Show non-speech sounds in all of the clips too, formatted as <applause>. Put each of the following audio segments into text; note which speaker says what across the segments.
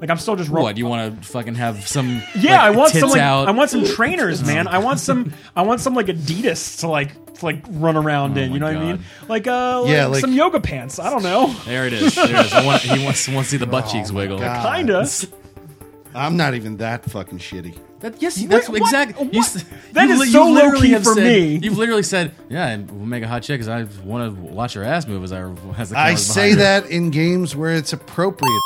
Speaker 1: Like I'm still just
Speaker 2: What
Speaker 1: rolling.
Speaker 2: you want to fucking have some?
Speaker 1: Yeah,
Speaker 2: like,
Speaker 1: I want
Speaker 2: tits
Speaker 1: some. Like,
Speaker 2: out.
Speaker 1: I want some trainers, man. I want some. I want some like Adidas to like to, like run around in.
Speaker 2: my
Speaker 1: You know what I
Speaker 2: God.
Speaker 1: mean? Like uh, like,
Speaker 3: Yeah, like-
Speaker 1: some yoga pants. I don't <laughs> know.
Speaker 2: There it is. There it is. I want, he wants, wants to see the butt cheeks wiggle.
Speaker 3: Oh God.
Speaker 1: Kinda.
Speaker 3: I'm not even that fucking shitty.
Speaker 2: That, yes, that's
Speaker 1: what-
Speaker 2: exactly. You, s-
Speaker 1: what? That
Speaker 2: you
Speaker 1: is
Speaker 2: li- you
Speaker 1: so low
Speaker 2: literally
Speaker 1: key
Speaker 2: have
Speaker 1: for
Speaker 2: said-
Speaker 1: me.
Speaker 2: You've literally said, "Yeah, and we'll make a hot chick because I want to watch her ass move." As I as the
Speaker 3: I
Speaker 2: camera's
Speaker 3: say
Speaker 2: behind her.
Speaker 3: that in games where it's appropriate.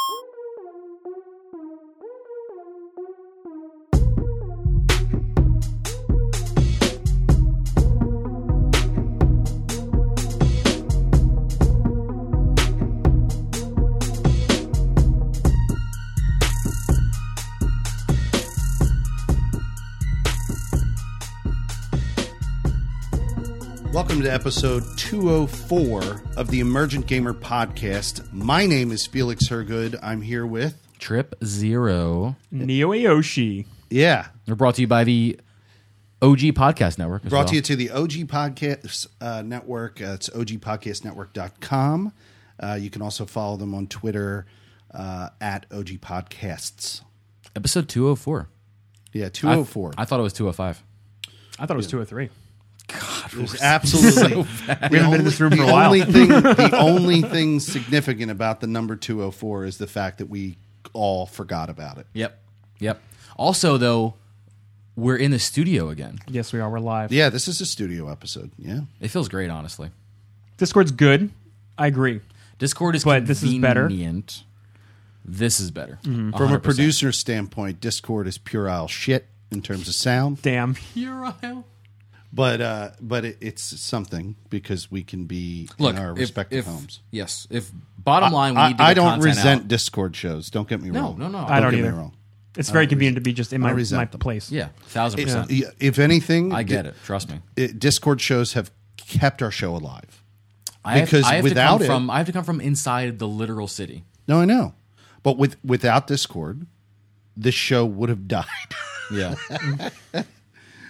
Speaker 3: Welcome to episode 204 of the Emergent Gamer Podcast. My name is Felix Hergood. I'm here with.
Speaker 2: Trip Zero.
Speaker 1: Neo Aoshi.
Speaker 3: Yeah.
Speaker 2: We're brought to you by the OG Podcast Network. as
Speaker 3: Brought
Speaker 2: well.
Speaker 3: to you to the OG Podcast uh, Network. Uh, it's ogpodcastnetwork.com. Uh, you can also follow them on Twitter uh, at OG Podcasts.
Speaker 2: episode two hundred four.
Speaker 3: Yeah, 204.
Speaker 2: I thought it was two hundred five.
Speaker 1: I thought it was two or three.
Speaker 3: There's
Speaker 2: <laughs>
Speaker 3: absolutely. we haven't
Speaker 1: been in this room for a while.
Speaker 3: Only thing, the only thing significant about the number 204 is the fact that we all forgot about it.
Speaker 2: Yep. Yep. Also, though, we're in the studio again.
Speaker 1: Yes, we are. We're live.
Speaker 3: Yeah, this is a studio episode. Yeah.
Speaker 2: It feels great, honestly.
Speaker 1: Discord's good. I agree.
Speaker 2: Discord is
Speaker 1: But this is better.
Speaker 2: convenient. This is better. Uh,
Speaker 3: From a producer standpoint, Discord is puerile shit in terms of sound,
Speaker 1: Damn.
Speaker 2: producer,
Speaker 3: but uh, but it, it's something because we can be
Speaker 2: look,
Speaker 3: in our
Speaker 2: if-
Speaker 3: respective
Speaker 2: if-
Speaker 3: homes.
Speaker 2: Yes. If bottom line, we
Speaker 3: I,
Speaker 2: need to
Speaker 3: I
Speaker 2: get
Speaker 3: don't
Speaker 2: content
Speaker 3: resent
Speaker 2: out.
Speaker 3: Discord shows. Don't get me
Speaker 2: No,
Speaker 3: wrong.
Speaker 2: no, no.
Speaker 1: I don't
Speaker 3: get me
Speaker 1: either.
Speaker 3: wrong.
Speaker 1: It's very convenient to be just in my,
Speaker 3: resent
Speaker 1: my
Speaker 3: them.
Speaker 1: place.
Speaker 2: Yeah, thousand percent.
Speaker 3: If, if anything,
Speaker 2: I get it. Trust me.
Speaker 3: it- Discord shows have kept our show alive.
Speaker 2: I have,
Speaker 3: Because
Speaker 2: I have
Speaker 3: without
Speaker 2: to
Speaker 3: it-
Speaker 2: come from I have to come from inside the literal city.
Speaker 3: No, I know, but with without Discord, this show would have died <laughs>
Speaker 2: Yeah.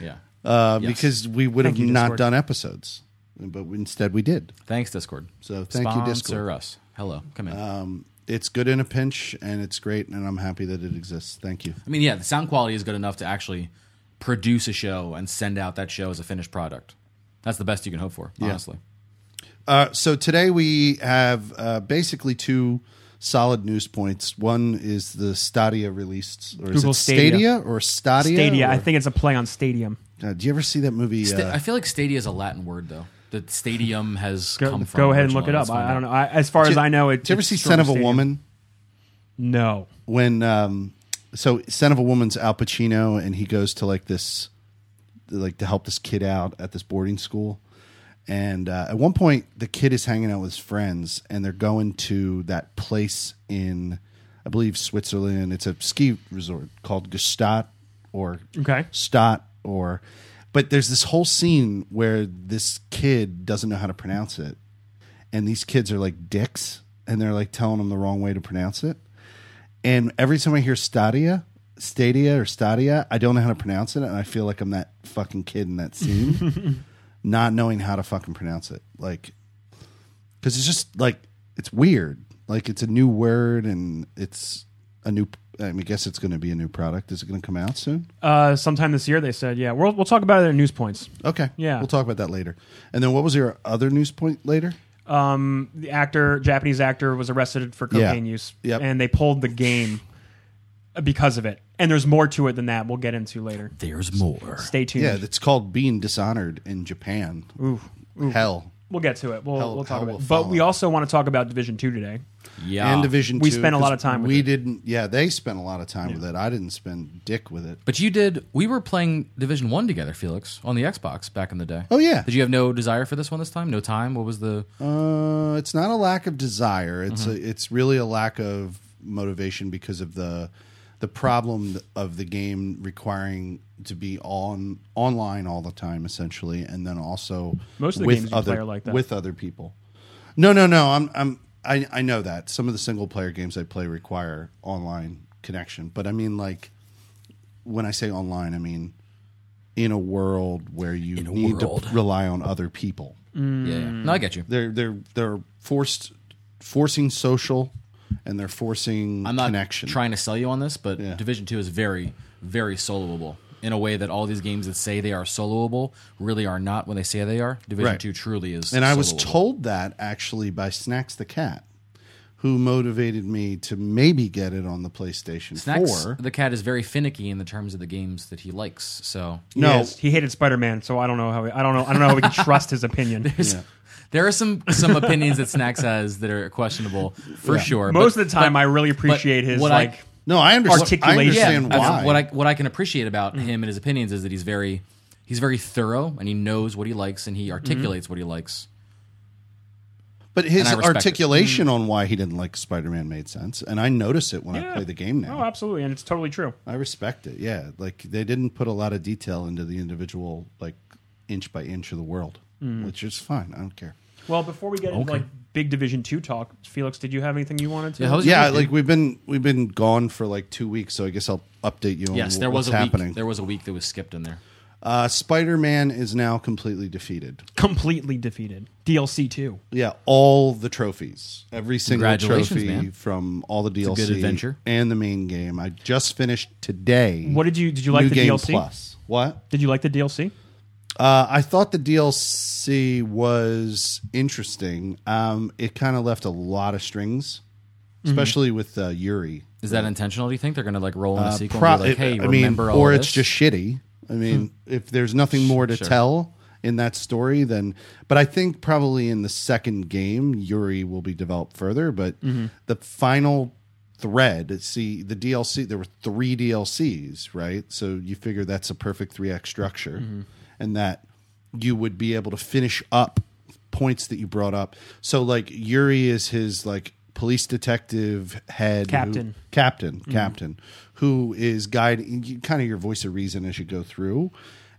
Speaker 2: yeah.
Speaker 3: uh, because we would have
Speaker 1: you,
Speaker 3: not
Speaker 1: Discord.
Speaker 3: done episodes. But instead, we did.
Speaker 2: Thanks, Discord.
Speaker 3: So thank
Speaker 2: Sponsor
Speaker 3: you, Discord. Uh,
Speaker 2: us. Hello, come in.
Speaker 3: It's good in a pinch, and it's great, and I'm happy that it exists. Thank you.
Speaker 2: I mean, yeah, the sound quality is good enough to actually produce a show and send out that show as a finished product. That's the best you can hope for, honestly.
Speaker 3: Uh, so today we have uh, basically two solid news points. One is the Stadia released, or
Speaker 1: Google
Speaker 3: is it Stadia,
Speaker 1: Stadia.
Speaker 3: or Stadia?
Speaker 1: Stadia.
Speaker 3: or-
Speaker 1: I think it's a play on Stadium.
Speaker 3: Uh, do you ever see that movie?
Speaker 2: Sta-
Speaker 3: uh,
Speaker 2: I feel like Stadia is a Latin word, though. The stadium has
Speaker 1: Go,
Speaker 2: come from.
Speaker 1: go ahead and
Speaker 2: original.
Speaker 1: look it up.
Speaker 2: Let's find
Speaker 1: I, I don't
Speaker 2: out.
Speaker 1: know. I, as far as I know, it.
Speaker 3: do you ever
Speaker 1: it's
Speaker 3: see
Speaker 1: from
Speaker 3: "Son of a
Speaker 1: Stadium.
Speaker 3: Woman"?
Speaker 1: No.
Speaker 3: when um so son of a woman's al pacino and he goes to like this like to help this kid out at this boarding school and uh, at one point the kid is hanging out with his friends and they're going to that place in i believe switzerland it's a ski resort called gstaad or
Speaker 1: Okay.
Speaker 3: Stott or but there's this whole scene where this kid doesn't know how to pronounce it and these kids are like dicks and they're like telling him the wrong way to pronounce it and every time I hear Stadia Stadia or Stadia I don't know how to pronounce it and I feel like I'm that fucking kid in that scene not knowing how to fucking pronounce it like cuz it's just like it's weird like it's a new word and it's a new I mean, I guess it's going to be a new product. Is it going to come out soon?
Speaker 1: Uh, sometime this year, they said. Yeah, we'll we'll talk about it at news points.
Speaker 3: Okay.
Speaker 1: Yeah.
Speaker 3: We'll talk about that later. And then what was your other news point later?
Speaker 1: um, the actor, Japanese actor, was arrested for
Speaker 3: Yeah.
Speaker 1: cocaine use,
Speaker 3: Yep.
Speaker 1: and they pulled the game because of it. And there's more to it than that. We'll get into later.
Speaker 2: There's more.
Speaker 1: Stay tuned.
Speaker 3: Yeah, it's called being dishonored in Japan. Ooh. Hell.
Speaker 1: we'll get to it. We'll,
Speaker 3: Hell-
Speaker 1: we'll talk
Speaker 3: hell
Speaker 1: about
Speaker 3: will
Speaker 1: it. But
Speaker 3: follow.
Speaker 1: we also want to talk about Division Two today.
Speaker 2: Yeah.
Speaker 3: and Division
Speaker 1: we
Speaker 3: 2,
Speaker 1: spent a lot
Speaker 3: 'cause
Speaker 1: of time with
Speaker 3: We
Speaker 1: it.
Speaker 3: didn't yeah, they spent a lot of time with it. I didn't spend dick with it.
Speaker 2: But you did. We were playing Division One together, Felix, on the Xbox back in the day.
Speaker 3: Oh, yeah.
Speaker 2: Did you have no desire for this one this time? No time. What was the?
Speaker 3: Uh, it's not a lack of desire. It's a, it's really a lack of motivation because of the the problem of the game requiring to be on online all the time, essentially, and then also
Speaker 1: Most of the
Speaker 3: with
Speaker 1: games you
Speaker 3: other
Speaker 1: play are like that.
Speaker 3: with other people. No, no, no. I'm I'm I, I know that some of the single player games I play require online connection, but I mean like when I say online, I mean in a world where you
Speaker 2: a
Speaker 3: need
Speaker 2: world.
Speaker 3: to rely on other people
Speaker 2: Yeah, yeah. No, I get you.
Speaker 3: they're they're they're forced forcing social and they're forcing
Speaker 2: I'm not
Speaker 3: connection.
Speaker 2: trying to sell you on this, but
Speaker 3: Yeah.
Speaker 2: Division Two is very, very soloable in a way that all these games that say they are soloable really are not when they say they are. Division
Speaker 3: Right.
Speaker 2: Two truly is,
Speaker 3: and I was
Speaker 2: soloable.
Speaker 3: told that actually by Snacks the Cat, who motivated me to maybe get it on the PlayStation
Speaker 2: Snacks,
Speaker 3: 4.
Speaker 2: the cat is very finicky in the terms of the games that he likes. So
Speaker 3: No.
Speaker 1: He, is. He hated Spider Man, so I don't know how I don't know I don't know how we
Speaker 3: <laughs>
Speaker 1: can trust his opinion.
Speaker 3: Yeah.
Speaker 2: there are some
Speaker 3: <laughs>
Speaker 2: some opinions that Snacks has that are questionable for sure.
Speaker 1: Most
Speaker 2: but-
Speaker 1: of the time, I really appreciate his
Speaker 2: what I-
Speaker 1: like.
Speaker 3: No, I understand. I
Speaker 1: Articulation.
Speaker 3: understand
Speaker 2: I-
Speaker 3: why. Mm.
Speaker 2: What I what I can appreciate about him and his opinions is that he's very he's very thorough and he knows what he likes
Speaker 3: Mm-hmm.
Speaker 2: and he articulates what he likes.
Speaker 3: but his
Speaker 2: and I respect it. Mm.
Speaker 3: articulation on why he didn't like Spider-Man made sense, and I notice it when I
Speaker 1: Yeah.
Speaker 3: play the game now.
Speaker 1: Oh, absolutely, and it's totally true.
Speaker 3: I respect it. Yeah, like they didn't put a lot of detail into the individual, like inch by inch of the world,
Speaker 2: Mm.
Speaker 3: which is fine. I don't care.
Speaker 1: Well, before we get into like big Division Two talk, Felix, did you have anything you wanted to?
Speaker 2: Yeah, how was-
Speaker 3: Yeah,
Speaker 2: good, dude.
Speaker 3: like we've been we've been gone for like two weeks, so I guess I'll update you. on
Speaker 2: Yes,
Speaker 3: wh-
Speaker 2: there was
Speaker 3: what's
Speaker 2: a
Speaker 3: happening.
Speaker 2: week there was a week that was skipped in there.
Speaker 3: Uh, Spider Man is now completely defeated.
Speaker 1: completely defeated DLC Two.
Speaker 3: Yeah, all the trophies, every single
Speaker 2: Congratulations,
Speaker 3: trophy
Speaker 2: man.
Speaker 3: from all the DLC,
Speaker 2: good adventure.
Speaker 3: and the main game. I just finished today.
Speaker 1: What did you did you like
Speaker 3: Mm. New
Speaker 1: the
Speaker 3: Game
Speaker 1: DLC?
Speaker 3: Plus? What?
Speaker 1: Did you like the DLC?
Speaker 3: Uh, I thought the DLC was interesting. Um, it kind of left a lot of strings,
Speaker 2: Mm-hmm.
Speaker 3: especially with uh, Yuri.
Speaker 2: Is that intentional? Do you think they're going to like roll in a sequel and
Speaker 3: Pro-
Speaker 2: be like, "Hey,
Speaker 3: Uh, I mean,
Speaker 2: remember all
Speaker 3: or it's
Speaker 2: this? Hmm.
Speaker 3: just shitty. I mean, if there's nothing more to tell in that story, then. But I think probably in the second game, Yuri will be developed further. But
Speaker 2: Mm-hmm.
Speaker 3: the final thread, see, the DLC, there were three DLCs, right? So you figure that's a perfect three X structure,
Speaker 2: Mm-hmm.
Speaker 3: and that you would be able to finish up points that you brought up. So like Yuri is his like police detective head who-
Speaker 1: Captain.
Speaker 3: captain, captain, who is guiding kind of your voice of reason as you go through.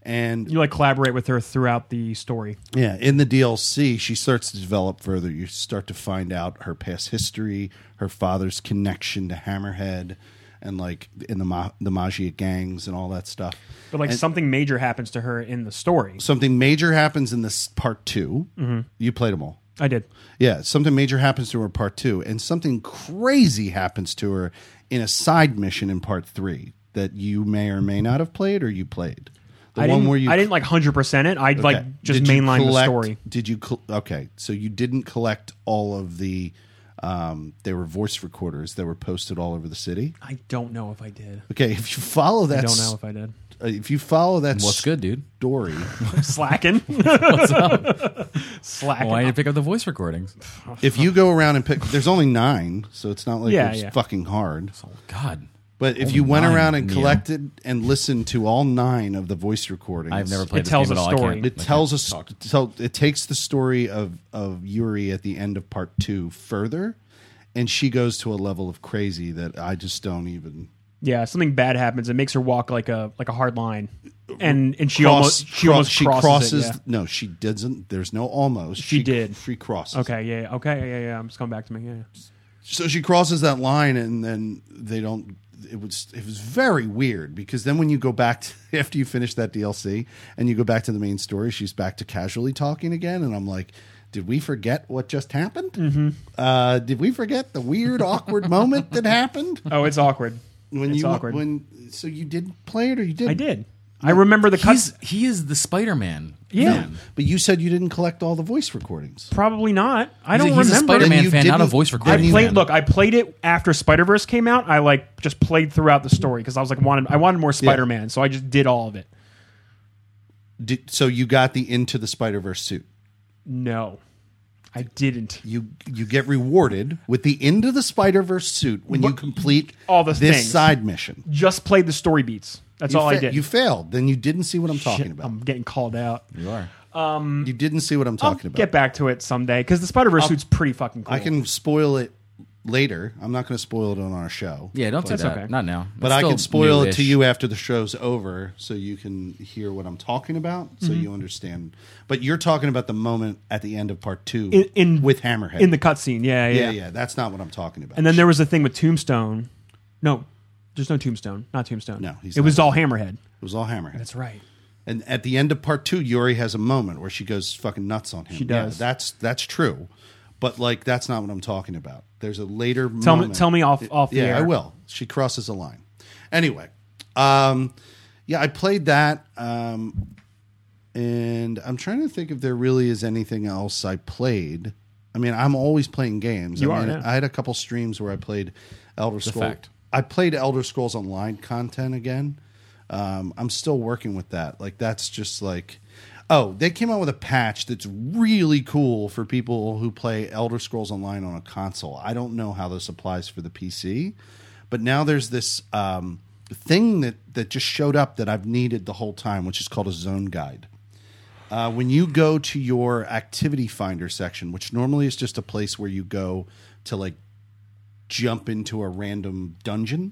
Speaker 3: And
Speaker 1: You like collaborate with her throughout the story.
Speaker 3: yeah, in the DLC, she starts to develop further. You start to find out her past history, her father's connection to Hammerhead, and like in the Ma- the Magia gangs and all that stuff.
Speaker 1: But like something major happens to her in the story.
Speaker 3: Something major happens in this part 2 You played them all.
Speaker 1: I did.
Speaker 3: Yeah, something major happens to her in part two, and something crazy happens to her in a side mission in part three that you may or may not have played or you played. The
Speaker 1: I
Speaker 3: one
Speaker 1: didn't,
Speaker 3: where you
Speaker 1: I didn't like hundred percent it. I would
Speaker 3: Okay.
Speaker 1: like just
Speaker 3: Did you
Speaker 1: mainline the
Speaker 3: collect-
Speaker 1: story.
Speaker 3: Did you col- okay? So you didn't collect all of the. Um, they were voice recorders that were posted all over the city.
Speaker 1: I don't know if I did.
Speaker 3: Okay, if you follow that,
Speaker 1: I don't
Speaker 3: s-
Speaker 1: know if I did.
Speaker 3: uh, if you follow that
Speaker 2: What's good,
Speaker 3: <laughs>
Speaker 2: dude?
Speaker 3: story,
Speaker 1: <laughs>
Speaker 3: <laughs>
Speaker 1: Slacking. Slacking.
Speaker 2: Why did you pick up the voice recordings?
Speaker 3: if you go around and pick, there's only nine, so it's not like
Speaker 1: Yeah,
Speaker 3: it's
Speaker 1: yeah.
Speaker 3: fucking hard.
Speaker 2: Oh, God,
Speaker 3: But if you went
Speaker 2: Oh, nine,
Speaker 3: around and
Speaker 2: Neil.
Speaker 3: collected and listened to all nine of the voice recordings,
Speaker 2: I've never played.
Speaker 1: It
Speaker 2: this
Speaker 1: tells
Speaker 2: game
Speaker 1: a
Speaker 2: at all. I
Speaker 1: story.
Speaker 2: can't-
Speaker 3: It tells us so it takes the story of of Yuri at the end of part two further, and she goes to a level of crazy that I just don't even.
Speaker 1: Yeah, something bad happens. It makes her walk like a like a hard line, and and she
Speaker 3: Cross-
Speaker 1: almost she
Speaker 3: cross-
Speaker 1: almost
Speaker 3: she
Speaker 1: crosses.
Speaker 3: crosses.
Speaker 1: it, yeah.
Speaker 3: No, she doesn't. There's no almost.
Speaker 1: She did.
Speaker 3: She crosses.
Speaker 1: Okay, yeah, yeah, okay, yeah, yeah. I'm just coming back to me. Yeah, yeah.
Speaker 3: so she crosses that line and then they don't it was it was very weird because then when you go back to, <laughs> after you finish that DLC and you go back to the main story she's back to casually talking again and I'm like did we forget what just happened
Speaker 1: Mm-hmm.
Speaker 3: uh, did we forget the
Speaker 1: <laughs>
Speaker 3: weird awkward moment that happened
Speaker 1: Oh, it's awkward.
Speaker 3: when
Speaker 1: it's
Speaker 3: you
Speaker 1: awkward.
Speaker 3: when so you didn't play it or you did
Speaker 1: I did. I remember the cuts.
Speaker 2: He's he is the Spider Man.
Speaker 1: Yeah,
Speaker 3: but you said you didn't collect all the voice recordings
Speaker 1: probably not. I don't
Speaker 2: he's a
Speaker 1: remember.
Speaker 2: Spider-Man
Speaker 3: Then you
Speaker 2: fan, not a
Speaker 3: didn't-
Speaker 2: voice
Speaker 1: I
Speaker 3: I
Speaker 2: recording.
Speaker 1: played.
Speaker 2: fan.
Speaker 1: Look, I played it after Spider Verse came out. I like just played throughout the story because I was like wanted. I wanted more Spider Man, so I just did all of it.
Speaker 3: did, so you got the into the Spider Verse suit
Speaker 1: No, I didn't.
Speaker 3: you you get rewarded with the end of the Spider Verse suit when you complete
Speaker 1: All the
Speaker 3: this
Speaker 1: things.
Speaker 3: side mission.
Speaker 1: Just played the story beats. That's
Speaker 3: You
Speaker 1: all I
Speaker 3: fa-
Speaker 1: did.
Speaker 3: You failed. Then you didn't see what I'm talking
Speaker 1: Shit,
Speaker 3: about.
Speaker 1: I'm getting called out.
Speaker 2: you are.
Speaker 3: you didn't see what I'm
Speaker 1: I'll
Speaker 3: talking
Speaker 1: get
Speaker 3: about. Um,
Speaker 1: back to it someday because the Spider Verse suit's pretty fucking cool.
Speaker 3: I can spoil it later. I'm not going to spoil it on our show.
Speaker 2: Yeah, don't do
Speaker 1: That's
Speaker 2: that.
Speaker 1: okay.
Speaker 2: Not now.
Speaker 3: But
Speaker 2: It's
Speaker 3: I
Speaker 2: still
Speaker 3: can spoil it to
Speaker 2: new-ish.
Speaker 3: you after the show's over so you can hear what I'm talking about so
Speaker 1: Mm-hmm.
Speaker 3: you understand. But you're talking about the moment at the end of part 2
Speaker 1: In- in-
Speaker 3: with Hammerhead.
Speaker 1: in the cutscene. Yeah, yeah,
Speaker 3: yeah, yeah, that's not what I'm talking about.
Speaker 1: And then there was a thing with Tombstone. No, there's no Tombstone. Not Tombstone.
Speaker 3: No, he's
Speaker 1: it
Speaker 3: not.
Speaker 1: was all Hammerhead.
Speaker 3: it was all Hammerhead.
Speaker 1: That's right.
Speaker 3: And at the end of part two, Yuri has a moment where she goes fucking nuts on him. She
Speaker 1: does.
Speaker 3: that's that's true. But like that's not what I'm talking about. There's a later
Speaker 1: Tell me,
Speaker 3: moment.
Speaker 1: tell me off off the
Speaker 3: yeah,
Speaker 1: air.
Speaker 3: I will. She crosses a line. Anyway, um, yeah, I played that, um, and I'm trying to think if there really is anything else I played. I mean, I'm always playing games.
Speaker 1: You are,
Speaker 3: I mean,
Speaker 1: yeah.
Speaker 3: I had a couple streams where I played Elder Scrolls.
Speaker 2: fact.
Speaker 3: I played Elder Scrolls Online content again. Um, I'm still working with that. Like that's just like, oh, they came out with a patch that's really cool for people who play Elder Scrolls Online on a console. I don't know how this applies for the PC, but now there's this um, thing that that just showed up that I've needed the whole time, which is called a zone guide. Uh, when you go to your activity finder section, which normally is just a place where you go to like jump into a random dungeon,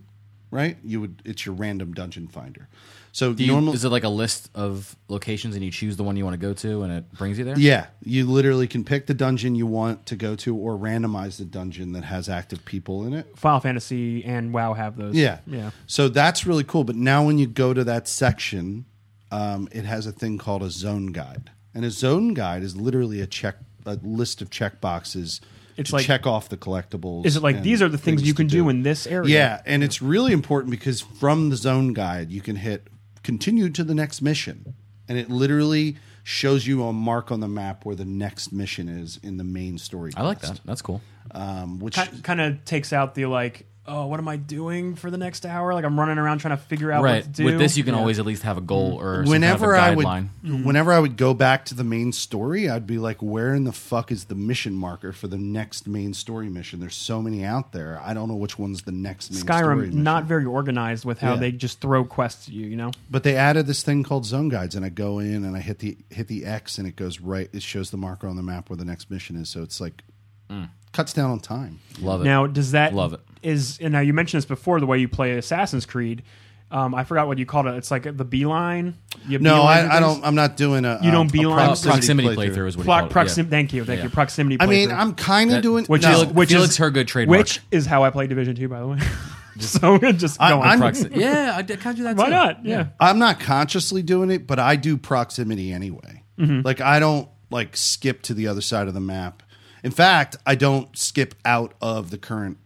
Speaker 3: right? You would it's your random dungeon finder. So
Speaker 2: Do you-
Speaker 3: normally
Speaker 2: is it like a list of locations and you choose the one you want to go to and it brings you there?
Speaker 3: yeah, you literally can pick the dungeon you want to go to or randomize the dungeon that has active people in it.
Speaker 1: Final Fantasy and WoW have those.
Speaker 3: Yeah.
Speaker 1: yeah.
Speaker 3: So that's really cool. But now when you go to that section, um, it has a thing called a zone guide. And a zone guide is literally a check a list of check boxes
Speaker 1: It's
Speaker 3: to
Speaker 1: like-
Speaker 3: check off the collectibles.
Speaker 1: Is it like
Speaker 3: and
Speaker 1: these are the things, you
Speaker 3: to
Speaker 1: can do. in this area?
Speaker 3: Yeah, and it's really important because from the zone guide, you can hit continue to the next mission. And it literally shows you a mark on the map where the next mission is in the main story.
Speaker 2: I like that. That's cool.
Speaker 3: Um, which
Speaker 1: kind of takes out the like, oh, what am I doing for the next hour? Like I'm running around trying to figure out
Speaker 2: Right.
Speaker 1: what to do.
Speaker 2: With this, you can
Speaker 1: Yeah.
Speaker 2: always at least have a goal or
Speaker 3: Mm. whenever
Speaker 2: whenever
Speaker 3: I
Speaker 2: some kind of
Speaker 3: would Mm-hmm.
Speaker 2: a guideline.
Speaker 3: whenever I would go back to the main story, I'd be like, where in the fuck is the mission marker for the next main story mission? There's so many out there. I don't know which one's the next main story
Speaker 1: Skyrim
Speaker 3: mission.
Speaker 1: not very organized with how
Speaker 3: Yeah.
Speaker 1: they just throw quests at you. You know,
Speaker 3: but they added this thing called zone guides and I go in and I hit the hit the X and it goes right it shows the marker on the map where the next mission is. So it's like
Speaker 2: Mm.
Speaker 3: cuts down on time.
Speaker 2: Love it. Uh,
Speaker 1: Now, does that
Speaker 2: Love it.
Speaker 1: Is and now you mentioned this before the way you play Assassin's Creed. Um, I forgot what you called it. It's like the beeline. You
Speaker 3: No,
Speaker 1: beeline
Speaker 3: I,
Speaker 1: things?
Speaker 3: I don't I'm not doing a
Speaker 1: You don't
Speaker 3: a
Speaker 1: beeline?
Speaker 2: Uh,
Speaker 1: proximity
Speaker 2: proximity playthrough. is what he
Speaker 1: Pro-
Speaker 2: called
Speaker 1: proxim-
Speaker 2: it.
Speaker 1: Thank you, thank you.
Speaker 2: Yeah.
Speaker 1: Proximity.
Speaker 3: I mean,
Speaker 1: playthrough.
Speaker 3: I'm kind of
Speaker 2: That-
Speaker 3: doing
Speaker 1: which
Speaker 3: no.
Speaker 1: is which
Speaker 2: Felix
Speaker 1: is
Speaker 2: Hergood trademark.
Speaker 1: Which is how I play Division Two, by the way. <laughs> so just
Speaker 3: I-
Speaker 1: going.
Speaker 3: I'm-
Speaker 2: Yeah,
Speaker 1: <laughs>
Speaker 2: Proxi- yeah I did, can I do that
Speaker 1: Why
Speaker 2: too?
Speaker 1: not? Yeah.
Speaker 3: I'm not consciously doing it, but I do proximity anyway.
Speaker 1: Mm-hmm.
Speaker 3: Like I don't like skip to the other side of the map. In fact, I don't skip out of the current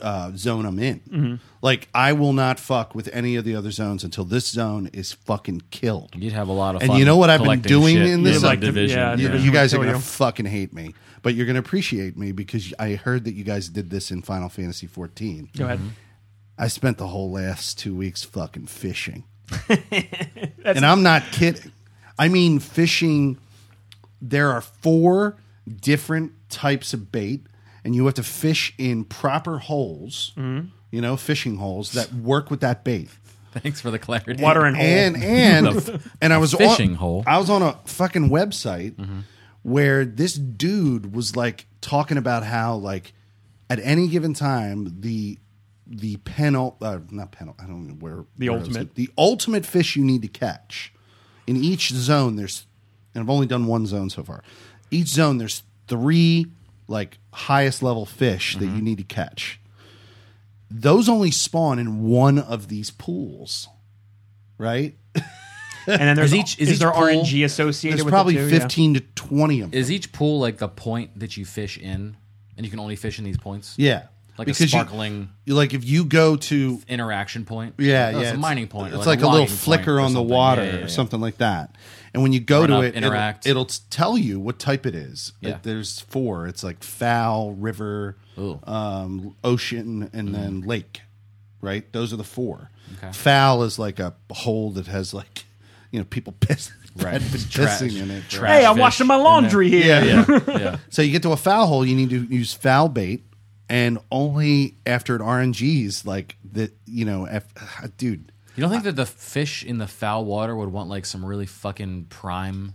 Speaker 3: uh, zone I'm in.
Speaker 1: Mm-hmm.
Speaker 3: Like I will not fuck with any of the other zones until this zone is fucking killed.
Speaker 2: You'd have a lot of
Speaker 3: And
Speaker 2: fun.
Speaker 3: you know what I've been
Speaker 2: collecting
Speaker 3: doing
Speaker 2: shit
Speaker 3: in this
Speaker 2: the
Speaker 1: like-
Speaker 2: division.
Speaker 1: yeah,
Speaker 3: You,
Speaker 1: Division
Speaker 3: you
Speaker 1: would
Speaker 3: guys are
Speaker 1: kill
Speaker 3: gonna
Speaker 1: you.
Speaker 3: fucking hate me, but you're gonna appreciate me because I heard that you guys did this in Final Fantasy 14.
Speaker 1: Go ahead.
Speaker 2: Mm-hmm.
Speaker 3: I spent the whole last two weeks fucking fishing. and I'm not kidding. I mean, fishing, there are four different types of bait, and you have to fish in proper holes, you know, fishing holes that work with that bait.
Speaker 2: Thanks for the clarity.
Speaker 1: Water and, hole.
Speaker 3: And and and I was
Speaker 2: fishing
Speaker 3: on,
Speaker 2: hole.
Speaker 3: I was on a fucking website
Speaker 1: Mm-hmm.
Speaker 3: where this dude was like talking about how like at any given time the the penal uh, not penal I don't know where
Speaker 1: The
Speaker 3: where I was
Speaker 1: ultimate.
Speaker 3: going- the ultimate fish you need to catch in each zone there's and I've only done one zone so far each zone there's three like highest level fish that
Speaker 1: Mm-hmm.
Speaker 3: you need to catch those only spawn in one of these pools right
Speaker 1: And then there's
Speaker 2: Is each- is each
Speaker 1: there
Speaker 2: pool-
Speaker 1: RNG associated
Speaker 3: there's
Speaker 1: with
Speaker 3: probably
Speaker 1: it too? Yeah.
Speaker 3: 15 to 20 of them.
Speaker 2: Is each pool like the point that you fish in, and you can only fish in these points?
Speaker 3: yeah.
Speaker 2: Like a
Speaker 3: you-
Speaker 2: sparkling
Speaker 3: you, like if you go to
Speaker 2: interaction point.
Speaker 3: yeah,
Speaker 2: No,
Speaker 3: yeah,
Speaker 2: it's a mining point. or
Speaker 3: It's like, a little
Speaker 2: logging point
Speaker 3: flicker
Speaker 2: or
Speaker 3: on the
Speaker 2: something.
Speaker 3: water
Speaker 2: Yeah, yeah, yeah.
Speaker 3: or something like that. And when you go to
Speaker 2: up,
Speaker 3: it,
Speaker 2: interact.
Speaker 3: It'll, it'll tell you what type it is.
Speaker 2: Yeah.
Speaker 3: It- there's four. It's like foul, river,
Speaker 2: Ooh. Mm-hmm.
Speaker 3: um, ocean, and then lake. Right? Those are the four. Foul is like a hole that has like you know people <laughs> piss,
Speaker 2: Right.
Speaker 3: had been
Speaker 2: Trash.
Speaker 3: pissing in it. right?
Speaker 2: Trash
Speaker 1: Hey, I'm
Speaker 2: fish
Speaker 1: washing my
Speaker 2: in
Speaker 1: laundry here.
Speaker 3: Yeah, yeah.
Speaker 2: there. yeah.
Speaker 3: So you get to a foul hole, you need to use foul bait, and only after it RNGs, like that, you know, F, <sighs> dude.
Speaker 2: You don't think that the fish in the foul water would want like some really fucking prime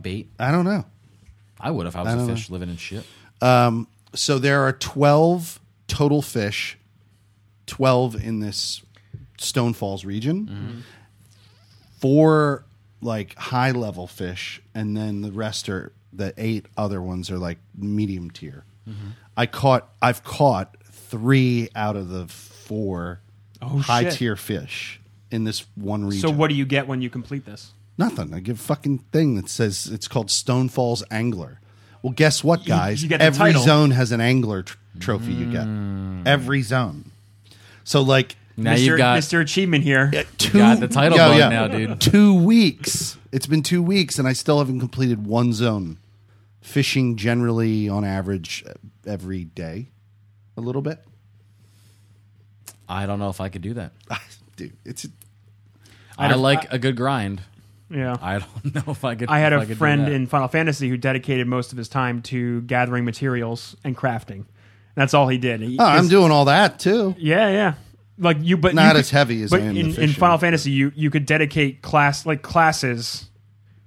Speaker 2: bait?
Speaker 3: I don't know.
Speaker 2: I would if I was a fish living in shit.
Speaker 3: Um, So there are twelve total fish, twelve in this Stone Falls region, four like high level fish, and then the rest are the eight other ones are like medium tier. I caught. I've caught three out of the four high
Speaker 1: shit.
Speaker 3: tier fish in this one region.
Speaker 1: So what do you get when you complete this?
Speaker 3: Nothing. I give a fucking thing that says it's called Stone Falls Angler, Well, guess what, guys?
Speaker 1: you get the
Speaker 3: Every
Speaker 1: title.
Speaker 3: zone has an angler tr- trophy you get. Every zone. So like
Speaker 2: Now
Speaker 1: Mr.
Speaker 2: you've got
Speaker 1: Mr. Achievement here.
Speaker 3: two
Speaker 2: got the title bug now, dude.
Speaker 3: Two weeks. It's been two weeks, and I still haven't completed one zone. Fishing generally, on average, every day, a little bit. <laughs>
Speaker 2: I don't know if I could do that.
Speaker 3: Dude, it's oh,
Speaker 2: I, like a good grind.
Speaker 1: Yeah.
Speaker 2: I <laughs> don't know if I could.
Speaker 1: I had
Speaker 2: if
Speaker 1: a
Speaker 2: could do
Speaker 1: friend
Speaker 2: that.
Speaker 1: in Final Fantasy who dedicated most of his time to gathering materials and crafting. That's all he did. He-
Speaker 3: Oh, I'm
Speaker 1: his-
Speaker 3: doing all that too.
Speaker 1: Yeah, yeah. Like you, but
Speaker 3: Not
Speaker 1: you
Speaker 3: as heavy as
Speaker 1: but
Speaker 3: I am the
Speaker 1: in, in
Speaker 3: fishing.
Speaker 1: Final Fantasy, you you could dedicate class like classes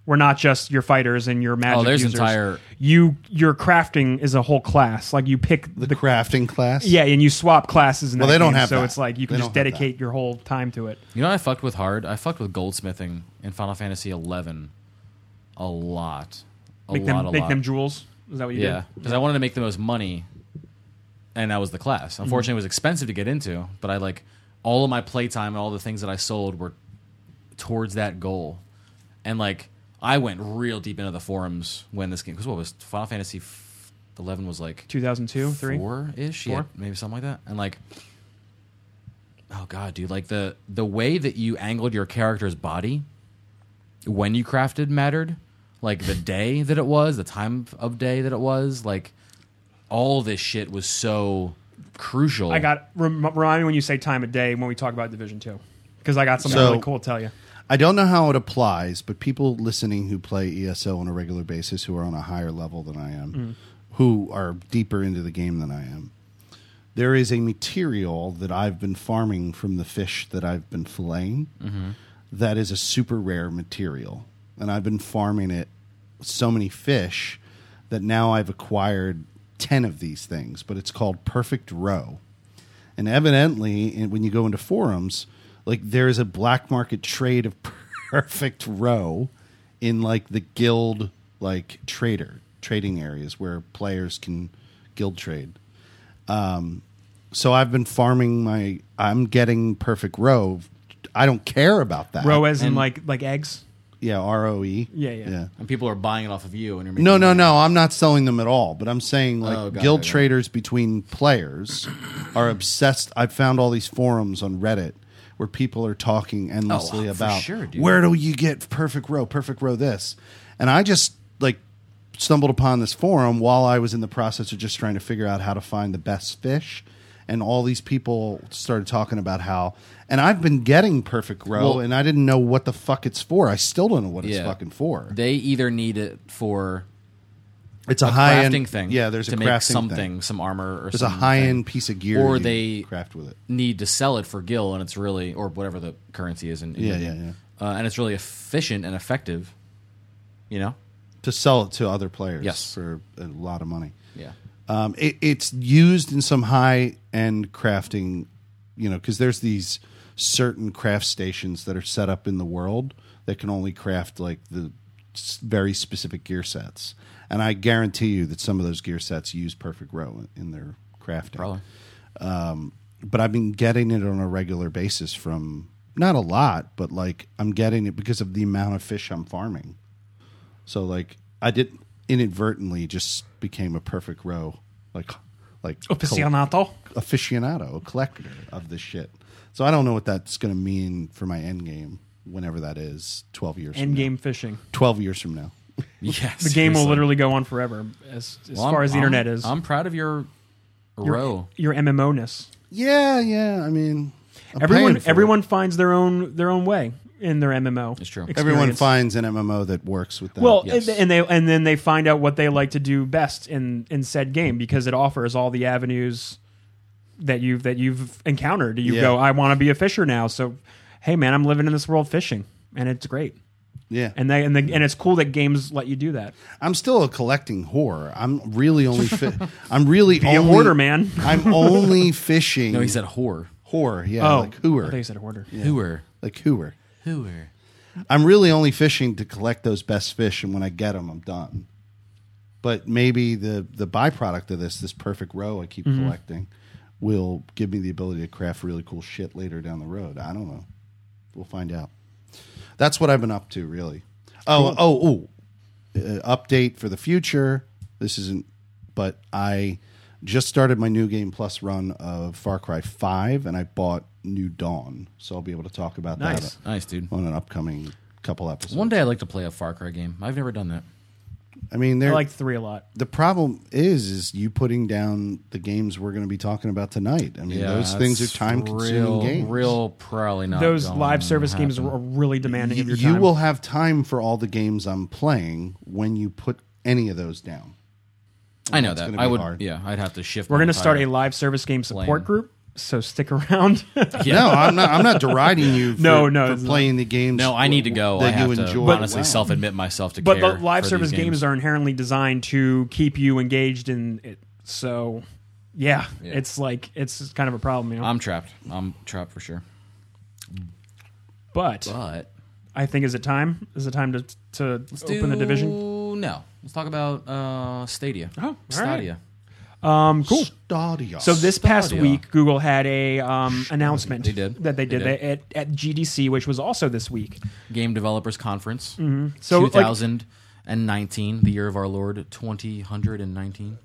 Speaker 1: were not just your fighters and your magic.
Speaker 2: Oh, there's
Speaker 1: users.
Speaker 2: entire-
Speaker 1: you your crafting is a whole class. Like you pick
Speaker 3: The,
Speaker 1: the,
Speaker 3: crafting class.
Speaker 1: yeah, and you swap classes. And
Speaker 3: Well, they don't have
Speaker 1: so
Speaker 3: that.
Speaker 1: it's like you
Speaker 3: They
Speaker 1: can just
Speaker 3: don't have that.
Speaker 1: dedicate your whole time to it.
Speaker 2: You know, what I fucked with hard. I fucked with goldsmithing in Final Fantasy eleven a lot, a
Speaker 1: Make
Speaker 2: lot,
Speaker 1: them
Speaker 2: a
Speaker 1: make
Speaker 2: lot.
Speaker 1: them jewels. Is that what you
Speaker 2: yeah,
Speaker 1: did?
Speaker 2: because I wanted to make the most money, and that was the
Speaker 1: Mm-hmm.
Speaker 2: class. Unfortunately, it was expensive to get into, but I like all of my playtime and all the things that I sold were towards that goal, and like I went real deep into the forums when this game because what was Final Fantasy f- eleven was like
Speaker 1: Two thousand two, three.
Speaker 2: four ish, yeah,
Speaker 1: Four?
Speaker 2: maybe something like that. And like, oh god, dude, like the the way that you angled your character's body when you crafted mattered.
Speaker 1: <laughs>
Speaker 2: Like the day that it was, the time of day that it was, like all this shit was so crucial.
Speaker 1: I got rem- remind me when you say time of day when we talk about Division Two, because I got something
Speaker 3: So-
Speaker 1: really cool to tell you.
Speaker 3: I don't know how it applies, but people listening who play ESO on a regular basis, who are on a higher level than I am, who are deeper into the game than I am, there is a material that I've been farming from the fish that I've been filleting that is a super rare material. And I've been farming it so many fish that now I've acquired 10 of these things, but it's called Perfect Row. And evidently, in- when you go into forums, like there is a black market trade of <laughs> perfect row in like the guild like trader trading areas where players can guild trade. Um, so I've been farming my. I'm getting perfect row. I don't care about that.
Speaker 1: Row as in like like eggs.
Speaker 3: yeah, R O E.
Speaker 1: Yeah, yeah.
Speaker 2: and people are buying it off of you, and you're making
Speaker 3: No, no,
Speaker 2: money.
Speaker 3: no. I'm not selling them at all. But I'm saying like
Speaker 2: Oh, got
Speaker 3: guild
Speaker 2: it, got it.
Speaker 3: traders between players are obsessed. I've found all these forums on Reddit where people are talking endlessly
Speaker 2: Oh, for
Speaker 3: about
Speaker 2: sure, dude.
Speaker 3: where do you get perfect row, perfect row this, and I just like stumbled upon this forum while I was in the process of just trying to figure out how to find the best fish. And all these people started talking about how, and I've been getting perfect row,
Speaker 2: Well-
Speaker 3: and I didn't know what the fuck it's for. I still don't know what it's
Speaker 2: Yeah.
Speaker 3: fucking for.
Speaker 2: They either need it for
Speaker 3: It's a,
Speaker 2: a
Speaker 3: high
Speaker 2: crafting
Speaker 3: end
Speaker 2: thing,
Speaker 3: Yeah, there's
Speaker 2: to
Speaker 3: a crafting
Speaker 2: make
Speaker 3: thing.
Speaker 2: something, some armor, or
Speaker 3: There's a
Speaker 2: something.
Speaker 3: high end piece of gear,
Speaker 2: Or
Speaker 3: you
Speaker 2: they-
Speaker 3: craft with it.
Speaker 2: need to sell it for gil and it's really or whatever the currency is in, in your
Speaker 3: Yeah,
Speaker 2: game.
Speaker 3: yeah,
Speaker 2: Uh, and it's really efficient and effective you know
Speaker 3: to sell it to other players
Speaker 2: Yes.
Speaker 3: for a lot of money.
Speaker 2: yeah
Speaker 3: Um, it, it's used in some high end crafting, you know, because there's these certain craft stations that are set up in the world that can only craft like the s- very specific gear sets. And I guarantee you that some of those gear sets use Perfect Row in their crafting.
Speaker 2: probably
Speaker 3: but I've been getting it on a regular basis from not a lot, but like I'm getting it because of the amount of fish I'm farming. So like I did inadvertently just became a perfect row, like like
Speaker 1: Aficionado.
Speaker 3: col- aficionado, a collector of this shit. So I don't know what that's going to mean for my end game, whenever that is, twelve years. from
Speaker 1: End game fishing.
Speaker 3: now. twelve years from now.
Speaker 2: <laughs> yes
Speaker 1: The game will literally go on forever as, as far as the internet is.
Speaker 2: i'm proud of your, row
Speaker 1: your MMO ness.
Speaker 3: Yeah, yeah. I mean, I'm
Speaker 1: Everyone
Speaker 3: paying for it.
Speaker 1: everyone finds their own their own way in their MMO.
Speaker 2: It's true.
Speaker 3: everyone
Speaker 1: experience.
Speaker 3: finds an MMO that works with them.
Speaker 1: Well,
Speaker 2: Yes.
Speaker 1: and, and they and then they find out what they like to do best in in said game because it offers all the avenues that you've that you've encountered. You
Speaker 3: Yeah.
Speaker 1: go, I want to be a fisher now. So, hey man, I'm living in this world fishing, and it's great.
Speaker 3: yeah.
Speaker 1: And they and the, and it's cool that games let you do that.
Speaker 3: I'm still a collecting whore. I'm really only fi-
Speaker 1: <laughs>
Speaker 3: I'm really
Speaker 1: Be a
Speaker 3: only,
Speaker 1: hoarder, man. <laughs>
Speaker 3: I'm only fishing.
Speaker 2: no he said whore
Speaker 3: whore. Yeah,
Speaker 1: oh,
Speaker 3: like
Speaker 1: I thought you
Speaker 3: hooer,
Speaker 1: said hoarder.
Speaker 2: whoer
Speaker 3: like hooer.
Speaker 2: whoer
Speaker 3: I'm really only fishing to collect those best fish, and when I get them, I'm done. But maybe the the byproduct of this, this perfect row I keep collecting, will give me the ability to craft really cool shit later down the road. I don't know. We'll find out. That's what I've been up to, really. Oh, oh, oh! Uh, update for the future. This isn't, but I just started my new game plus run of Far Cry Five, and I bought New Dawn, so I'll be able to talk about
Speaker 1: Nice.
Speaker 3: that
Speaker 2: Nice, dude.
Speaker 3: on an upcoming couple episodes.
Speaker 2: One day I'd like to play a Far Cry game. I've never done that.
Speaker 3: I mean,
Speaker 1: I
Speaker 3: they're
Speaker 1: like three a lot.
Speaker 3: the problem is is you putting down the games we're going to be talking about tonight. I mean, those things are
Speaker 2: that's
Speaker 3: time consuming
Speaker 2: real-
Speaker 3: games.
Speaker 2: Real, probably not.
Speaker 1: Those
Speaker 2: gonna
Speaker 1: live service
Speaker 2: happen.
Speaker 1: games are really demanding of
Speaker 3: you,
Speaker 1: your time.
Speaker 3: you will have time for all the games I'm playing when you put any of those down.
Speaker 2: I know
Speaker 3: it's
Speaker 2: that.
Speaker 3: gonna
Speaker 2: I
Speaker 3: be
Speaker 2: would.
Speaker 3: hard.
Speaker 2: Yeah, I'd have to shift.
Speaker 1: We're
Speaker 2: my
Speaker 1: going to start a
Speaker 2: entire-
Speaker 1: live service game support
Speaker 2: Plan.
Speaker 1: group, so stick around. <laughs>
Speaker 3: No, I'm not. I'm not deriding you. For,
Speaker 1: No, no, it's
Speaker 3: for
Speaker 1: not.
Speaker 3: playing the games.
Speaker 2: No, I need to go.
Speaker 3: That
Speaker 2: I have
Speaker 3: you
Speaker 2: to
Speaker 3: enjoy.
Speaker 2: honestly
Speaker 3: Wow.
Speaker 2: self admit myself to
Speaker 1: but
Speaker 2: care.
Speaker 1: the live
Speaker 2: for
Speaker 1: service
Speaker 2: these
Speaker 1: games.
Speaker 2: games
Speaker 1: are inherently designed to keep you engaged in it. So, yeah, it's like it's kind of a problem, you know.
Speaker 2: I'm trapped. I'm trapped for sure.
Speaker 1: but
Speaker 2: But
Speaker 1: I think is it time? Is it time to to open the division?
Speaker 2: No, let's talk about uh, Stadia.
Speaker 1: Oh, all right.
Speaker 2: Stadia.
Speaker 1: Um, cool.
Speaker 3: Stadia.
Speaker 1: So this past
Speaker 2: Stadia.
Speaker 1: week, Google had a um, announcement
Speaker 2: They did.
Speaker 1: that they did,
Speaker 2: They did.
Speaker 1: They- at, at GDC, which was also this week.
Speaker 2: Game Developers Conference,
Speaker 1: Mm-hmm. So like,
Speaker 2: 2019, the year of our Lord, 2019.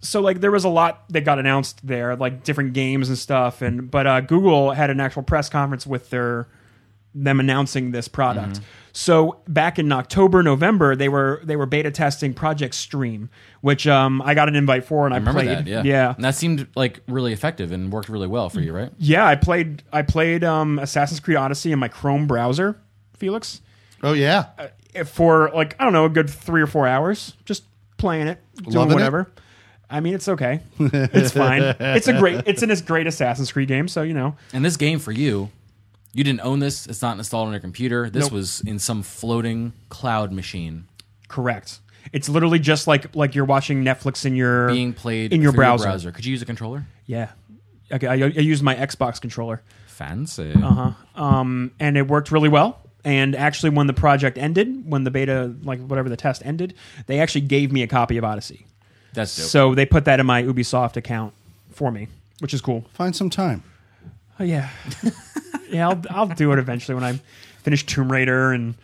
Speaker 1: so like there was a lot that got announced there, like different games and stuff. And but uh, Google had an actual press conference with their them announcing this product.
Speaker 2: Mm-hmm.
Speaker 1: So back in October, November, they were they were beta testing Project Stream, which um, I got an invite for and I,
Speaker 2: I remember
Speaker 1: played.
Speaker 2: that. Yeah,
Speaker 1: yeah,
Speaker 2: And that seemed like really effective and worked really well for you, right?
Speaker 1: Yeah, I played I played um, Assassin's Creed Odyssey in my Chrome browser, Felix,
Speaker 3: Oh yeah.
Speaker 1: Uh, for like I don't know a good three or four hours, just playing it, doing
Speaker 3: Loving it?
Speaker 1: whatever. I mean, it's okay. It's fine. it's a great. It's in this great Assassin's Creed game, so you know.
Speaker 2: And this game for you, you didn't own this. It's not installed on your computer. This was in some floating cloud machine
Speaker 1: Correct. It's literally just like like you're watching Netflix in your
Speaker 2: being played
Speaker 1: in your
Speaker 2: through
Speaker 1: browser.
Speaker 2: Could you use a controller?
Speaker 1: Yeah. Okay, I, I used my Xbox controller.
Speaker 2: Fancy.
Speaker 1: um, and it worked really well. And actually, when the project ended, when the beta, like whatever the test ended, they actually gave me a copy of Odyssey.
Speaker 2: That's dope.
Speaker 1: So they put that in my Ubisoft account for me, which is cool.
Speaker 3: Find some time.
Speaker 1: Oh, yeah, <laughs> yeah, I'll, I'll do it eventually when I finish Tomb Raider and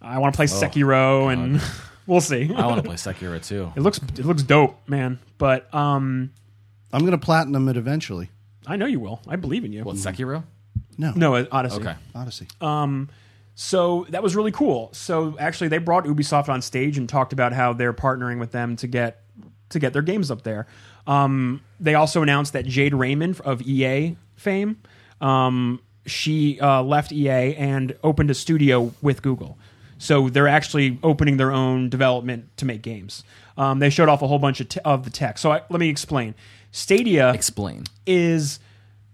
Speaker 1: I want to play Sekiro and <laughs> we'll see.
Speaker 2: I want to play Sekiro too.
Speaker 1: it looks it looks dope, man. But um,
Speaker 3: I'm going to platinum it eventually.
Speaker 1: I know you will. I believe in you.
Speaker 2: What Sekiro?
Speaker 3: No.
Speaker 1: No, uh, Odyssey.
Speaker 2: Okay.
Speaker 3: Odyssey.
Speaker 1: So that was really cool. So actually, they brought Ubisoft on stage and talked about how they're partnering with them to get to get their games up there. Um, they also announced that Jade Raymond of EA fame, um, she uh, left EA and opened a studio with Google. So they're actually opening their own development to make games. Um, they showed off a whole bunch of, te- of the tech. So I, let me explain. Stadia
Speaker 2: Explain.
Speaker 1: is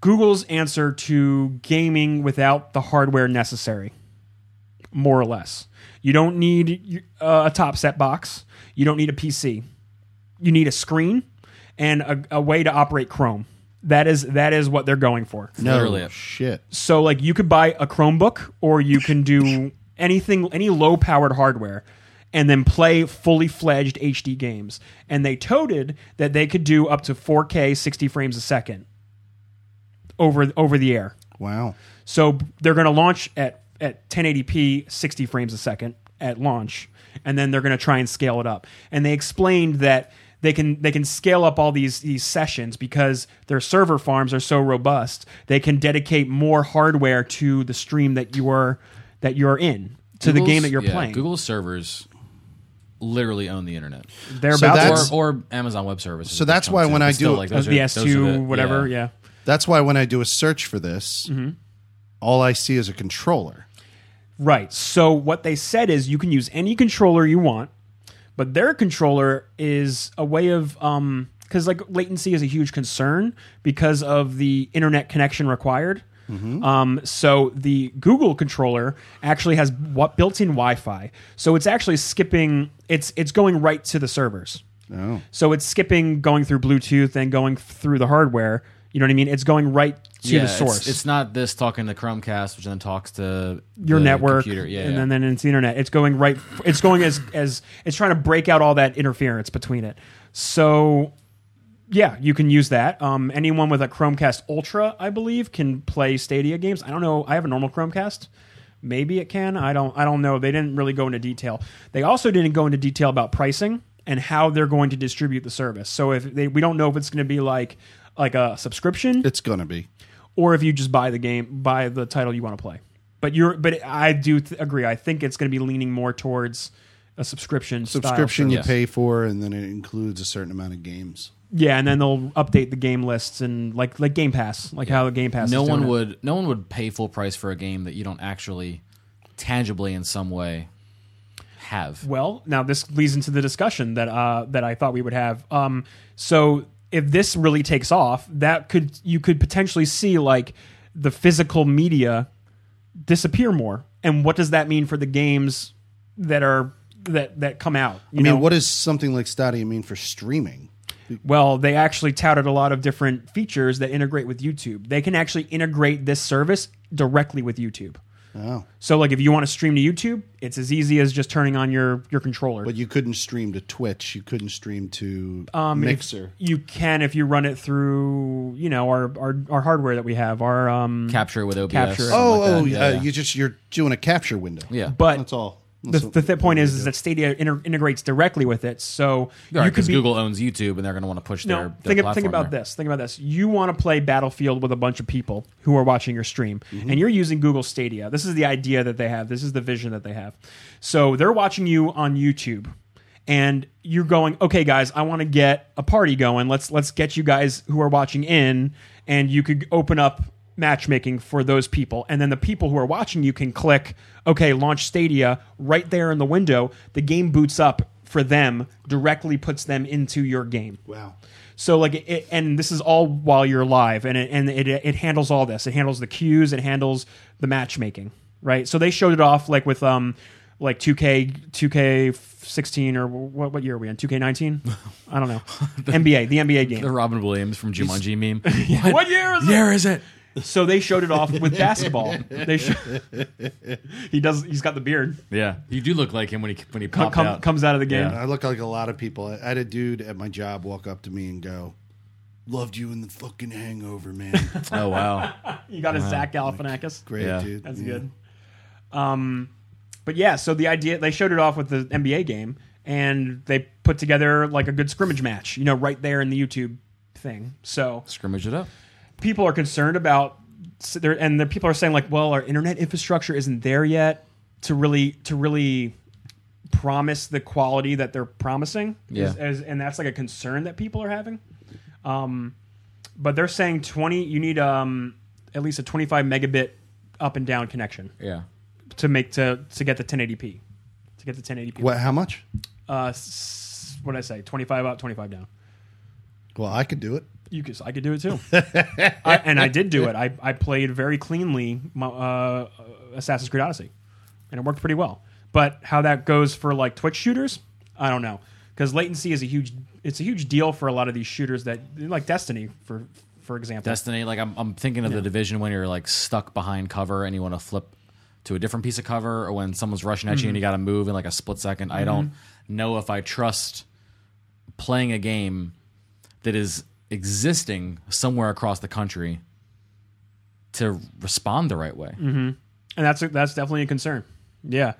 Speaker 1: Google's answer to gaming without the hardware necessary, more or less. You don't need uh, a top set box. You don't need a PC. You need a screen and a, a way to operate Chrome. That is that is what they're going for.
Speaker 3: no
Speaker 2: literally it.
Speaker 3: shit.
Speaker 1: So like you could buy a Chromebook or you can do anything any low powered hardware and then play fully fledged HD games. And they toted that they could do up to 4K 60 frames a second over over the air.
Speaker 3: Wow.
Speaker 1: So they're going to launch at at 1080p 60 frames a second at launch and then they're going to try and scale it up. And they explained that they can they can scale up all these these sessions because their server farms are so robust. They can dedicate more hardware to the stream that you are that you're in to the
Speaker 2: Google's-
Speaker 1: game that you're
Speaker 2: yeah,
Speaker 1: playing.
Speaker 2: Google servers literally own the internet,
Speaker 1: they're
Speaker 3: So
Speaker 1: about to-
Speaker 3: that's-
Speaker 2: or, or Amazon Web Services.
Speaker 3: So that's why when I do-
Speaker 1: or the S2 whatever, yeah.
Speaker 3: That's why when I do a search for this, all I see is a controller.
Speaker 1: Right. So what they said is you can use any controller you want, but their controller is a way of um because like latency is a huge concern because of the internet connection required.
Speaker 2: Mm-hmm.
Speaker 1: Um, so the Google controller actually has what built-in Wi-Fi, so it's actually skipping. It's it's going right to the servers.
Speaker 3: Oh.
Speaker 1: So it's skipping going through Bluetooth and going through the hardware. You know what I mean? It's going right to
Speaker 2: yeah,
Speaker 1: the
Speaker 2: it's-
Speaker 1: source
Speaker 2: It's, not this talking to Chromecast, which then talks to
Speaker 1: your
Speaker 2: the
Speaker 1: network
Speaker 2: computer. Yeah,
Speaker 1: and
Speaker 2: yeah.
Speaker 1: then, then it's the internet it's going right it's going as as it's trying to break out all that interference between it so yeah you can use that um, anyone with a chromecast ultra i believe can play stadia games i don't know i have a normal chromecast maybe it can i don't i don't know they didn't really go into detail they also didn't go into detail about pricing and how they're going to distribute the service. So if they, we don't know if it's going to be like like a subscription
Speaker 3: It's gonna be.
Speaker 1: or if you just buy the game, buy the title you want to play. But you're, but I do th- agree. I think it's going to be leaning more towards a subscription. style
Speaker 3: Subscription
Speaker 1: service.
Speaker 3: you
Speaker 2: Yes.
Speaker 3: pay for, and then it includes a certain amount of games.
Speaker 1: yeah, and then they'll update the game lists and like like Game Pass, like how the Game Pass.
Speaker 2: no
Speaker 1: is doing
Speaker 2: one
Speaker 1: it.
Speaker 2: would no one would pay full price for a game that you don't actually tangibly in some way have.
Speaker 1: Well, now this leads into the discussion that uh, that I thought we would have. Um, so if this really takes off, that could you could potentially see like the physical media disappear more, and what does that mean for the games that are that that come out? You
Speaker 3: I mean,
Speaker 1: know?
Speaker 3: what does something like Stadia mean for streaming?
Speaker 1: Well, they actually touted a lot of different features that integrate with YouTube. They can actually integrate this service directly with YouTube.
Speaker 3: Oh,
Speaker 1: So, like, if you want to stream to YouTube, it's as easy as just turning on your your controller.
Speaker 3: but you couldn't stream to Twitch. You couldn't stream to
Speaker 1: Um, if-
Speaker 3: Mixer.
Speaker 1: you can if you run it through, you know, our our, our hardware that we have. Our um,
Speaker 2: Capture it with OBS.
Speaker 1: Capture it.
Speaker 2: something
Speaker 3: Oh,
Speaker 2: like
Speaker 3: oh,
Speaker 2: that.
Speaker 3: yeah, you just you're doing a capture window.
Speaker 2: yeah.
Speaker 1: but
Speaker 3: that's all.
Speaker 1: the,
Speaker 3: That's all-
Speaker 1: the th- point is, is that Stadia inter- integrates directly with it. So
Speaker 2: Right,
Speaker 1: you could
Speaker 2: because
Speaker 1: be
Speaker 2: Google owns YouTube, and they're going to want to push their,
Speaker 1: no,
Speaker 2: their
Speaker 1: think,
Speaker 2: platform.
Speaker 1: think about
Speaker 2: there.
Speaker 1: this. Think about this. You want to play Battlefield with a bunch of people who are watching your stream,
Speaker 2: Mm-hmm.
Speaker 1: and you're using Google Stadia. This is the idea that they have. This is the vision that they have. So they're watching you on YouTube, and you're going, "Okay, guys, I want to get a party going. Let's let's get you guys who are watching in, and you could open up." matchmaking for those people and then the people who are watching you can click okay launch stadia right there in the window the game boots up for them directly puts them into your game
Speaker 3: wow.
Speaker 1: so like it- it, and this is all while you're live, and it, and it it handles all this. It handles the cues. It handles the matchmaking, right? So they showed it off like with um like 2K 2K16 or what what year are we in?
Speaker 2: <laughs>
Speaker 1: 2K19? I don't know. NBA, the NBA game.
Speaker 2: The Robin Williams from
Speaker 1: <laughs>
Speaker 2: Jumanji meme.
Speaker 1: What year is it?
Speaker 2: There is it.
Speaker 1: So they showed it off
Speaker 2: <laughs>
Speaker 1: with basketball. They show, <laughs> he does. He's got the beard.
Speaker 2: Yeah, you do look like him when he when he
Speaker 1: Come,
Speaker 2: popped out.
Speaker 1: comes out of the game.
Speaker 2: Yeah.
Speaker 3: I look like a lot of people. I had a dude at my job walk up to me and go, "Loved you in the fucking Hangover, man.
Speaker 2: <laughs>
Speaker 1: <laughs>
Speaker 2: Oh wow.
Speaker 1: You got his Zach Galifianakis.
Speaker 3: Great
Speaker 2: Yeah.
Speaker 3: dude.
Speaker 1: That's
Speaker 3: Yeah.
Speaker 1: good. Um, but yeah, so the idea they showed it off with the NBA game, and they put together like a good scrimmage match, you know, right there in the YouTube thing. So
Speaker 2: Scrimmage it up.
Speaker 1: people are concerned about, so there- and the people are saying like, well, our internet infrastructure isn't there yet to really to really promise the quality that they're promising.
Speaker 2: Yeah.
Speaker 1: As- as- and that's like a concern that people are having. Um, but they're saying twenty. You need um at least a twenty five megabit up and down connection
Speaker 2: Yeah.
Speaker 1: to make to to get the 1080p to get the 1080p
Speaker 3: What? How much?
Speaker 1: uh s- what did i say 25 up 25 down
Speaker 3: Well, I could do it.
Speaker 1: you could i could do it too I, and i did do it i i played very cleanly my, uh assassin's creed odyssey and it worked pretty well but how that goes for like twitch shooters i don't know because latency is a huge it's a huge deal for a lot of these shooters that like destiny for for example
Speaker 2: Destiny. Like I'm, I'm thinking of the division when you're like stuck behind cover and you want to flip to a different piece of cover, or when someone's rushing at you
Speaker 1: Mm-hmm.
Speaker 2: and you got to move in like a split 2nd I don't know if I trust playing a game that is existing somewhere across the country to respond the right
Speaker 1: Mm-hmm.
Speaker 2: way.
Speaker 1: and that's that's definitely a concern. Yeah,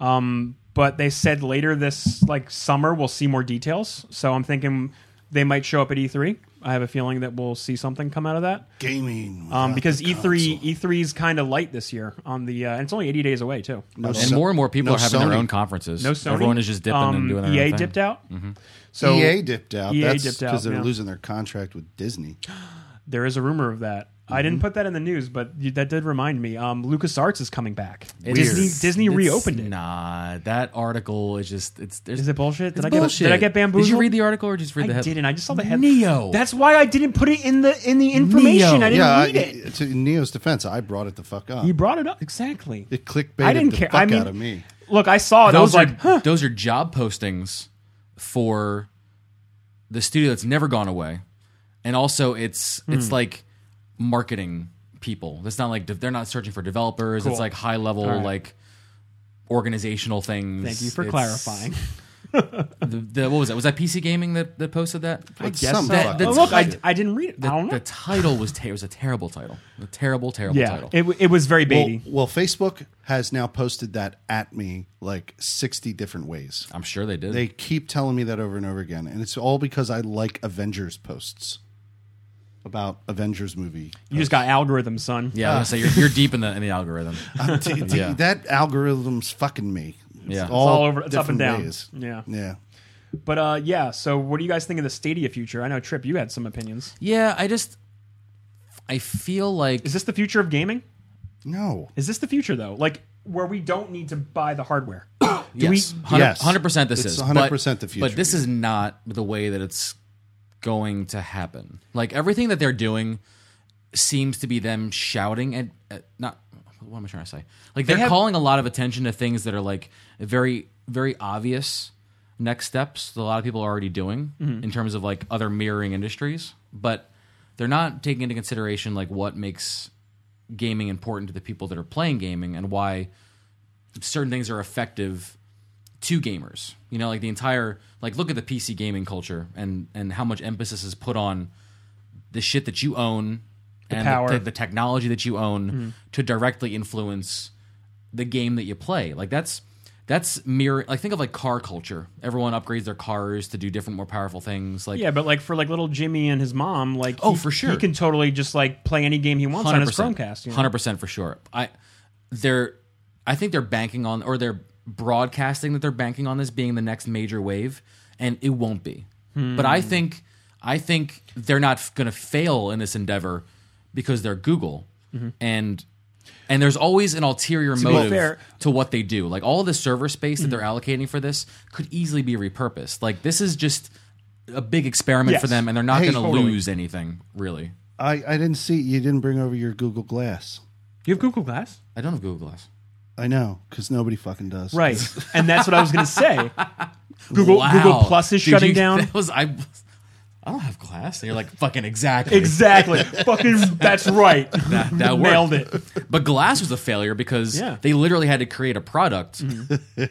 Speaker 1: um, but they said later this like summer we'll see more details. So I'm thinking they might show up at E3. I have a feeling that we'll see something come out of that
Speaker 3: Gaming.
Speaker 1: um,
Speaker 3: without
Speaker 1: because
Speaker 3: the
Speaker 1: E3
Speaker 3: console.
Speaker 1: E3 is kind of light this year on the uh, and it's only 80 days away too.
Speaker 3: No
Speaker 2: And
Speaker 3: Sony-
Speaker 2: more and more people
Speaker 3: no
Speaker 2: are having
Speaker 3: Sony.
Speaker 2: their own conferences.
Speaker 1: No Sony.
Speaker 2: Everyone is just dipping
Speaker 1: Um,
Speaker 2: and doing their
Speaker 1: EA
Speaker 2: own thing. Mm-hmm.
Speaker 1: dipped out. So
Speaker 2: E
Speaker 3: EA dipped out.
Speaker 1: EA
Speaker 3: That's
Speaker 1: E dipped out,
Speaker 3: because they're
Speaker 1: yeah.
Speaker 3: losing their contract with Disney.
Speaker 1: there is a rumor of that. I didn't
Speaker 2: Mm-hmm.
Speaker 1: put that in the news, but you, that did remind me. Um, LucasArts is coming back. Disney,
Speaker 2: It's-
Speaker 1: Disney
Speaker 2: it's
Speaker 1: reopened it.
Speaker 2: Nah, that article is just it's. there's-
Speaker 1: Is it bullshit? Did
Speaker 2: it's
Speaker 1: I get- did
Speaker 2: bullshit.
Speaker 1: I get bamboozled?
Speaker 2: Did you read the article or just read the
Speaker 1: I
Speaker 2: head-
Speaker 1: didn't. I just saw the head.
Speaker 2: Neo.
Speaker 1: That's why I didn't put it in the in the information.
Speaker 2: Neo.
Speaker 1: I didn't
Speaker 3: Yeah,
Speaker 1: read it.
Speaker 3: I, to Neo's defense, I brought it the fuck up.
Speaker 1: You brought it up exactly.
Speaker 3: it clickbaited
Speaker 1: I didn't
Speaker 3: the
Speaker 1: care.
Speaker 3: fuck
Speaker 1: I mean,
Speaker 3: out of me.
Speaker 1: look, I saw it. I was
Speaker 2: those are
Speaker 1: like, huh.
Speaker 2: those are job postings for the studio that's never gone away, and also it's it's
Speaker 1: Hmm.
Speaker 2: like marketing people. That's not like de- they're not searching for developers.
Speaker 1: Cool.
Speaker 2: It's like high level
Speaker 1: All right.
Speaker 2: like organizational things.
Speaker 1: Thank you for
Speaker 2: It's- <laughs>
Speaker 1: clarifying.
Speaker 2: the, the, what was that? Was that PC Gaming that, that posted that?
Speaker 1: I
Speaker 3: It's
Speaker 1: guess
Speaker 3: some
Speaker 1: so.
Speaker 2: fuck.
Speaker 1: Oh,
Speaker 2: That's-
Speaker 1: look, I, I didn't read it.
Speaker 2: The,
Speaker 1: I don't know.
Speaker 2: the title was ter- it was a terrible title. A terrible, terrible
Speaker 1: yeah,
Speaker 2: title.
Speaker 1: it, w- it was very baity.
Speaker 3: Well, well, Facebook has now posted that at me like 60 different ways.
Speaker 2: I'm sure they did.
Speaker 3: They keep telling me that over and over again. And it's all because I like Avengers posts about Avengers movie.
Speaker 1: you just got algorithm, son.
Speaker 2: yeah, I was gonna say you're, you're deep in the in the algorithm.
Speaker 3: D-
Speaker 2: <laughs>
Speaker 3: d-
Speaker 2: Yeah.
Speaker 3: That algorithm's fucking me.
Speaker 2: Yeah. It's
Speaker 1: It's all over. It's up and
Speaker 3: different
Speaker 1: down.
Speaker 3: ways.
Speaker 1: Yeah.
Speaker 3: Yeah.
Speaker 1: But uh, yeah. So, what do you guys think of the Stadia future? I know Trip, you had some opinions.
Speaker 2: <laughs> Yeah, I just I feel like
Speaker 1: Is this the future of gaming?
Speaker 3: No.
Speaker 1: Is this the future though? Like where we don't need to buy the hardware? <coughs> Do we-
Speaker 2: yes, hundred
Speaker 3: Yes.
Speaker 2: percent. This
Speaker 3: It's
Speaker 2: is
Speaker 3: 100%
Speaker 2: but-
Speaker 3: the future.
Speaker 2: But this is not the way that it's going to happen. Like everything that they're doing seems to be them shouting at, at not. What am I trying to say? Like they're
Speaker 1: have-
Speaker 2: calling a lot of attention to things that are like very very obvious next steps that a lot of people are already doing
Speaker 3: Mm-hmm.
Speaker 2: in terms of like other mirroring industries, but they're not taking into consideration like what makes gaming important to the people that are playing gaming and why certain things are effective to gamers. You know, like the entire like look at the PC gaming culture and and how much emphasis is put on the shit that you own and
Speaker 1: power.
Speaker 2: The, the technology that you own to directly influence the game that you play. Like that's that's mirror like think of like car culture. Everyone upgrades their cars to do different more powerful things like
Speaker 1: Yeah, but like for like little Jimmy and his mom, like
Speaker 2: Oh,
Speaker 1: he-
Speaker 2: for sure.
Speaker 1: he can totally just like play any game he wants on his Chromecast. You know?
Speaker 2: Hundred percent for sure. I they're I think they're banking on or they're broadcasting that they're banking on this being the next major wave, and it won't be.
Speaker 1: Hmm.
Speaker 2: But I think I think they're not going to fail in this endeavor because they're Google and. And there's always an ulterior
Speaker 1: Mm-hmm. be
Speaker 2: motive
Speaker 1: fair- Hmm.
Speaker 2: to what they do. Like all the server space that they're allocating for this could easily be repurposed. Like this is just a big experiment for
Speaker 1: Yes.
Speaker 2: them, and they're not
Speaker 3: Hey,
Speaker 2: going to
Speaker 3: totally.
Speaker 2: lose anything really.
Speaker 3: I, I didn't see you didn't bring over your Google Glass.
Speaker 1: You have Google Glass,
Speaker 2: I don't have Google Glass.
Speaker 3: I know, because nobody fucking does.
Speaker 1: right? and that's what I was going to
Speaker 2: <laughs>
Speaker 1: say. Google
Speaker 2: Wow.
Speaker 1: Google Plus is
Speaker 2: Dude,
Speaker 1: shutting
Speaker 2: you- <laughs>
Speaker 1: down.
Speaker 2: that was- I, I don't have class. And you're like, fucking exactly.
Speaker 1: Exactly. Fucking. That's right.
Speaker 2: <laughs> That,
Speaker 1: <laughs>
Speaker 2: that worked.
Speaker 1: Nailed it.
Speaker 2: But glass was a failure because
Speaker 1: Yeah. Mm-hmm.
Speaker 2: they literally had to create a product. <laughs>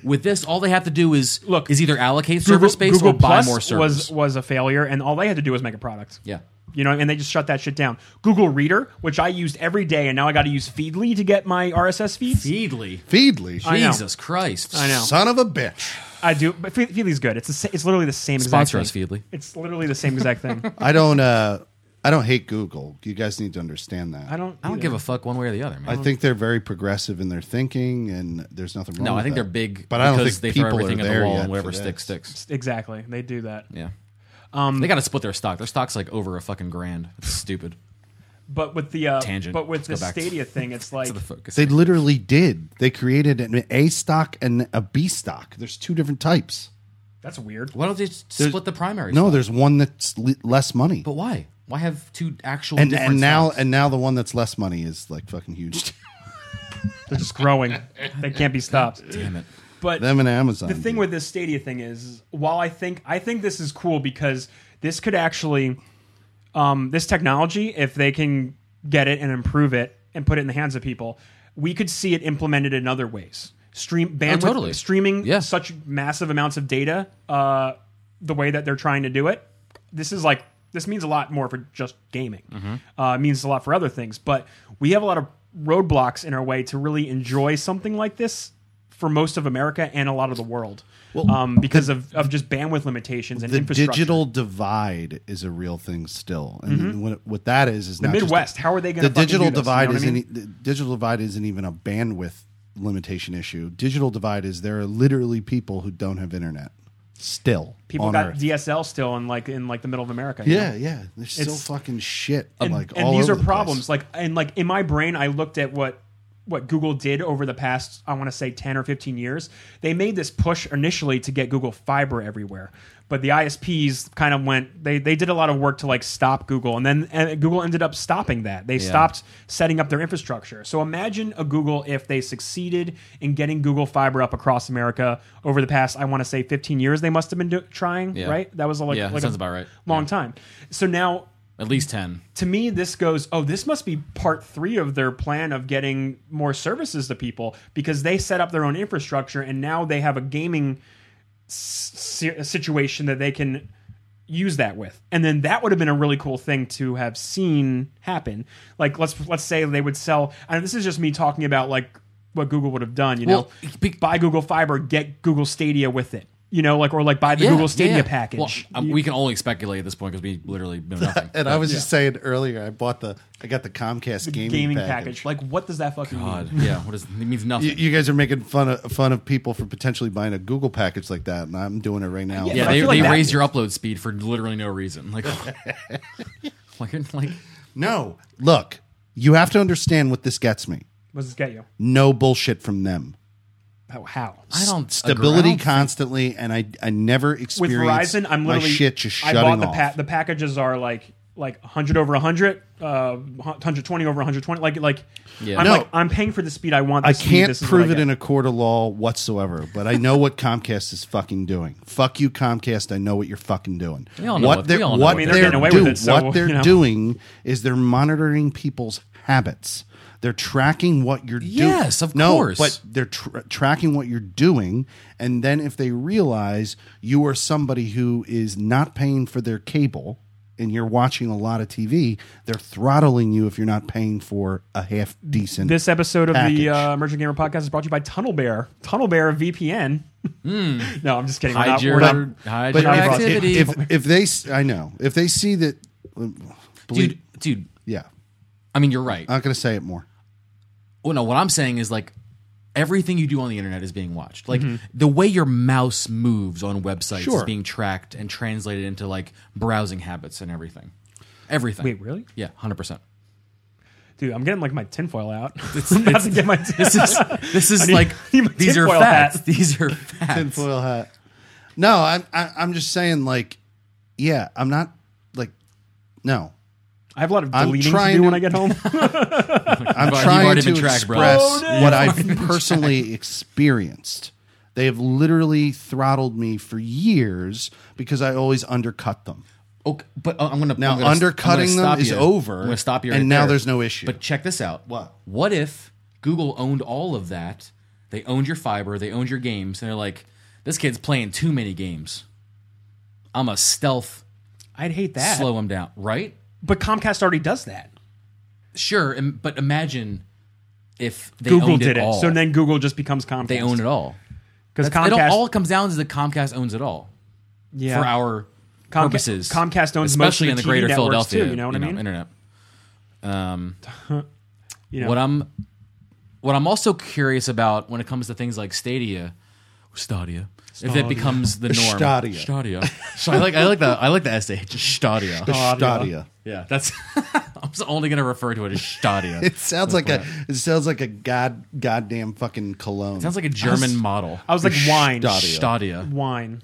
Speaker 2: With this, all they have to do is
Speaker 1: Look,
Speaker 2: is either allocate server space
Speaker 1: Google
Speaker 2: or buy
Speaker 1: Plus
Speaker 2: more servers.
Speaker 1: was was a failure, and all they had to do was make a product.
Speaker 2: yeah.
Speaker 1: You know, and they just shut that shit down. Google Reader, which I used every day, and now I got to use Feedly to get my RSS feeds.
Speaker 2: Feedly.
Speaker 3: Feedly.
Speaker 1: I know.
Speaker 2: Jesus Christ.
Speaker 1: I know.
Speaker 3: Son of a bitch.
Speaker 1: I do, but Fe- Feedly's good. It's the sa- it's literally the same.
Speaker 2: Sponsor
Speaker 1: exact
Speaker 2: us,
Speaker 1: thing.
Speaker 2: Feedly.
Speaker 1: It's literally the same exact thing.
Speaker 3: I don't uh I don't hate Google. You guys need to understand that.
Speaker 1: I don't.
Speaker 2: I don't
Speaker 1: either.
Speaker 2: give a fuck one way or the other, man.
Speaker 3: I think they're very progressive in their thinking, and there's nothing wrong.
Speaker 2: no, I
Speaker 3: with
Speaker 2: think
Speaker 3: that.
Speaker 2: they're big
Speaker 3: But I don't
Speaker 2: because
Speaker 3: think
Speaker 2: they throw
Speaker 3: people
Speaker 2: everything
Speaker 3: are
Speaker 2: at the
Speaker 3: there
Speaker 2: wall
Speaker 3: yet
Speaker 2: and whatever
Speaker 3: for this.
Speaker 2: sticks, sticks.
Speaker 1: Exactly, they do that.
Speaker 2: Yeah.
Speaker 1: Um,
Speaker 2: they got to split their stock. Their stock's like over a fucking grand. It's stupid.
Speaker 1: But with the uh,
Speaker 2: Tangent.
Speaker 1: But with
Speaker 2: Let's
Speaker 1: the
Speaker 2: go back to-
Speaker 1: Stadia thing, it's like
Speaker 2: <laughs> to the focus.
Speaker 3: They literally did. They created an A stock and a B stock. There's two different types.
Speaker 1: that's weird.
Speaker 2: Why don't they just split the primary?
Speaker 3: No, there's one that's le- less money,
Speaker 2: But why? Why have two actual
Speaker 3: and
Speaker 2: different
Speaker 3: and now
Speaker 2: stocks?
Speaker 3: and now the one that's less money is like fucking huge.
Speaker 1: They're just growing. they can't be
Speaker 2: <laughs>
Speaker 1: stopped.
Speaker 2: damn it.
Speaker 1: But
Speaker 3: Them and Amazon.
Speaker 1: the thing
Speaker 3: dude.
Speaker 1: with this Stadia thing is, is while I think I think this is cool because this could actually um, this technology, if they can get it and improve it and put it in the hands of people, we could see it implemented in other ways. Stream bandwidth,
Speaker 2: Oh, totally.
Speaker 1: streaming
Speaker 2: Yeah.
Speaker 1: such massive amounts of data, uh, the way that they're trying to do it. This is like this means a lot more for just gaming.
Speaker 3: Mm-hmm.
Speaker 1: Uh, it means a lot for other things, but we have a lot of roadblocks in our way to really enjoy something like this for most of America and a lot of the world. um, because of, of just bandwidth limitations and
Speaker 3: the
Speaker 1: infrastructure.
Speaker 3: digital divide is a real thing still, and what, what that is is the
Speaker 1: Mm-hmm. Midwest, how are they gonna
Speaker 3: The
Speaker 1: fucking
Speaker 3: digital
Speaker 1: do this? You know
Speaker 3: divide
Speaker 1: what I
Speaker 3: isn't e,
Speaker 1: mean?
Speaker 3: the digital divide isn't even a bandwidth limitation issue. Digital divide is there are literally people who don't have internet still.
Speaker 1: People
Speaker 3: on
Speaker 1: got
Speaker 3: Earth.
Speaker 1: DSL still in like in like the middle of America. you know?
Speaker 3: Yeah, yeah. There's still
Speaker 1: It's-
Speaker 3: fucking shit.
Speaker 1: and,
Speaker 3: like
Speaker 1: and
Speaker 3: all
Speaker 1: these
Speaker 3: over
Speaker 1: are
Speaker 3: the place.
Speaker 1: problems like and like in my brain i looked at what what google did over the past i want to say 10 or 15 years they made this push initially to get google fiber everywhere but the isps kind of went they they did a lot of work to like stop google and then and google ended up stopping that they stopped setting up their infrastructure so imagine a google if they succeeded in getting google fiber up across america over the past i want to say 15 years they must have been do- trying
Speaker 2: Yeah.
Speaker 1: right that was like,
Speaker 2: Yeah, that
Speaker 1: like a
Speaker 2: sounds about right.
Speaker 1: long time so now
Speaker 2: At least ten.
Speaker 1: to me this goes oh this must be part three of their plan of getting more services to people because they set up their own infrastructure and now they have a gaming si- situation that they can use that with. And then that would have been a really cool thing to have seen happen. Like let's let's say they would sell and this is just me talking about like what Google would have done, you
Speaker 2: Well,
Speaker 1: know.
Speaker 2: be-
Speaker 1: buy Google Fiber, get Google Stadia with it. You know, like or like buy the Google Stadia package.
Speaker 2: Well, um, we can only speculate at this point because we literally
Speaker 1: <laughs>
Speaker 2: know nothing.
Speaker 3: And I was just saying earlier, I bought the, I got the Comcast gaming,
Speaker 1: gaming
Speaker 3: package.
Speaker 1: package. Like what does that fucking mean?
Speaker 2: God, yeah. What is it
Speaker 1: <laughs>
Speaker 2: means nothing.
Speaker 3: You, you guys are making fun of fun of people for potentially buying a Google package like that, and I'm doing it right now.
Speaker 1: Yeah,
Speaker 2: yeah,
Speaker 1: but I
Speaker 2: they,
Speaker 1: feel like
Speaker 2: they
Speaker 1: that-
Speaker 2: raise your upload speed for literally no reason.
Speaker 1: <laughs>
Speaker 2: Like, <laughs> like, you're- like
Speaker 3: No, look, you have to understand what this gets me.
Speaker 1: What does this get you?
Speaker 3: No bullshit from them.
Speaker 1: How? how?
Speaker 2: I don't
Speaker 3: Stability
Speaker 2: agree.
Speaker 3: constantly, and I I never
Speaker 1: With
Speaker 3: experienced
Speaker 1: Verizon, I'm
Speaker 3: my
Speaker 1: literally
Speaker 3: shit just
Speaker 1: I bought
Speaker 3: shutting
Speaker 1: the
Speaker 3: off.
Speaker 1: the packages are like like 100 over 100, uh 120 over 120 like like
Speaker 2: Yeah.
Speaker 1: I'm
Speaker 2: No.
Speaker 1: like I'm paying for the speed I want.
Speaker 3: I
Speaker 1: This
Speaker 3: can't
Speaker 1: speed,
Speaker 3: prove it in a court of law whatsoever, but I know what Comcast is fucking doing. Fuck you, Comcast. I know what you're fucking doing.
Speaker 2: We all know
Speaker 3: what
Speaker 2: what-
Speaker 3: they're,
Speaker 2: we all
Speaker 3: what
Speaker 2: know what
Speaker 3: they're,
Speaker 2: they're
Speaker 1: getting away with
Speaker 3: do-
Speaker 1: it, so,
Speaker 3: what they're
Speaker 1: you know.
Speaker 3: doing is they're monitoring people's habits. They're tracking what you're doing.
Speaker 2: Yes, of
Speaker 3: no,
Speaker 2: course.
Speaker 3: But they're tr tracking what you're doing. And then if they realize you are somebody who is not paying for their cable and you're watching a lot of TV, they're throttling you if you're not paying for a half decent
Speaker 1: This episode of
Speaker 3: Package.
Speaker 1: the uh, Emerging Gamer Podcast is brought to you by Tunnel Bear. Tunnel Bear VPN.
Speaker 2: Hmm.
Speaker 1: <laughs> no, I'm just kidding. We're
Speaker 2: Hide
Speaker 1: not,
Speaker 2: your-
Speaker 1: we're not-
Speaker 2: hide
Speaker 3: but
Speaker 2: your
Speaker 1: if-
Speaker 2: activity.
Speaker 3: if, if if they s- I know if they see that believe,
Speaker 2: dude, dude.
Speaker 3: yeah
Speaker 2: I mean, you're right.
Speaker 3: I'm not gonna say it more
Speaker 2: well, no, what I'm saying is like everything you do on the internet is being watched. Like
Speaker 1: Mm-hmm.
Speaker 2: the way your mouse moves on websites is
Speaker 3: Sure.
Speaker 2: being tracked and translated into like browsing habits and everything. Everything.
Speaker 1: Wait, really?
Speaker 2: Yeah, hundred percent.
Speaker 1: Dude, I'm getting like my tinfoil out. <laughs> I'm about to get my
Speaker 2: This is
Speaker 1: <laughs>
Speaker 2: this is
Speaker 1: need-
Speaker 2: like
Speaker 1: I need my
Speaker 2: these are
Speaker 1: tinfoil hat.
Speaker 2: facts.
Speaker 1: <laughs>
Speaker 2: These are facts.
Speaker 3: tinfoil hat no I'm I, I'm just saying like yeah I'm not like no
Speaker 1: I have a lot of
Speaker 3: I'm
Speaker 1: deleting to
Speaker 3: trying
Speaker 1: do
Speaker 3: to-
Speaker 1: when I get
Speaker 3: <laughs>
Speaker 1: home. <laughs>
Speaker 3: I'm
Speaker 2: You've
Speaker 3: trying
Speaker 2: already
Speaker 3: to
Speaker 2: been tracked, bro.
Speaker 3: express
Speaker 1: Oh, no. <laughs>
Speaker 3: what I've personally experienced they have literally throttled me for years because I always undercut them
Speaker 2: Okay, but uh, I'm gonna
Speaker 3: Now,
Speaker 2: I'm gonna,
Speaker 3: undercutting
Speaker 2: I'm gonna stop
Speaker 3: them is
Speaker 2: you.
Speaker 3: over,
Speaker 2: I'm gonna stop you, right
Speaker 3: and now
Speaker 2: there.
Speaker 3: there's no issue.
Speaker 2: But check this out.
Speaker 3: What?
Speaker 2: What if Google owned all of that? They owned your fiber. They owned your games, and they're like, "This kid's playing too many games. I'm a stealth
Speaker 1: I'd hate that.
Speaker 2: slow him down." Right?
Speaker 1: But Comcast already does that.
Speaker 2: Sure, im- but imagine if they
Speaker 1: Google
Speaker 2: owned
Speaker 1: did it.
Speaker 2: all.
Speaker 1: So then Google just becomes Comcast.
Speaker 2: they own it all.
Speaker 1: Because
Speaker 2: That's- it all-
Speaker 1: Comcast,
Speaker 2: all it comes down is that Comcast owns it all
Speaker 1: yeah.
Speaker 2: for our
Speaker 1: Comca-
Speaker 2: purposes.
Speaker 1: Comcast owns most
Speaker 2: especially
Speaker 1: of
Speaker 2: in the
Speaker 1: the TV
Speaker 2: greater
Speaker 1: networks
Speaker 2: Philadelphia.
Speaker 1: too, you know what I mean?
Speaker 2: Internet. Um,
Speaker 1: <laughs> you know.
Speaker 2: What I'm what I'm also curious about when it comes to things like Stadia, Stadia, if it becomes the norm,
Speaker 3: Stadia.
Speaker 2: Stadia. So I like I like the I like the sh Stadia.
Speaker 3: Stadia
Speaker 2: Yeah, that's <laughs> I'm just only gonna refer to it as Stadia.
Speaker 3: it sounds like a it sounds like a god goddamn fucking cologne
Speaker 2: Sounds like a German model.
Speaker 1: I was like wine,
Speaker 3: Stadia.
Speaker 2: Stadia.
Speaker 1: wine,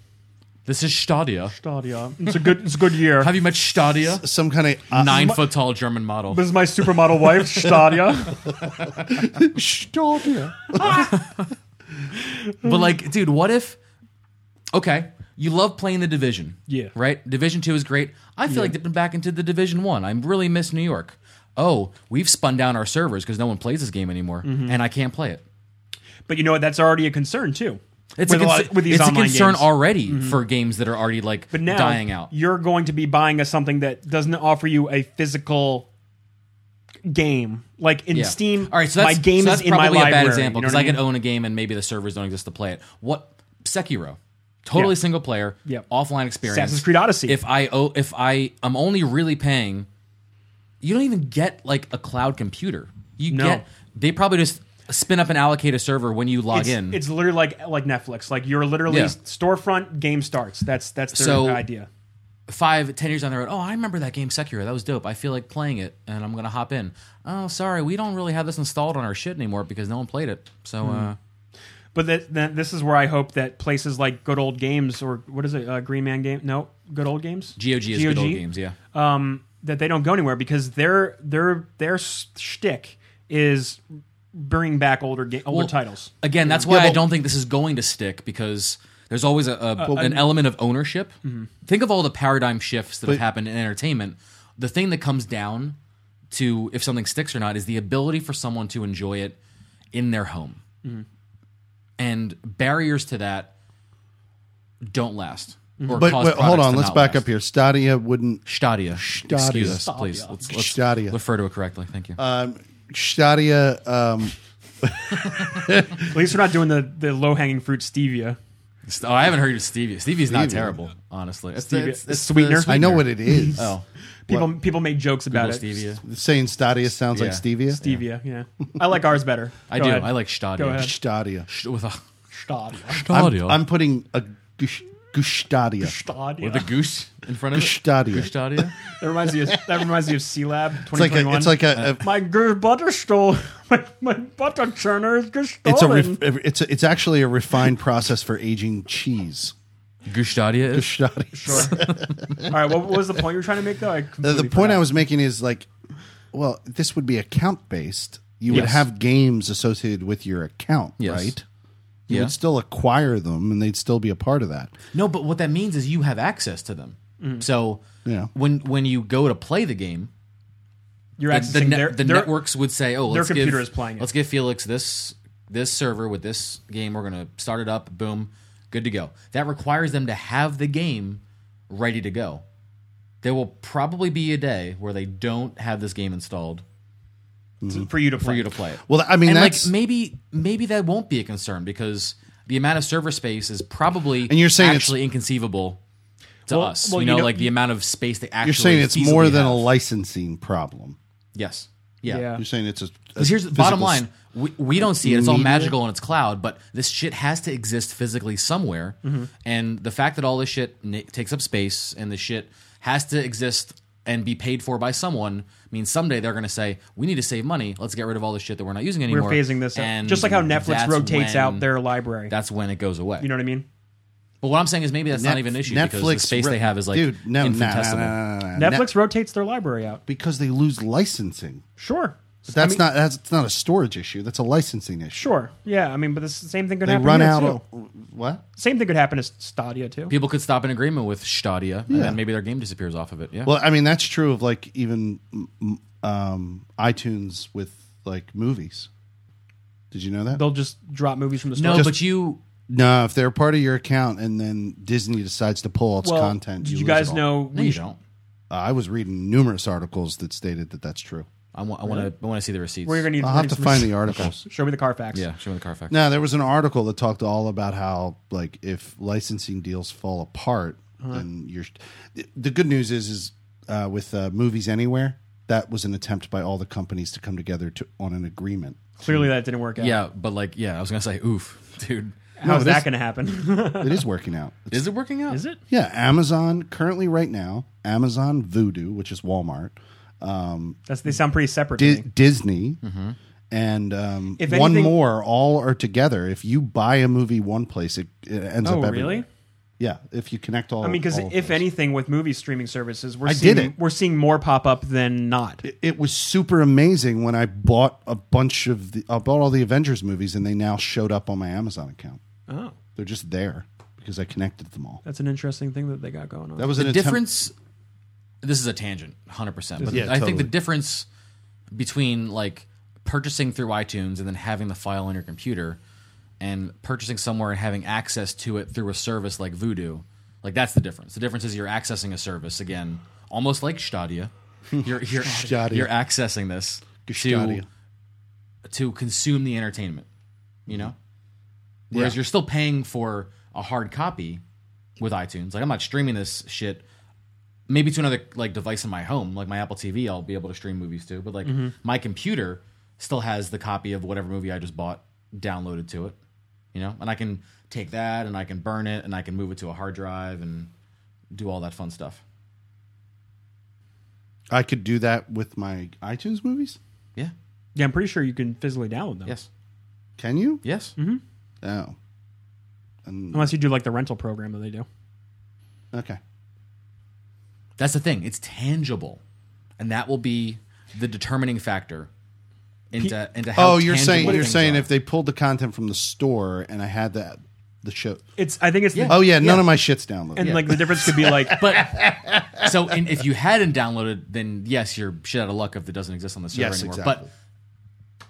Speaker 2: This is Stadia.
Speaker 1: Stadia. It's a good. It's a good year.
Speaker 2: Have you met Stadia?
Speaker 3: some kind of uh,
Speaker 2: Nine foot tall German model.
Speaker 1: This is my supermodel wife, Stadia.
Speaker 3: Stadia.
Speaker 1: Mm-hmm.
Speaker 2: But like, dude, what if? Okay, you love playing the division.
Speaker 1: Yeah.
Speaker 2: Right. Division two is great. I feel like dipping back into the division one. I really miss New York. Oh, we've spun down our servers because no one plays this game anymore,
Speaker 1: Mm-hmm.
Speaker 2: and I can't play it.
Speaker 1: <laughs> But you know what? That's already a concern too.
Speaker 2: It's
Speaker 1: with
Speaker 2: a,
Speaker 1: lot
Speaker 2: con-
Speaker 1: of- with these
Speaker 2: it's a
Speaker 1: online
Speaker 2: concern
Speaker 1: games. Mm-hmm.
Speaker 2: already for games that are already like
Speaker 1: But now
Speaker 2: dying out.
Speaker 1: You're going to be buying us something that doesn't offer you a physical game, like in
Speaker 2: Yeah.
Speaker 1: Steam.
Speaker 2: All right, so that's,
Speaker 1: my game
Speaker 2: so that's
Speaker 1: is in my
Speaker 2: probably
Speaker 1: library.
Speaker 2: a bad example
Speaker 1: you know
Speaker 2: because
Speaker 1: what
Speaker 2: I
Speaker 1: mean?
Speaker 2: can own a game and maybe the servers don't exist to play it. What Sekiro, totally
Speaker 1: Yeah.
Speaker 2: single player,
Speaker 1: Yep.
Speaker 2: offline experience.
Speaker 1: Assassin's Creed Odyssey.
Speaker 2: If I owe, if I am only really paying, you don't even get like a cloud computer. You
Speaker 1: No.
Speaker 2: get they probably just spin up and allocate a server when you log
Speaker 1: it's,
Speaker 2: in.
Speaker 1: it's literally like like Netflix. Like you're literally
Speaker 2: Yeah.
Speaker 1: storefront game starts. That's that's their
Speaker 2: So-
Speaker 1: idea.
Speaker 2: Five, ten years down the road, oh, I remember that game Sekiro. That was dope. I feel like playing it, and I'm gonna hop in. Oh, sorry, we don't really have this installed on our shit anymore because no one played it. So.
Speaker 1: Hmm.
Speaker 2: uh
Speaker 1: But that, that, this is where I hope that places like Good Old Games or what is it, uh, Green Man Game? No, Good Old Games.
Speaker 2: GOG is good old games, yeah.
Speaker 1: Um, that they don't go anywhere because their their their s- shtick is bringing back older ga- older
Speaker 2: Well,
Speaker 1: titles.
Speaker 2: Again, that's why
Speaker 3: Yeah,
Speaker 2: I
Speaker 3: but- Uh,
Speaker 2: don't think this is going to stick because there's always a, a- an element of ownership.
Speaker 3: Mm-hmm.
Speaker 2: Think of all the paradigm shifts that have happened in entertainment. The thing that comes down to if something sticks or not is the ability for someone to enjoy it
Speaker 3: Mm-hmm.
Speaker 2: in their home. And barriers to that don't last. Or
Speaker 3: Mm-hmm. But
Speaker 2: cause
Speaker 3: wait, hold
Speaker 2: products
Speaker 3: on,
Speaker 2: to
Speaker 3: let's
Speaker 2: not
Speaker 3: back
Speaker 2: last.
Speaker 3: up here. Stadia wouldn't.
Speaker 2: Stadia. Excuse us,
Speaker 1: Stadia.
Speaker 2: please. Let's, let's
Speaker 3: Stadia. Uh, Um,
Speaker 2: refer to it correctly. Thank you.
Speaker 3: Stadia. Um,
Speaker 1: At least we're not doing the, the low hanging fruit stevia.
Speaker 2: St- oh, I haven't heard of stevia. Stevia's not
Speaker 3: Stevia.
Speaker 2: terrible, honestly. It's,
Speaker 1: Stevia.
Speaker 2: it's- it's
Speaker 1: Sweetener.
Speaker 2: the
Speaker 3: I know what it <laughs> is.
Speaker 2: Oh,
Speaker 1: People people make jokes about
Speaker 2: Google
Speaker 1: it.
Speaker 2: stevia.
Speaker 3: Saying Stadia sounds like
Speaker 2: Yeah.
Speaker 3: stevia.
Speaker 1: Stevia, yeah. I like ours better.
Speaker 2: I
Speaker 1: Go
Speaker 2: do.
Speaker 1: ahead.
Speaker 2: I like Stadia.
Speaker 1: Go ahead.
Speaker 3: Stadia.
Speaker 2: Sh- With a <laughs>
Speaker 1: Stadia.
Speaker 2: Stadia.
Speaker 3: I'm putting a gush, gush Stadia.
Speaker 1: Stadia.
Speaker 2: with a goose in front of it.
Speaker 3: Stadia.
Speaker 2: Goose <laughs> Stadia.
Speaker 1: That reminds me. Of, that reminds me of C
Speaker 2: <laughs>
Speaker 1: Lab
Speaker 3: It's like
Speaker 1: 2021.
Speaker 3: a. It's like a. a-
Speaker 1: my good butter stole <laughs> my, my butter churner is just stolen.
Speaker 3: it's a. Ref, it's a, it's actually a refined process for aging cheese.
Speaker 2: Goose Stadia. is-
Speaker 3: Gush Stadia.
Speaker 1: <laughs> Sure. All right. What was the point you were trying to make though? I
Speaker 3: The, the
Speaker 1: completely
Speaker 3: point I
Speaker 1: forgot.
Speaker 3: was making is like, well, this would be account based. You would
Speaker 1: Yes.
Speaker 3: have games associated with your account,
Speaker 2: Yes.
Speaker 3: right? You
Speaker 2: Yeah.
Speaker 3: would still acquire them, and they'd still be a part of that.
Speaker 2: No, but what that means is you have access to them.
Speaker 1: Mm.
Speaker 2: So
Speaker 3: Yeah.
Speaker 2: when when you go to play the game,
Speaker 1: you're
Speaker 2: the,
Speaker 1: accessing
Speaker 2: the, net-
Speaker 1: their,
Speaker 2: the
Speaker 1: their-
Speaker 2: networks would say, "Oh,
Speaker 1: their
Speaker 2: let's
Speaker 1: computer
Speaker 2: give,
Speaker 1: is playing it.
Speaker 2: Let's give Felix this this server with this game. We're gonna start it up. Boom, good to go." That requires them to have the game ready to go. There will probably be a day where they don't have this game installed
Speaker 1: for you to play.
Speaker 2: for you to play it.
Speaker 3: Well, I mean,
Speaker 2: and like
Speaker 3: that's
Speaker 2: maybe maybe that won't be a concern because the amount of server space is probably
Speaker 3: And you're saying it's-
Speaker 2: actually inconceivable to
Speaker 1: Well-
Speaker 2: us.
Speaker 1: well,
Speaker 2: you,
Speaker 1: you
Speaker 2: know,
Speaker 1: know-
Speaker 2: like the amount of space they actually
Speaker 3: you're saying it's
Speaker 2: feasibly
Speaker 3: more than a
Speaker 2: have.
Speaker 3: licensing problem.
Speaker 2: yes, yeah.
Speaker 1: Yeah.
Speaker 3: You're saying it's a. a
Speaker 2: Because here's the bottom
Speaker 3: physical s-
Speaker 2: line: we, we don't see it. It's all
Speaker 3: media?
Speaker 2: magical and it's cloud, but this shit has to exist physically somewhere.
Speaker 1: Mm-hmm.
Speaker 2: And the fact that all this shit n- takes up space and this shit has to exist and be paid for by someone means someday they're going to say we need to save money. Let's get rid of all this shit that we're not using
Speaker 1: We're
Speaker 2: anymore.
Speaker 1: phasing this out,
Speaker 2: And
Speaker 1: just like how Netflix
Speaker 2: that's
Speaker 1: rotates
Speaker 2: when-
Speaker 1: out their library.
Speaker 2: That's when it goes away.
Speaker 1: You know what I mean?
Speaker 2: but what I'm saying is maybe that's not
Speaker 3: Net-
Speaker 2: even an issue because the space
Speaker 3: re-
Speaker 2: they have is like
Speaker 3: dude, no, no, no, no,
Speaker 2: infinitesimal.
Speaker 3: no, no, no, no.
Speaker 1: Netflix rotates their library out.
Speaker 3: because they lose licensing.
Speaker 1: Sure.
Speaker 3: But that's not that's it's not a storage issue. That's a licensing issue.
Speaker 1: Sure. Yeah. I mean, but this, the same thing could
Speaker 3: They
Speaker 1: happen.
Speaker 3: run
Speaker 1: here,
Speaker 3: out.
Speaker 1: too.
Speaker 3: Of, what?
Speaker 1: Same thing could happen to Stadia too.
Speaker 2: People could stop an agreement with Stadia, and
Speaker 3: Yeah.
Speaker 2: then maybe their game disappears off of it. Yeah.
Speaker 3: Well, I mean that's true of like even mm, um, iTunes with like movies. Did you know that?
Speaker 1: They'll just drop movies from the store.
Speaker 2: no,
Speaker 3: just-
Speaker 2: but you
Speaker 3: No, if they're part of your account and then Disney decides to pull all its
Speaker 1: well,
Speaker 3: content,
Speaker 1: Did you,
Speaker 3: lose
Speaker 1: guys
Speaker 3: it all.
Speaker 1: know?
Speaker 2: no,
Speaker 1: We
Speaker 2: you
Speaker 1: sh-
Speaker 2: don't.
Speaker 3: Uh, I was reading numerous articles that stated that that's true.
Speaker 2: I want. I want to. I want to see the receipts.
Speaker 1: we're gonna need
Speaker 3: I'll have to
Speaker 1: some-
Speaker 3: find the articles.
Speaker 1: <laughs> Show me the Carfax.
Speaker 2: yeah, show me the Carfax.
Speaker 3: No, there was an article that talked all about how like if licensing deals fall apart,
Speaker 1: Uh-huh.
Speaker 3: then you're. The, the good news is is uh, with uh, movies anywhere that was an attempt by all the companies to come together to on an agreement.
Speaker 1: Clearly, that didn't work out.
Speaker 2: Yeah, but like, yeah, I was gonna say, oof, <laughs> dude,
Speaker 1: How's
Speaker 3: No,
Speaker 1: that
Speaker 3: this-
Speaker 1: going to happen?
Speaker 3: it is working out.
Speaker 2: <laughs>
Speaker 3: It's-
Speaker 2: is it working out?
Speaker 1: Is it?
Speaker 3: yeah, Amazon currently right now, Amazon Voodoo, which is Walmart, um,
Speaker 1: That's they sound pretty separate.
Speaker 3: Di-
Speaker 1: to me.
Speaker 3: Disney. And um,
Speaker 1: Mm-hmm. If
Speaker 3: one
Speaker 1: anything-
Speaker 3: more, all are together. If you buy a movie one place, it, it ends
Speaker 1: Oh,
Speaker 3: up everywhere.
Speaker 1: really?
Speaker 3: Yeah, if you connect all.
Speaker 1: I mean,
Speaker 2: Oh,
Speaker 1: because
Speaker 3: all of
Speaker 1: if
Speaker 3: those.
Speaker 1: anything, with movie streaming services, we're
Speaker 3: I
Speaker 1: seeing
Speaker 3: did it.
Speaker 1: we're seeing more pop up than not.
Speaker 3: it- it was super amazing when I bought a bunch of the I bought all the Avengers movies and they now showed up on my Amazon account.
Speaker 1: Oh,
Speaker 3: They're just there because I connected them all.
Speaker 1: that's an interesting thing that they got going on.
Speaker 3: That was
Speaker 2: the
Speaker 3: an attempt-
Speaker 2: difference? This is a tangent, hundred percent. But
Speaker 3: Yeah,
Speaker 2: I think the
Speaker 3: totally.
Speaker 2: difference between like purchasing through iTunes and then having the file on your computer, and purchasing somewhere and having access to it through a service like Voodoo, like that's the difference. The difference is you're accessing a service again, almost like Stadia. You're you're,
Speaker 3: <laughs> Stadia.
Speaker 2: you're accessing this to
Speaker 3: Stadia.
Speaker 2: to consume the entertainment. You know. Whereas
Speaker 3: Yeah.
Speaker 2: you're still paying for a hard copy with iTunes. Like I'm not streaming this shit maybe to another like device in my home, like my Apple TV, I'll be able to stream movies to, but like my computer still has the copy of whatever movie I just bought downloaded to it, you know? And I can take that and I can burn it and I can move it to a hard drive and do all that fun stuff.
Speaker 3: I could do that with my iTunes movies.
Speaker 2: Yeah.
Speaker 1: yeah, I'm pretty sure you can physically download them
Speaker 2: Yes.
Speaker 3: Can you?
Speaker 2: Yes.
Speaker 3: Oh, and,
Speaker 1: unless you do like the rental program that they do.
Speaker 3: okay.
Speaker 2: That's the thing. It's tangible. And that will be the determining factor into into how
Speaker 3: Oh, you're saying
Speaker 2: tangible
Speaker 3: you're
Speaker 2: things
Speaker 3: saying
Speaker 2: are.
Speaker 3: if they pulled the content from the store and I had that the show.
Speaker 1: It's I think it's the,
Speaker 3: Oh yeah, none of my shit's downloaded.
Speaker 1: and like the difference could be
Speaker 3: <laughs>
Speaker 1: like
Speaker 2: But so, and if you hadn't downloaded, then yes, you're shit out of luck if it doesn't exist on the server
Speaker 3: yes,
Speaker 2: anymore.
Speaker 3: exactly.
Speaker 2: But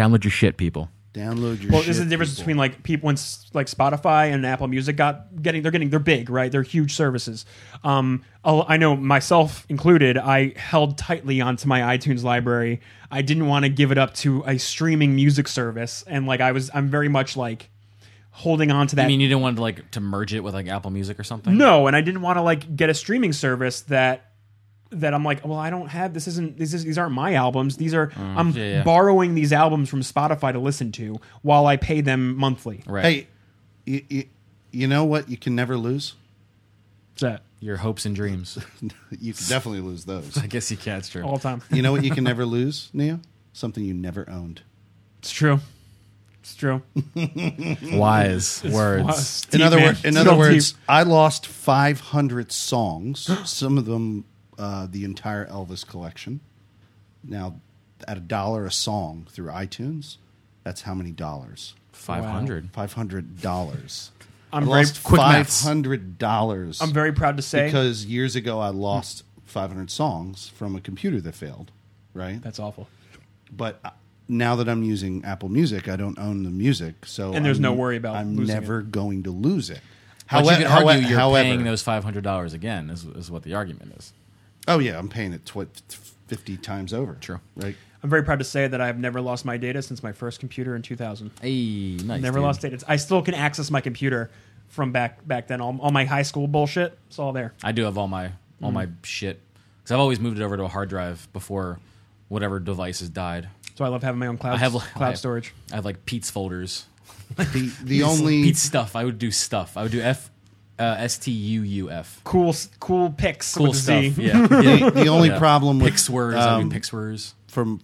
Speaker 2: download your shit, people.
Speaker 3: Download your.
Speaker 1: Well,
Speaker 3: shit,
Speaker 1: this is the difference
Speaker 3: people.
Speaker 1: between like people once like Spotify and Apple Music got getting they're getting they're big right they're huge services. Um, I'll, I know myself included. I held tightly onto my iTunes library. I didn't want to give it up to a streaming music service, and like I was, I'm very much like holding on to that.
Speaker 2: I mean, you didn't want to like to merge it with like Apple Music or something.
Speaker 1: no, and I didn't want to like get a streaming service that that I'm like, well, I don't have this. Isn't this is these aren't my albums? These are I'm
Speaker 2: Mm. yeah, yeah.
Speaker 1: borrowing these albums from Spotify to listen to while I pay them monthly.
Speaker 2: right?
Speaker 3: Hey, you, you, you know what? You can never lose.
Speaker 1: That's it.
Speaker 2: Your hopes and dreams. <laughs>
Speaker 3: You can definitely lose those.
Speaker 2: I guess you can. It's true.
Speaker 1: all the time.
Speaker 3: you know what? You can never <laughs> lose, Neo. Something you never owned.
Speaker 1: It's true. It's
Speaker 2: <laughs>
Speaker 1: true.
Speaker 2: Wise words.
Speaker 1: Wow,
Speaker 3: In
Speaker 1: Steve,
Speaker 3: other,
Speaker 1: man.
Speaker 3: wor- in
Speaker 1: It's
Speaker 3: other
Speaker 1: real
Speaker 3: words,
Speaker 1: deep.
Speaker 3: I lost 500 songs, <gasps> some of them uh, the entire Elvis collection. Now, at a dollar a song through iTunes, that's how many dollars?
Speaker 2: Five hundred.
Speaker 3: $500.
Speaker 1: I'm
Speaker 3: I
Speaker 1: very
Speaker 3: lost
Speaker 2: quick maths.
Speaker 3: $500.
Speaker 1: I'm very proud to say
Speaker 3: because years ago I lost 500 songs from a computer that failed, right?
Speaker 1: that's awful.
Speaker 3: but uh, now that I'm using Apple Music, I don't own the music, so
Speaker 1: And there's
Speaker 3: I'm-
Speaker 1: no worry about
Speaker 3: I'm
Speaker 1: losing
Speaker 3: never going to lose it.
Speaker 2: But you
Speaker 3: Howe-
Speaker 2: could
Speaker 3: howe-
Speaker 2: argue you're
Speaker 3: however-
Speaker 2: paying those five hundred dollars again. Is, is what the argument is.
Speaker 3: Oh yeah, I'm paying it tw- fifty times over.
Speaker 2: True. <laughs>
Speaker 3: right?
Speaker 1: I'm very proud to say that I have never lost my data since my first computer in 2000.
Speaker 2: Hey, nice.
Speaker 1: Never
Speaker 2: dude.
Speaker 1: lost data. I still can access my computer from back back then. All, all my high school bullshit, it's all there.
Speaker 2: I do have all my all my
Speaker 1: Mm.
Speaker 2: shit because I've always moved it over to a hard drive before whatever devices died.
Speaker 1: So I love having my own cloud
Speaker 2: I have I
Speaker 1: cloud
Speaker 2: have-
Speaker 1: storage.
Speaker 2: I have like Pete's folders.
Speaker 3: The the only
Speaker 2: Pete's stuff. I would do stuff. I would do F uh, S T U U F.
Speaker 1: Cool s- cool pics.
Speaker 2: Cool
Speaker 1: with a
Speaker 2: stuff.
Speaker 1: <laughs> Z.
Speaker 2: Yeah.
Speaker 3: the, the
Speaker 2: <laughs>
Speaker 3: only
Speaker 2: Yeah.
Speaker 3: problem with
Speaker 2: Pixwords. I would
Speaker 3: um,
Speaker 2: do Pixwords.
Speaker 3: from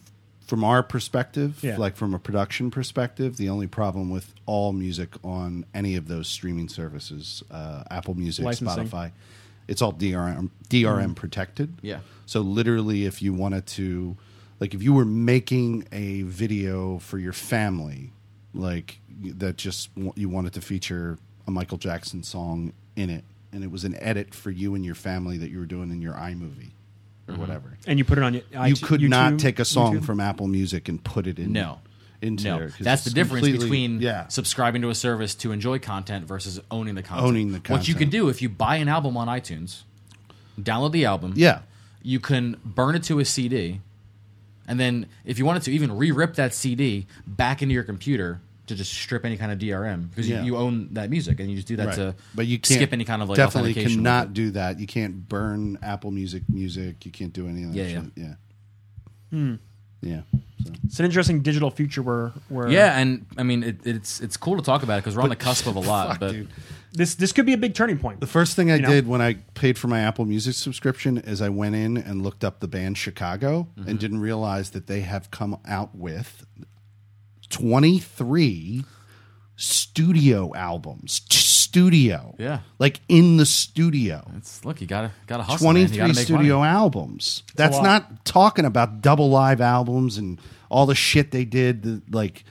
Speaker 3: from our perspective,
Speaker 1: Yeah.
Speaker 3: like from a production perspective, the only problem with all music on any of those streaming services, uh, Apple Music,
Speaker 1: Licensing. Mm-hmm.
Speaker 3: Spotify, it's all DRM DRM protected.
Speaker 2: Yeah.
Speaker 3: So literally, if you wanted to, like, if you were making a video for your family, like that, just wa- you wanted to feature a Michael Jackson song in it, and it was an edit for you and your family that you were doing in your iMovie or whatever
Speaker 1: And you put it on your
Speaker 3: you
Speaker 1: iTunes-
Speaker 3: could not
Speaker 1: YouTube-
Speaker 3: take a song
Speaker 1: YouTube?
Speaker 3: from Apple Music and put it in.
Speaker 2: No.
Speaker 3: into
Speaker 2: No,
Speaker 3: there, 'cause
Speaker 2: that's the
Speaker 3: it's
Speaker 2: difference
Speaker 3: completely-
Speaker 2: between
Speaker 3: yeah.
Speaker 2: subscribing to a service to enjoy content versus owning the content.
Speaker 3: Owning the
Speaker 2: What you
Speaker 3: content.
Speaker 2: can do if you buy an album on iTunes, download the album.
Speaker 3: yeah,
Speaker 2: you can burn it to a CD, and then if you wanted to, even re-rip that CD back into your computer to just strip any kind of DRM because
Speaker 3: Yeah.
Speaker 2: you, you own that music and you just do that
Speaker 3: right.
Speaker 2: to
Speaker 3: but you can't
Speaker 2: skip any kind of like
Speaker 3: definitely
Speaker 2: authentication with it.
Speaker 3: cannot do that. You can't burn Apple Music music. You can't do any of that.
Speaker 2: Yeah,
Speaker 3: shit. yeah, Hmm. yeah. So,
Speaker 1: It's an interesting digital future where where
Speaker 2: Yeah, and I mean it, it's it's cool to talk about it because we're on the cusp
Speaker 3: <laughs>
Speaker 2: of a lot.
Speaker 3: Fuck,
Speaker 2: but
Speaker 3: dude.
Speaker 1: this this could be a big turning point.
Speaker 3: The first thing I
Speaker 1: know?
Speaker 3: did when I paid for my Apple Music subscription is I went in and looked up the band Chicago
Speaker 2: Mm-hmm.
Speaker 3: and didn't realize that they have come out with 23 studio albums. Studio.
Speaker 2: Yeah.
Speaker 3: Like in the studio.
Speaker 2: it's look, you gotta gotta hustle. man. You
Speaker 3: 23
Speaker 2: gotta make
Speaker 3: studio
Speaker 2: money.
Speaker 3: albums. That's
Speaker 1: lot.
Speaker 3: not talking about double live albums and all the shit they did, the, like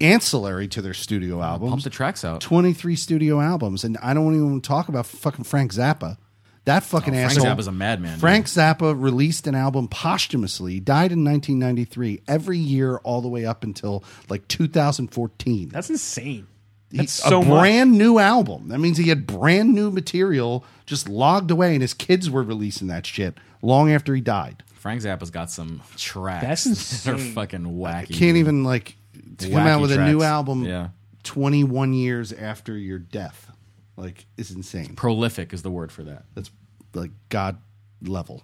Speaker 3: ancillary to their studio
Speaker 2: Pump
Speaker 3: albums.
Speaker 2: the tracks out.
Speaker 3: 23 studio albums, and I don't even want to talk about fucking Frank Zappa. That fucking
Speaker 2: Oh, Frank
Speaker 3: asshole.
Speaker 2: Zappa's a madman, dude.
Speaker 3: Frank Zappa released an album posthumously, died in 1993, every year all the way up until like 2014.
Speaker 1: That's insane.
Speaker 3: He-
Speaker 1: That's so
Speaker 3: a
Speaker 1: much.
Speaker 3: brand new album. That means he had brand new material just logged away, and his kids were releasing that shit long after he died.
Speaker 2: Frank Zappa's got some tracks.
Speaker 1: That's
Speaker 2: <laughs> that are
Speaker 1: insane.
Speaker 2: fucking wacky.
Speaker 3: Can't even like to come out
Speaker 2: Wacky
Speaker 3: with a new
Speaker 2: tracks.
Speaker 3: album
Speaker 2: Yeah.
Speaker 3: 21 years after your death. Like, it's insane.
Speaker 2: Prolific is the word for that.
Speaker 3: That's like God level.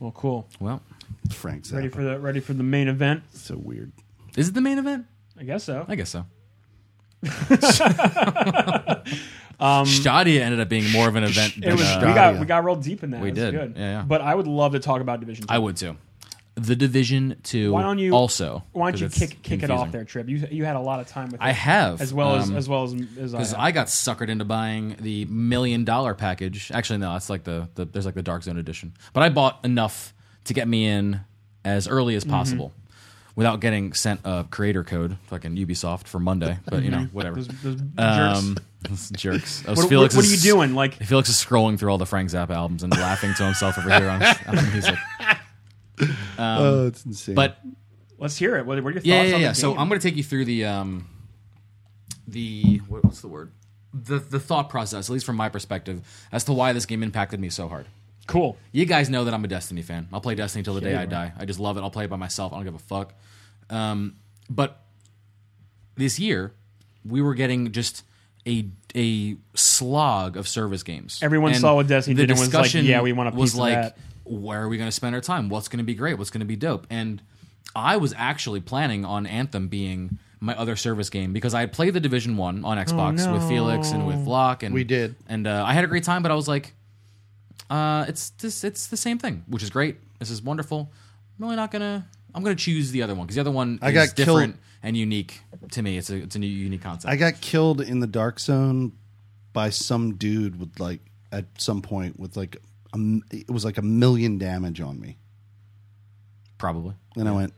Speaker 1: Well, cool.
Speaker 2: Well,
Speaker 3: Frank Zappa.
Speaker 1: Ready for the ready for the main event?
Speaker 3: so weird.
Speaker 2: is it the main event?
Speaker 1: I guess so.
Speaker 2: I
Speaker 1: <laughs>
Speaker 2: guess so. Stadia ended up being more of an event.
Speaker 1: Um, It
Speaker 2: Than,
Speaker 1: was
Speaker 2: uh,
Speaker 1: we got
Speaker 3: Stadia.
Speaker 1: we got real deep in that.
Speaker 2: We
Speaker 1: That's
Speaker 2: did.
Speaker 1: Good.
Speaker 2: Yeah, yeah.
Speaker 1: But I would love to talk about Division Two.
Speaker 2: I would too. The Division Two.
Speaker 1: why don't you
Speaker 2: also?
Speaker 1: Why don't you
Speaker 2: 'cause it's
Speaker 1: kick kick it off
Speaker 2: confusing.
Speaker 1: there, Trip? You you had a lot of time with.
Speaker 2: I
Speaker 1: it,
Speaker 2: have,
Speaker 1: as well as
Speaker 2: um,
Speaker 1: as well as as I.
Speaker 2: Because
Speaker 1: have.
Speaker 2: I got suckered into buying the million dollar package. Actually, no, that's like the, the there's like the Dark Zone edition. But I bought enough to get me in as early
Speaker 1: Mm-hmm.
Speaker 2: as possible, without getting sent a creator code, fucking Ubisoft for Monday. But you know, whatever.
Speaker 1: mm-hmm. Those- those jerks.
Speaker 2: Um, <laughs> those
Speaker 1: <laughs>
Speaker 2: jerks. I was-
Speaker 1: what,
Speaker 2: Felix
Speaker 1: what, what are
Speaker 2: is-
Speaker 1: you doing? Like
Speaker 2: Felix is scrolling through all the Frank Zappa albums and laughing to himself over here on, on music.
Speaker 3: oh, it's insane.
Speaker 2: Um, But
Speaker 1: Let's hear it. What what are your thoughts
Speaker 2: yeah, yeah,
Speaker 1: on
Speaker 2: yeah.
Speaker 1: the
Speaker 2: So
Speaker 1: game?
Speaker 2: I'm going to take you through the um, the what, what's the word? The the thought process, at least from my perspective, as to why this game impacted me so hard.
Speaker 1: cool.
Speaker 2: You guys know that I'm a Destiny fan. I'll play Destiny till the day I die. I just love it. I'll play it by myself. I don't give a fuck. Um, but this year, we were getting just a a slog of service games.
Speaker 1: Everyone saw what Destiny
Speaker 2: the
Speaker 1: did and was like,
Speaker 2: discussion
Speaker 1: "Yeah, we want a piece
Speaker 2: was
Speaker 1: of
Speaker 2: like,
Speaker 1: that."
Speaker 2: where are we going to spend our time? What's going to be great? What's going to be dope? And I was actually planning on Anthem being my other service game because I had played the Division One
Speaker 1: Oh,
Speaker 2: on Xbox with Felix and with Locke, and
Speaker 3: We did.
Speaker 2: and uh, I had a great time. But I was like, uh, it's this, it's the same thing, which is great. This is wonderful. I'm really not gonna. I'm gonna choose the other one because the other one
Speaker 3: I
Speaker 2: is
Speaker 3: got killed-
Speaker 2: different and unique to me. It's a it's a new unique concept.
Speaker 3: I got killed in the dark zone by some dude with like at some point with like a m it was like a million damage on me,
Speaker 2: Probably. <laughs>
Speaker 3: and I went,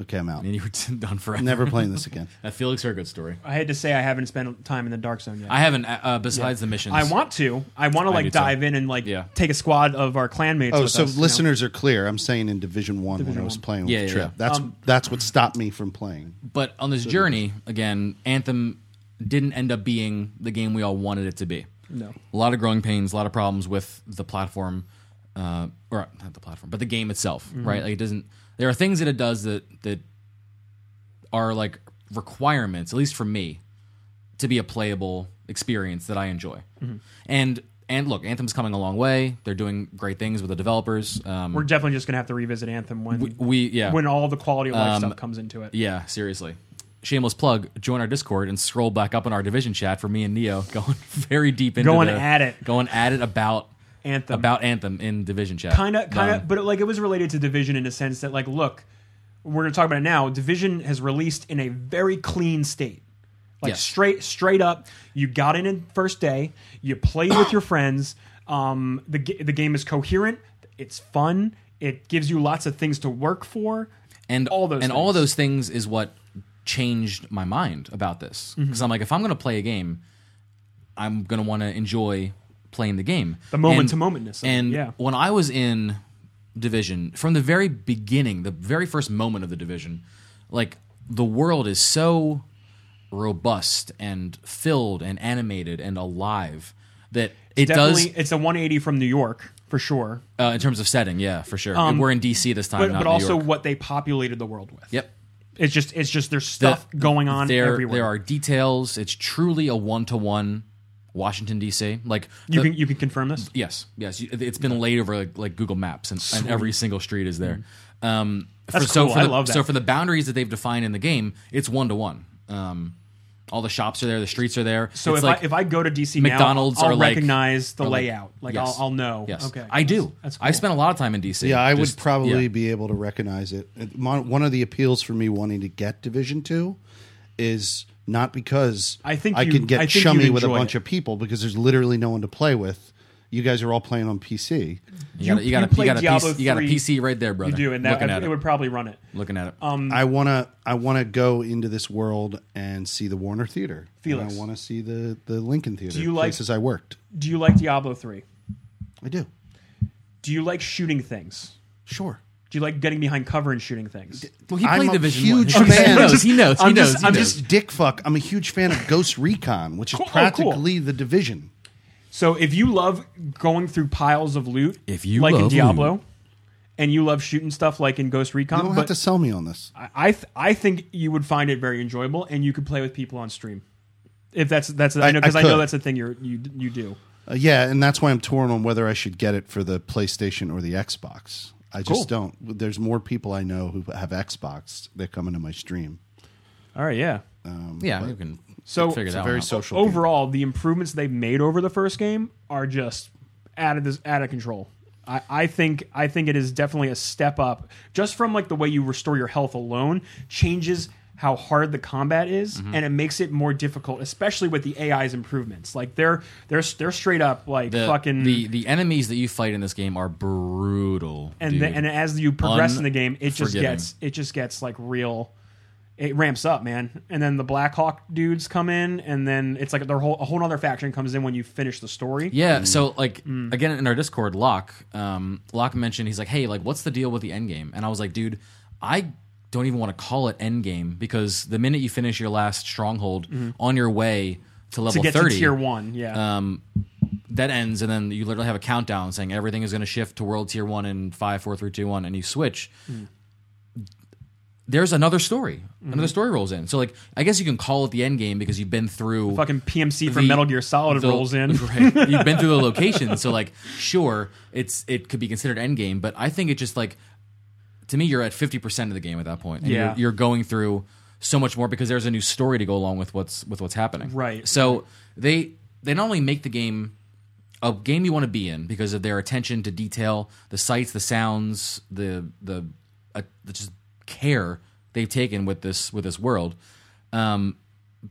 Speaker 3: "Okay, I'm out.
Speaker 2: And you were <laughs> done forever.
Speaker 3: Never
Speaker 2: <laughs>
Speaker 3: playing this again."
Speaker 2: That Felix Hergood story.
Speaker 1: I had to say I haven't spent time in the dark zone yet.
Speaker 2: I haven't. Uh, uh, besides the missions,
Speaker 1: I want to. I want to
Speaker 2: do
Speaker 1: like
Speaker 2: too.
Speaker 1: dive in and like
Speaker 2: Yeah.
Speaker 1: take a squad of our clanmates.
Speaker 3: Oh,
Speaker 1: with
Speaker 3: so
Speaker 1: us, you know?
Speaker 3: listeners are clear. I'm saying in Division One when I was playing with
Speaker 2: Yeah,
Speaker 3: the
Speaker 2: yeah,
Speaker 3: trip.
Speaker 2: yeah.
Speaker 3: That's that's what stopped me from playing.
Speaker 2: But on this journey, again, Anthem didn't end up being the game we all wanted it to be.
Speaker 1: No.
Speaker 2: A lot of growing pains, a lot of problems with the platform, uh, or not the platform, but the game itself,
Speaker 1: Mm-hmm.
Speaker 2: right? Like it doesn't. There are things that it does that that are like requirements, at least for me, to be a playable experience that I enjoy.
Speaker 1: Mm-hmm.
Speaker 2: And and look, Anthem's coming a long way. They're doing great things with the developers. Um,
Speaker 1: we're definitely just gonna have to revisit Anthem when
Speaker 2: we, we yeah Um,
Speaker 1: when all the quality of life stuff comes into it.
Speaker 2: yeah, seriously. Shameless plug, join our Discord and scroll back up in our division chat for me and Neo <laughs> going very deep into
Speaker 1: Going
Speaker 2: the-
Speaker 1: at it.
Speaker 2: Going at it about
Speaker 1: Anthem.
Speaker 2: about Anthem in division chat.
Speaker 1: kind of kind
Speaker 2: Um,
Speaker 1: of but like it was related to division in a sense that like look we're going to talk about it now division has released in a very clean state like
Speaker 2: Yes.
Speaker 1: straight straight up you got in in first day you played with your friends um the ga- the game is coherent it's fun it gives you lots of things to work for
Speaker 2: and
Speaker 1: all those
Speaker 2: and all
Speaker 1: things.
Speaker 2: those things is what changed my mind about this
Speaker 1: Mm-hmm.
Speaker 2: because I'm like, if I'm going to play a game, I'm going to want to enjoy playing the game.
Speaker 1: The moment-to-momentness of it,
Speaker 2: And
Speaker 1: yeah.
Speaker 2: when I was in Division, from the very beginning, the very first moment of the Division, like the world is so robust and filled and animated and alive that it does
Speaker 1: definitely it's a 180 from new york for sure
Speaker 2: uh, in terms of setting. Yeah, for sure. We're in DC this time,
Speaker 1: Um, but,
Speaker 2: not
Speaker 1: but
Speaker 2: New
Speaker 1: also
Speaker 2: York.
Speaker 1: what they populated the world with
Speaker 2: Yep.
Speaker 1: it's just it's just there's stuff
Speaker 2: The-
Speaker 1: going on
Speaker 2: there,
Speaker 1: everywhere
Speaker 2: There are details. It's truly a one to one Washington D.C. Like
Speaker 1: you
Speaker 2: the-
Speaker 1: can you can confirm this
Speaker 2: yes, yes. you- It's been laid over like, like Google Maps, and, and every single street is there. Um,
Speaker 1: Mm-hmm. That's
Speaker 2: for, so
Speaker 1: cool.
Speaker 2: for
Speaker 1: I
Speaker 2: the,
Speaker 1: love that.
Speaker 2: So for the boundaries that they've defined in the game, it's one to one. Um, All the shops are there. The streets are there.
Speaker 1: So
Speaker 2: it's
Speaker 1: if
Speaker 2: like,
Speaker 1: I if I go to DC
Speaker 2: McDonald's
Speaker 1: now, I'll
Speaker 2: are like-
Speaker 1: recognize the
Speaker 2: are like-
Speaker 1: layout. Like
Speaker 2: yes.
Speaker 1: I'll, I'll know.
Speaker 2: yes,
Speaker 1: Okay.
Speaker 2: I do.
Speaker 1: That's
Speaker 2: I
Speaker 1: cool.
Speaker 2: spent a lot of time in D.C.
Speaker 3: Yeah, I
Speaker 2: Just-
Speaker 3: would probably
Speaker 2: yeah.
Speaker 3: be able to recognize it. It- my- One of the appeals for me wanting to get Division Two is not because
Speaker 1: I think
Speaker 3: I
Speaker 1: you-
Speaker 3: can get
Speaker 1: I think you
Speaker 3: chummy with a
Speaker 1: enjoy
Speaker 3: bunch
Speaker 1: it.
Speaker 3: of people because there's literally no one to play with. You guys are all playing on PC.
Speaker 2: You got a- you got a-
Speaker 1: play
Speaker 2: you got a
Speaker 1: Diablo
Speaker 2: PC you got a
Speaker 1: 3,
Speaker 2: PC right there, brother.
Speaker 1: You do, and that
Speaker 2: looking
Speaker 1: I-
Speaker 2: at
Speaker 1: it
Speaker 2: it.
Speaker 1: would probably run it.
Speaker 2: Looking at it.
Speaker 1: Mm.
Speaker 3: I wanna I wanna go into this world and see the Warner Theater. And
Speaker 1: Felix.
Speaker 3: I wanna see the the Lincoln Theater.
Speaker 1: you like-
Speaker 3: places I worked?
Speaker 1: Do you like Diablo three?
Speaker 3: I do.
Speaker 1: Do you like shooting things?
Speaker 3: Sure.
Speaker 1: Do you like getting behind cover and shooting things?
Speaker 2: well, he
Speaker 3: I'm
Speaker 2: played
Speaker 3: a
Speaker 2: Division
Speaker 3: huge
Speaker 2: One. <laughs>
Speaker 3: fan.
Speaker 2: He knows. He knows. He
Speaker 1: I'm
Speaker 2: knows.
Speaker 1: just-
Speaker 2: he
Speaker 1: I'm
Speaker 2: knows.
Speaker 1: just-
Speaker 3: Dick fuck. I'm a huge fan of Ghost Recon, which is
Speaker 1: Cool. Oh, cool.
Speaker 3: practically the division.
Speaker 1: So if you love going through piles of loot,
Speaker 2: If you
Speaker 1: like in
Speaker 2: love
Speaker 1: Diablo,
Speaker 2: loot.
Speaker 1: and you love shooting stuff like in Ghost
Speaker 3: You
Speaker 1: Recon,
Speaker 3: don't
Speaker 1: Um, but
Speaker 3: have to sell me on this.
Speaker 1: I I, th- I think you would find it very enjoyable, and you could play with people on stream. If that's that's I know because
Speaker 3: I
Speaker 1: I, know
Speaker 3: could.
Speaker 1: that's a thing you're, you you do.
Speaker 3: Uh, yeah, and that's why I'm torn on whether I should get it for the PlayStation or the Xbox. I just
Speaker 1: Cool.
Speaker 3: don't. There's more people I know who have Xbox that come into my stream.
Speaker 1: All right, yeah.
Speaker 2: Yeah, you can
Speaker 1: So-
Speaker 2: figure
Speaker 1: It's
Speaker 2: that
Speaker 3: a very
Speaker 2: one out.
Speaker 3: social. game.
Speaker 1: overall, the improvements they've made over the first game are just out of this out of control. I, I think I think it is definitely a step up just from like the way you restore your health alone changes how hard the combat is and it makes it more difficult, especially with the AI's improvements. Like they're they're they're straight up like
Speaker 2: the,
Speaker 1: fucking
Speaker 2: the the enemies that you fight in this game are brutal.
Speaker 1: and
Speaker 2: dude.
Speaker 1: the, and as you progress in the game, it just
Speaker 2: Unforgiving.
Speaker 1: gets it just gets like real. It ramps up, man, and then the Black Hawk dudes come in, and then it's like their whole a whole other faction comes in when you finish the story.
Speaker 2: yeah, so
Speaker 1: Mm.
Speaker 2: like again in our Discord, Locke, um, Locke mentioned he's like, hey, like what's the deal with the end game? And I was like, dude, I don't even want to call it end game because the minute you finish your last stronghold on your way to level
Speaker 1: Mm-hmm. to get
Speaker 2: 30
Speaker 1: to tier one. Yeah,
Speaker 2: um, that ends, and then you literally have a countdown saying everything is going to shift to world tier one in five, four, three, two, one, and you switch.
Speaker 1: Mm.
Speaker 2: There's another story.
Speaker 1: Mm-hmm.
Speaker 2: Another story rolls in. So, like, I guess you can call it the end game because you've been through
Speaker 1: fucking PMC from
Speaker 2: the-
Speaker 1: Metal Gear Solid
Speaker 2: the-
Speaker 1: rolls in. <laughs>
Speaker 2: <laughs> Right. You've been through the location, so like, sure, it's it could be considered end game, but I think it just like to me, you're at fifty percent of the game at that point, and
Speaker 1: Yeah.
Speaker 2: you're, you're going through so much more because there's a new story to go along with what's with what's happening.
Speaker 1: Right.
Speaker 2: So they they not only make the game a game you want to be in because of their attention to detail, the sights, the sounds, the the, uh, the just care they've taken with this with this world. Um,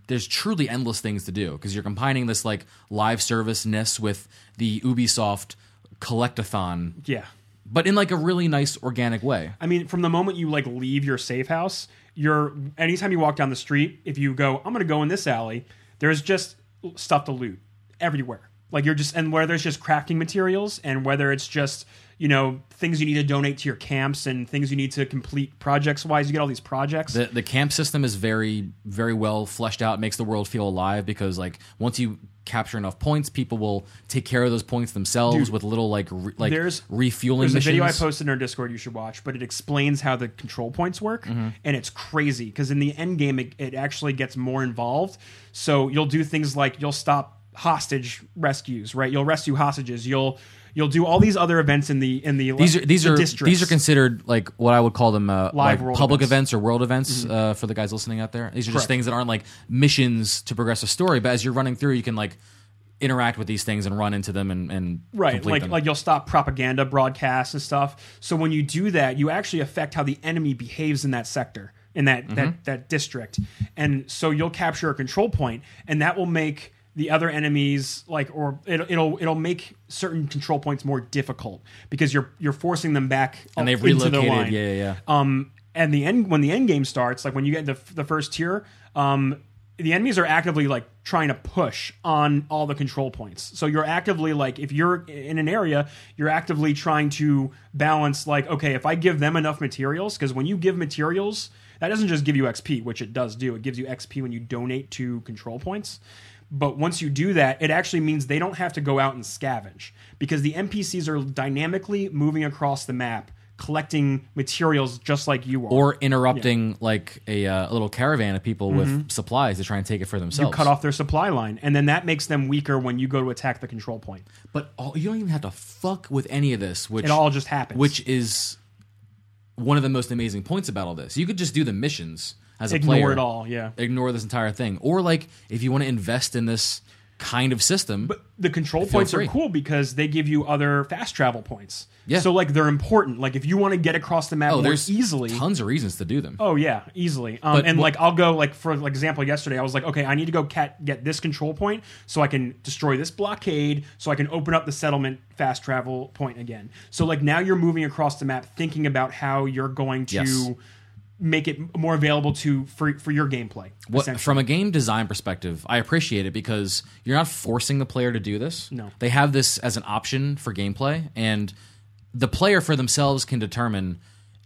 Speaker 2: there's truly endless things to do because you're combining this like live service ness with the Ubisoft collectathon,
Speaker 1: Yeah.
Speaker 2: but in like a really nice organic way.
Speaker 1: I mean, from the moment you like leave your safe house, you're anytime you walk down the street, if you go, I'm gonna go in this alley, there's just stuff to loot everywhere. Like you're just and whether it's just crafting materials and whether it's just, you know, things you need to donate to your camps and things you need to complete projects wise, you get all these projects.
Speaker 2: The, the camp system is very very well fleshed out makes the world feel alive because like once you capture enough points people will take care of those points themselves with little like re, like
Speaker 1: there's-
Speaker 2: refueling
Speaker 1: There's
Speaker 2: missions
Speaker 1: a video I posted in our Discord you should watch, but it explains how the control points work,
Speaker 2: Mm-hmm.
Speaker 1: and it's crazy because in the end game it, it actually gets more involved. So you'll do things like you'll stop hostage rescues, right? You'll rescue hostages. You'll you'll do all these other events in the in the
Speaker 2: these are these
Speaker 1: the
Speaker 2: are
Speaker 1: districts.
Speaker 2: these are considered like what I would call them uh, like
Speaker 1: world
Speaker 2: public
Speaker 1: events. Mm-hmm.
Speaker 2: events. or world events uh, for the guys listening out there. These are
Speaker 1: Correct.
Speaker 2: just things that aren't like missions to progress a story, but as you're running through, you can like interact with these things and run into them and, and
Speaker 1: right
Speaker 2: complete
Speaker 1: like
Speaker 2: them.
Speaker 1: like you'll stop propaganda broadcasts and stuff so when you do that you actually affect how the enemy behaves in that sector in that
Speaker 2: Mm-hmm.
Speaker 1: that that district and so you'll capture a control point and that will make the other enemies like or it, it'll it'll make certain control points more difficult because you're you're forcing them back
Speaker 2: and they've
Speaker 1: into the
Speaker 2: relocated.
Speaker 1: line.
Speaker 2: Yeah, yeah, yeah.
Speaker 1: Um, and the end when the end game starts, like when you get the the first tier, um, the enemies are actively like trying to push on all the control points. So you're actively like if you're in an area, you're actively trying to balance like okay, if I give them enough materials, because when you give materials, that doesn't just give you XP, which it does do. It gives you XP when you donate to control points. But once you do that, it actually means they don't have to go out and scavenge because the NPCs are dynamically moving across the map collecting materials just like you are.
Speaker 2: or interrupting like a, uh, a little caravan of people with supplies to try and take it for themselves.
Speaker 1: Mm-hmm. cut off their supply line, and then that makes them weaker when you go to attack the control point.
Speaker 2: But all, you don't even have to fuck with any of this, which
Speaker 1: It all just happens.
Speaker 2: which is one of the most amazing points about all this. You could just do the missions as a
Speaker 1: ignore
Speaker 2: player.
Speaker 1: it all. Yeah,
Speaker 2: ignore this entire thing. Or like if you want to invest in this kind of system,
Speaker 1: the control points
Speaker 2: free.
Speaker 1: are cool because they give you other fast travel points.
Speaker 2: Yeah.
Speaker 1: So like they're important. Like if you want to get across the map
Speaker 2: oh,
Speaker 1: more
Speaker 2: there's
Speaker 1: easily,
Speaker 2: tons of reasons to do them.
Speaker 1: Oh yeah, easily. Um,
Speaker 2: But
Speaker 1: and
Speaker 2: wh-
Speaker 1: like I'll go like for like, example yesterday I was like okay I need to go cat, get this control point so I can destroy this blockade so I can open up the settlement fast travel point again. So like now you're moving across the map thinking about how you're going to
Speaker 2: Yes.
Speaker 1: make it m- more available to for for your gameplay.
Speaker 2: What,
Speaker 1: essentially.
Speaker 2: from a game design perspective, I appreciate it because you're not forcing the player to do this.
Speaker 1: No.
Speaker 2: They have this as an option for gameplay, and the player for themselves can determine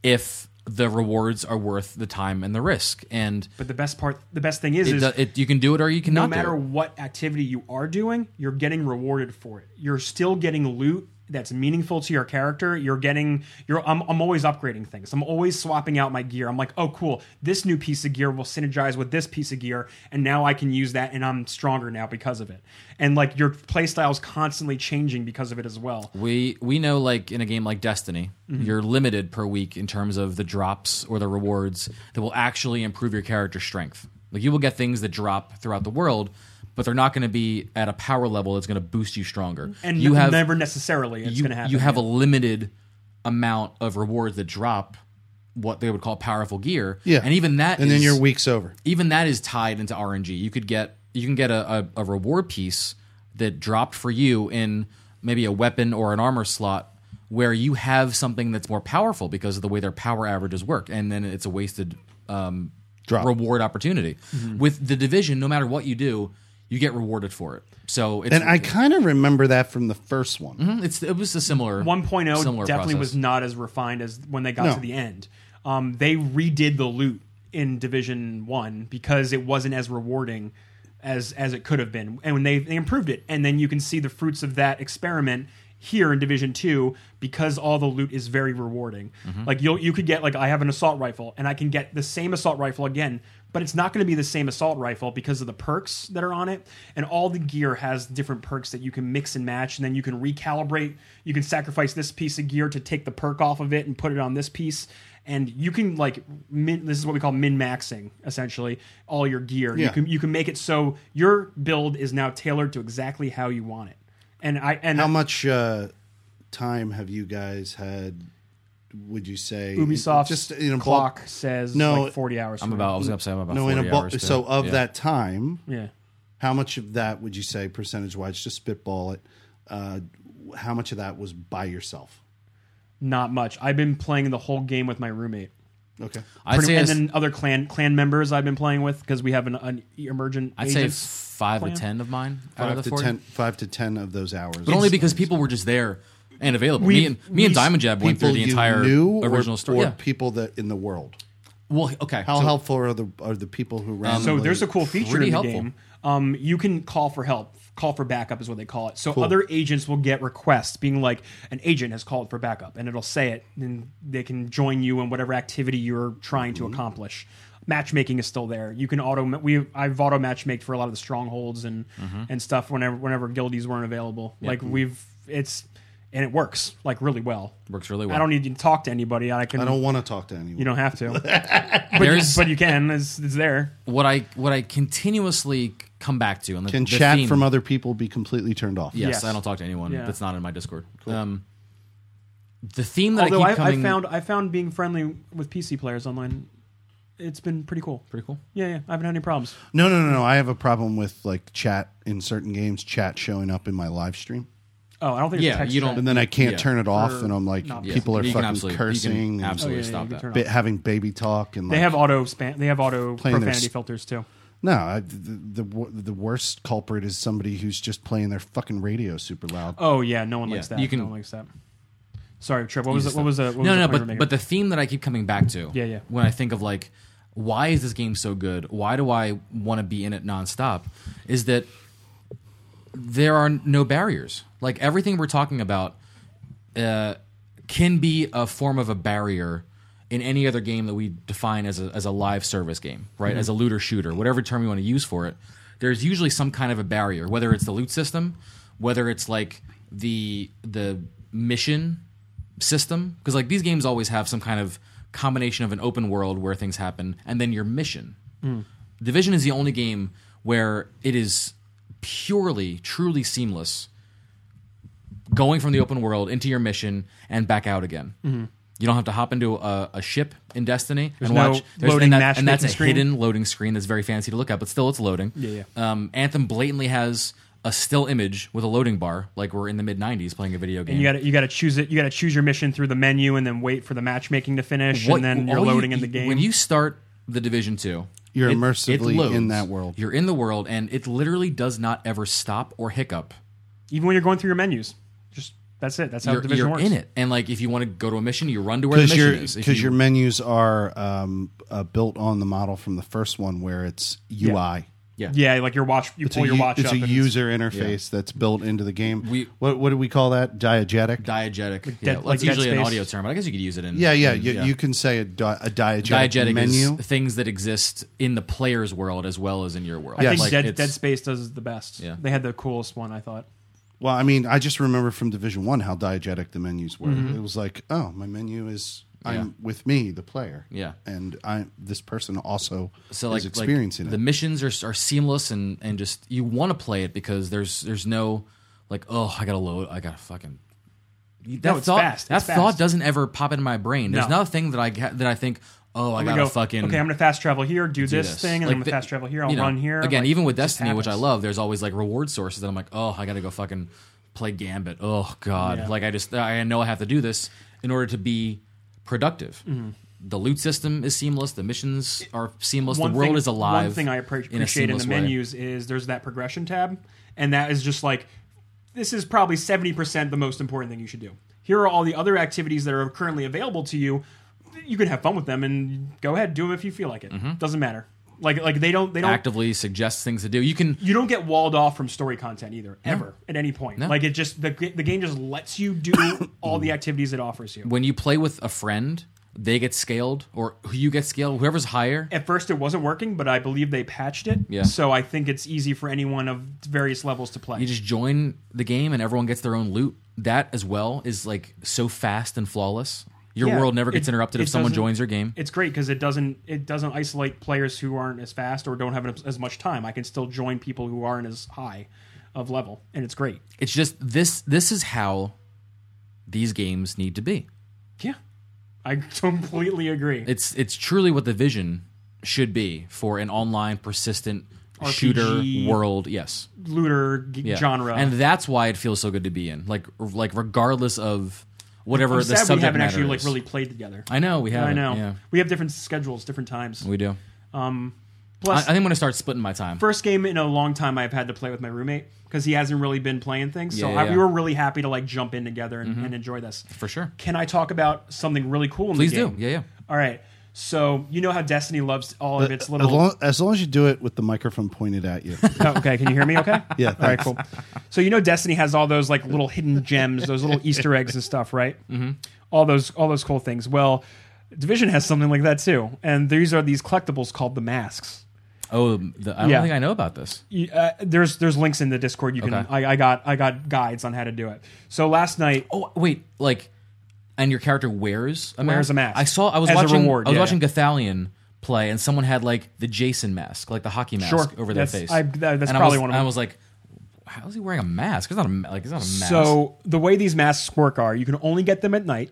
Speaker 2: if the rewards are worth the time and the risk. And
Speaker 1: but the best part the best thing is
Speaker 2: it,
Speaker 1: is
Speaker 2: do- it, you can do it or you
Speaker 1: no
Speaker 2: cannot
Speaker 1: matter
Speaker 2: do it.
Speaker 1: what activity you are doing, you're getting rewarded for it. You're still getting loot that's meaningful to your character. You're getting you're I'm, I'm always upgrading things. I'm always swapping out my gear. I'm like, "Oh cool, this new piece of gear will synergize with this piece of gear and now I can use that and I'm stronger now because of it." And like your playstyle's constantly changing because of it as well.
Speaker 2: We we know like in a game like Destiny,
Speaker 1: Mm-hmm.
Speaker 2: you're limited per week in terms of the drops or the rewards that will actually improve your character strength. Like you will get things that drop throughout the world, but they're not going to be at a power level that's going to boost you stronger.
Speaker 1: And
Speaker 2: you have
Speaker 1: never necessarily it's
Speaker 2: you,
Speaker 1: going to happen.
Speaker 2: you have a limited amount of rewards that drop what they would call powerful gear.
Speaker 3: Yeah.
Speaker 2: and even that
Speaker 3: And then
Speaker 2: is-
Speaker 3: your week's over.
Speaker 2: even that is tied into RNG. You could get you can get a, a, a reward piece that dropped for you in maybe a weapon or an armor slot where you have something that's more powerful because of the way their power averages work, and then it's a wasted um,
Speaker 3: Drop. Mm-hmm.
Speaker 2: reward opportunity. With the division, no matter what you do, you get rewarded for it. So it's
Speaker 3: And I kind of remember that from the first one.
Speaker 2: it's it was a similar
Speaker 1: 1.0
Speaker 2: similar
Speaker 1: definitely
Speaker 2: process.
Speaker 1: was not as refined as when they got
Speaker 3: No.
Speaker 1: to the end. um, they redid the loot in Division One because it wasn't as rewarding as as it could have been, and when they, they improved it, and then you can see the fruits of that experiment here in Division Two because all the loot is very rewarding.
Speaker 2: Mm-hmm.
Speaker 1: Like you you could get like I have an assault rifle, and I can get the same assault rifle again. But it's not going to be the same assault rifle because of the perks that are on it, and all the gear has different perks that you can mix and match, and then you can recalibrate. You can sacrifice this piece of gear to take the perk off of it and put it on this piece, and you can like min, this is what we call min maxing essentially all your gear. You
Speaker 3: Yeah.
Speaker 1: can you can make it so your build is now tailored to exactly how you want it. And I and
Speaker 3: How much uh, time have you guys had? Would you say
Speaker 1: Ubisoft
Speaker 3: Just in a bulk-
Speaker 1: clock says
Speaker 3: No,
Speaker 1: like 40 hours.
Speaker 2: I'm
Speaker 1: for
Speaker 2: about. I was gonna say I'm about.
Speaker 3: no, in
Speaker 2: 40
Speaker 3: a bulk.
Speaker 2: hours to-
Speaker 3: So uh, of
Speaker 2: yeah.
Speaker 3: that time,
Speaker 1: me. yeah.
Speaker 3: how much of that would you say percentage wise? Just spitball it. Uh, how much of that was by yourself?
Speaker 1: Not much. I've been playing the whole game with my roommate.
Speaker 3: Okay.
Speaker 2: I'd say
Speaker 1: and
Speaker 2: it's-
Speaker 1: then other clan clan members I've been playing with because we have an, an emergent.
Speaker 2: I'd say
Speaker 1: agents.
Speaker 2: five
Speaker 1: plan.
Speaker 2: or ten of mine out
Speaker 3: Five
Speaker 2: of the
Speaker 3: to
Speaker 2: forty.
Speaker 3: ten. Five to ten of those hours.
Speaker 2: But only because people were just there and available. me and me and
Speaker 1: we-
Speaker 2: Diamond Jab went through the entire
Speaker 3: knew or-
Speaker 2: original story.
Speaker 3: or
Speaker 2: Yeah.
Speaker 3: people that in the world.
Speaker 2: Well, okay.
Speaker 3: How
Speaker 2: so
Speaker 3: helpful are the are the people who randomly?
Speaker 1: So there's a cool feature in
Speaker 2: Pretty
Speaker 1: the
Speaker 2: helpful.
Speaker 1: game. Um, you can call for help. Call for backup is what they call it. So other agents will get requests being like, an agent has called for backup, and it'll say it, and they can join you in whatever activity you're trying
Speaker 2: Mm-hmm.
Speaker 1: to accomplish. Matchmaking is still there. You can auto. We I've auto matchmaked for a lot of the strongholds and
Speaker 2: Mm-hmm.
Speaker 1: and stuff whenever whenever guildies weren't available. Like we've it's and it works like really well.
Speaker 2: works really well.
Speaker 1: I don't need to talk to anybody. I can.
Speaker 3: I don't want to talk to anyone.
Speaker 1: you don't have to,
Speaker 3: <laughs>
Speaker 2: There's
Speaker 1: but you can. It's, it's there.
Speaker 2: what I what I continuously come back to. And the,
Speaker 3: Can
Speaker 2: the
Speaker 3: chat
Speaker 2: theme-
Speaker 3: from other people be completely turned off?
Speaker 2: Yes,
Speaker 1: Yes.
Speaker 2: I don't talk to anyone
Speaker 1: Yeah.
Speaker 2: that's not in my Discord. Um, the theme that
Speaker 1: Although
Speaker 2: I
Speaker 1: I,
Speaker 2: keep coming
Speaker 1: I found I found being friendly with PC players online, it's been pretty cool.
Speaker 2: pretty cool.
Speaker 1: Yeah, yeah, I haven't had any problems.
Speaker 3: No, no, no, no. I have a problem with like chat in certain games, chat showing up in my live stream,
Speaker 1: Oh, I don't think it's
Speaker 2: Yeah,
Speaker 1: text
Speaker 2: you don't-
Speaker 1: chat.
Speaker 3: and then I can't
Speaker 2: Yeah.
Speaker 3: turn it off,
Speaker 1: For
Speaker 3: and I'm like,
Speaker 1: not- Oh,
Speaker 3: people are
Speaker 2: You can
Speaker 3: fucking
Speaker 2: absolutely- You
Speaker 3: cursing,
Speaker 2: can
Speaker 3: and
Speaker 2: absolutely
Speaker 1: yeah,
Speaker 2: stop
Speaker 1: you
Speaker 2: that.
Speaker 1: turn
Speaker 3: bit, having baby talk, and like,
Speaker 1: They have auto span. They have auto
Speaker 3: Playing their
Speaker 1: profanity
Speaker 3: s-
Speaker 1: filters too.
Speaker 3: no. I, the, the wor- the worst culprit is somebody who's just playing their fucking radio super loud.
Speaker 1: Oh yeah, no one likes that.
Speaker 2: you can-
Speaker 1: no one likes that. Sorry, Trip. What was it?
Speaker 2: just
Speaker 1: What
Speaker 2: stop.
Speaker 1: was the what was
Speaker 2: no,
Speaker 1: the
Speaker 2: no,
Speaker 1: point you were
Speaker 2: but
Speaker 1: making?
Speaker 2: but the theme that I keep coming back to.
Speaker 1: Yeah, yeah.
Speaker 2: When I think of like, why is this game so good? Why do I want to be in it nonstop? Is that there are no barriers. Like everything we're talking about uh, can be a form of a barrier in any other game that we define as a, as a live service game, right? As a looter shooter, whatever term you want to use for it. There's usually some kind of a barrier, whether it's the loot system, whether it's like the the mission system, because like these games always have some kind of combination of an open world where things happen, and then your mission. Division is the only game where it is purely, truly seamless going from the open world into your mission and back out again.
Speaker 1: Mm-hmm.
Speaker 2: You don't have to hop into a, a ship in Destiny and
Speaker 1: no
Speaker 2: watch.
Speaker 1: loading
Speaker 2: and, and
Speaker 1: matchmaking
Speaker 2: that's a
Speaker 1: screen?
Speaker 2: hidden loading screen that's very fancy to look at, but still it's loading.
Speaker 1: Yeah,
Speaker 2: Um, Anthem blatantly has a still image with a loading bar, like we're in the mid '90s playing a video game.
Speaker 1: you got to you got to choose it. You got to choose your mission through the menu, and then wait for the matchmaking to finish,
Speaker 2: What-
Speaker 1: and then you're
Speaker 2: all you-
Speaker 1: loading in the game.
Speaker 2: When you start the Division Two,
Speaker 3: You're
Speaker 2: it- it
Speaker 3: immersively
Speaker 2: loads.
Speaker 3: in that world.
Speaker 2: You're in the world, and it literally does not ever stop or hiccup.
Speaker 1: even when you're going through your menus, just that's it. That's how
Speaker 2: You're,
Speaker 1: division
Speaker 2: you're
Speaker 1: works.
Speaker 2: in it, and like if you want to go to a mission, you run to where the
Speaker 3: because
Speaker 2: mission
Speaker 3: your
Speaker 2: is. If
Speaker 3: because
Speaker 2: you-
Speaker 3: your menus are um, uh, built on the model from the first one where it's UI.
Speaker 2: yeah.
Speaker 1: Yeah, like your watch. You
Speaker 3: It's
Speaker 1: pull
Speaker 3: a,
Speaker 1: your
Speaker 3: u-
Speaker 1: watch
Speaker 3: it's
Speaker 1: up.
Speaker 3: a
Speaker 1: and
Speaker 3: user interface that's built into the game.
Speaker 2: We-
Speaker 3: what what do we call that? Diegetic.
Speaker 2: diegetic. yeah,
Speaker 1: dead-
Speaker 2: well,
Speaker 1: like
Speaker 2: it's
Speaker 1: Dead
Speaker 2: usually an
Speaker 1: Space.
Speaker 2: audio term, but I guess you could use it in.
Speaker 3: yeah, yeah,
Speaker 2: in-
Speaker 3: you, you can say a, di- a diegetic,
Speaker 2: Mm, Diegetic
Speaker 3: menu.
Speaker 2: is things that exist in the player's world as well as in your world.
Speaker 1: I think
Speaker 2: Like,
Speaker 1: Dead,
Speaker 2: it's-
Speaker 1: Dead Space does the best.
Speaker 2: Yeah.
Speaker 1: They had the coolest one, I thought.
Speaker 3: well, I mean, I just remember from Division One how diegetic the menus were. It was like, oh, my menu is I'm
Speaker 2: Mm-hmm. Yeah.
Speaker 3: with me, the player.
Speaker 2: Yeah.
Speaker 3: and I this person also
Speaker 2: so like
Speaker 3: is
Speaker 2: like,
Speaker 3: experiencing
Speaker 2: the
Speaker 3: it.
Speaker 2: missions are, are seamless and and just you want to play it because there's there's no like oh I gotta load I gotta fucking that
Speaker 1: it's
Speaker 2: thought
Speaker 1: fast,
Speaker 2: that
Speaker 1: it's fast.
Speaker 2: thought doesn't ever pop into my brain. There's
Speaker 1: No.
Speaker 2: not a thing that I ca- that I think oh I
Speaker 1: We
Speaker 2: gotta
Speaker 1: go,
Speaker 2: fucking
Speaker 1: okay. I'm gonna fast travel here, do,
Speaker 2: do
Speaker 1: this, thing, and
Speaker 2: Like,
Speaker 1: I'm gonna
Speaker 2: the-
Speaker 1: fast travel here. I'll
Speaker 2: you know,
Speaker 1: run here
Speaker 2: again.
Speaker 1: Like,
Speaker 2: even with
Speaker 1: it just
Speaker 2: Destiny, which I
Speaker 1: happens.
Speaker 2: love, there's always like reward sources that I'm like, oh, I got to go fucking play Gambit. Oh God,
Speaker 1: Yeah.
Speaker 2: like I just I know I have to do this in order to be productive.
Speaker 1: Mm-hmm.
Speaker 2: The loot system is seamless. The missions are seamless. The world
Speaker 1: thing,
Speaker 2: is alive.
Speaker 1: One thing I appre-
Speaker 2: in
Speaker 1: appreciate
Speaker 2: a
Speaker 1: in,
Speaker 2: seamless
Speaker 1: the
Speaker 2: way.
Speaker 1: menus is there's that progression tab, and that is just like this is probably 70% the most important thing you should do. Here are all the other activities that are currently available to you. you can have fun with them and go ahead, do them if you feel like it.
Speaker 2: Mm-hmm.
Speaker 1: Doesn't matter. Like like they don't they don't
Speaker 2: actively suggests things to do. You can
Speaker 1: you don't get walled off from story content either ever at any point. Like it just the the game just lets you
Speaker 2: <coughs>
Speaker 1: do all the activities it offers you.
Speaker 2: when you play with a friend, they get scaled or who you get scaled, whoever's higher.
Speaker 1: At first, it wasn't working, but I believe they patched it.
Speaker 2: Yeah.
Speaker 1: So I think it's easy for anyone of various levels to play.
Speaker 2: You just join the game and everyone gets their own loot. That as well is like so fast and flawless. Your
Speaker 1: Yeah,
Speaker 2: world never gets
Speaker 1: it-
Speaker 2: interrupted
Speaker 1: it
Speaker 2: if someone
Speaker 1: doesn't-
Speaker 2: joins your game.
Speaker 1: it's great because it doesn't it doesn't isolate players who aren't as fast or don't have as- as much time. I can still join people who aren't as high of level, and it's great.
Speaker 2: It's just this this is how these games need to be.
Speaker 1: Yeah, I <laughs> completely agree.
Speaker 2: It's it's truly what the vision should be for an online persistent
Speaker 1: RPG.
Speaker 2: shooter world. Yes.
Speaker 1: Looter g-
Speaker 2: Yeah.
Speaker 1: genre,
Speaker 2: and that's why it feels so good to be in. Like, like regardless of whatever
Speaker 1: I'm
Speaker 2: the
Speaker 1: sad we
Speaker 2: subject
Speaker 1: haven't
Speaker 2: matter
Speaker 1: actually like
Speaker 2: is.
Speaker 1: really played together.
Speaker 2: I know we have.
Speaker 1: I know
Speaker 2: Yeah,
Speaker 1: we have different schedules, different times.
Speaker 2: we do. I, I
Speaker 1: Plus,
Speaker 2: think I'm gonna start splitting my time.
Speaker 1: first game in a long time I've had to play with my roommate because he hasn't really been playing things. so
Speaker 2: Yeah,
Speaker 1: I,
Speaker 2: yeah,
Speaker 1: we
Speaker 2: yeah. Mm-hmm.
Speaker 1: were really happy to like jump in together and, and enjoy this.
Speaker 2: For sure.
Speaker 1: Can I talk about something really cool? In
Speaker 2: Please
Speaker 1: the
Speaker 2: do.
Speaker 1: game?
Speaker 2: Yeah, yeah.
Speaker 1: All right. So you know how Destiny loves all of its
Speaker 3: Uh, As
Speaker 1: little.
Speaker 3: long, as long as you do it with the microphone pointed
Speaker 2: <laughs>
Speaker 3: at you.
Speaker 1: Oh, okay, can you hear me? Okay.
Speaker 3: <laughs> Yeah,
Speaker 1: All right. Cool. So you know Destiny has all those like little hidden gems, those
Speaker 3: <laughs>
Speaker 1: little Easter eggs and stuff, right? Mm-hmm. All those all those cool things. Well, Division has something like that too, and these are these collectibles called the masks.
Speaker 2: Oh, the, I don't
Speaker 1: Yeah.
Speaker 2: think I know about this.
Speaker 1: You- Uh, there's there's links in the Discord. You can
Speaker 2: Okay.
Speaker 1: I, I got I got guides on how to do it. So last night
Speaker 2: Oh, wait. Like, and your character wears a
Speaker 1: Wears
Speaker 2: mask?
Speaker 1: a mask.
Speaker 2: I saw. I was
Speaker 1: As a
Speaker 2: watching.
Speaker 1: reward,
Speaker 2: I was
Speaker 1: yeah,
Speaker 2: watching Gathalion play, and someone had like the Jason mask, like the hockey mask,
Speaker 1: Sure.
Speaker 2: over their
Speaker 1: That's-
Speaker 2: face.
Speaker 1: I- that- that's
Speaker 2: and
Speaker 1: probably
Speaker 2: I was,
Speaker 1: one of them.
Speaker 2: I was like, how is he wearing a mask? It's not a ma- like. It's not a mask.
Speaker 1: So the way these masks work are you can only get them at night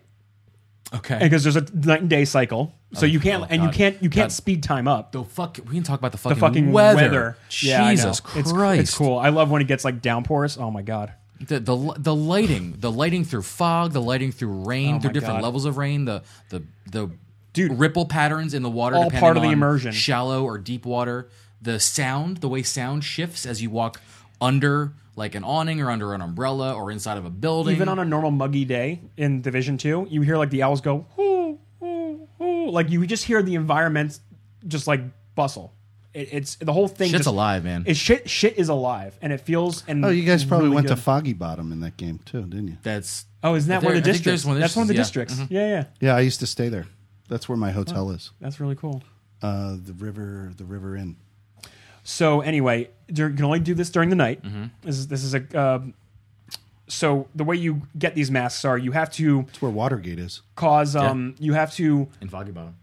Speaker 2: okay.
Speaker 1: because there's a night and day cycle. So you can't
Speaker 2: oh,
Speaker 1: and you
Speaker 2: God.
Speaker 1: can't you can't
Speaker 2: God.
Speaker 1: speed time up.
Speaker 2: The fuck. We can talk about the fucking,
Speaker 1: The fucking
Speaker 2: weather.
Speaker 1: weather. Yeah, I know.
Speaker 2: Jesus
Speaker 1: It's-
Speaker 2: Christ.
Speaker 1: It's, cool. I love when it gets like downpours. Oh my god.
Speaker 2: the, the the lighting, the lighting through fog, the lighting through rain,
Speaker 1: Oh my
Speaker 2: through different
Speaker 1: God.
Speaker 2: levels of rain, the the the
Speaker 1: Dude.
Speaker 2: ripple patterns in the water,
Speaker 1: All
Speaker 2: depending
Speaker 1: part of the
Speaker 2: on
Speaker 1: immersion.
Speaker 2: shallow or deep water, the sound, the way sound shifts as you walk under like an awning or under an umbrella or inside of a building.
Speaker 1: Even on a normal muggy day in Division 2, you hear like the owls go hoo hoo hoo like you just hear the environment just like bustle. It, it's the whole thing
Speaker 2: shit's
Speaker 1: just,
Speaker 2: alive, man.
Speaker 1: It shit shit is alive and it feels and
Speaker 3: Oh, you guys probably
Speaker 1: really
Speaker 3: went
Speaker 1: good.
Speaker 3: to Foggy Bottom in that game too, didn't you?
Speaker 2: That's
Speaker 1: Oh, isn't that
Speaker 2: There-
Speaker 1: one of the
Speaker 2: I
Speaker 1: districts?
Speaker 2: think there's one of the
Speaker 1: That's one of the
Speaker 2: districts, Mm-hmm.
Speaker 1: districts. Yeah, yeah.
Speaker 3: Yeah, I used to stay there. That's where my hotel is.
Speaker 1: That's really cool.
Speaker 3: Uh, the river, the river inn.
Speaker 1: So anyway, dur- you can only do this during the night.
Speaker 2: Mm-hmm.
Speaker 1: This is this is a um so the way you get these masks are you have to
Speaker 3: It's where Watergate is.
Speaker 1: cause um you have to
Speaker 2: in Foggy Bottom.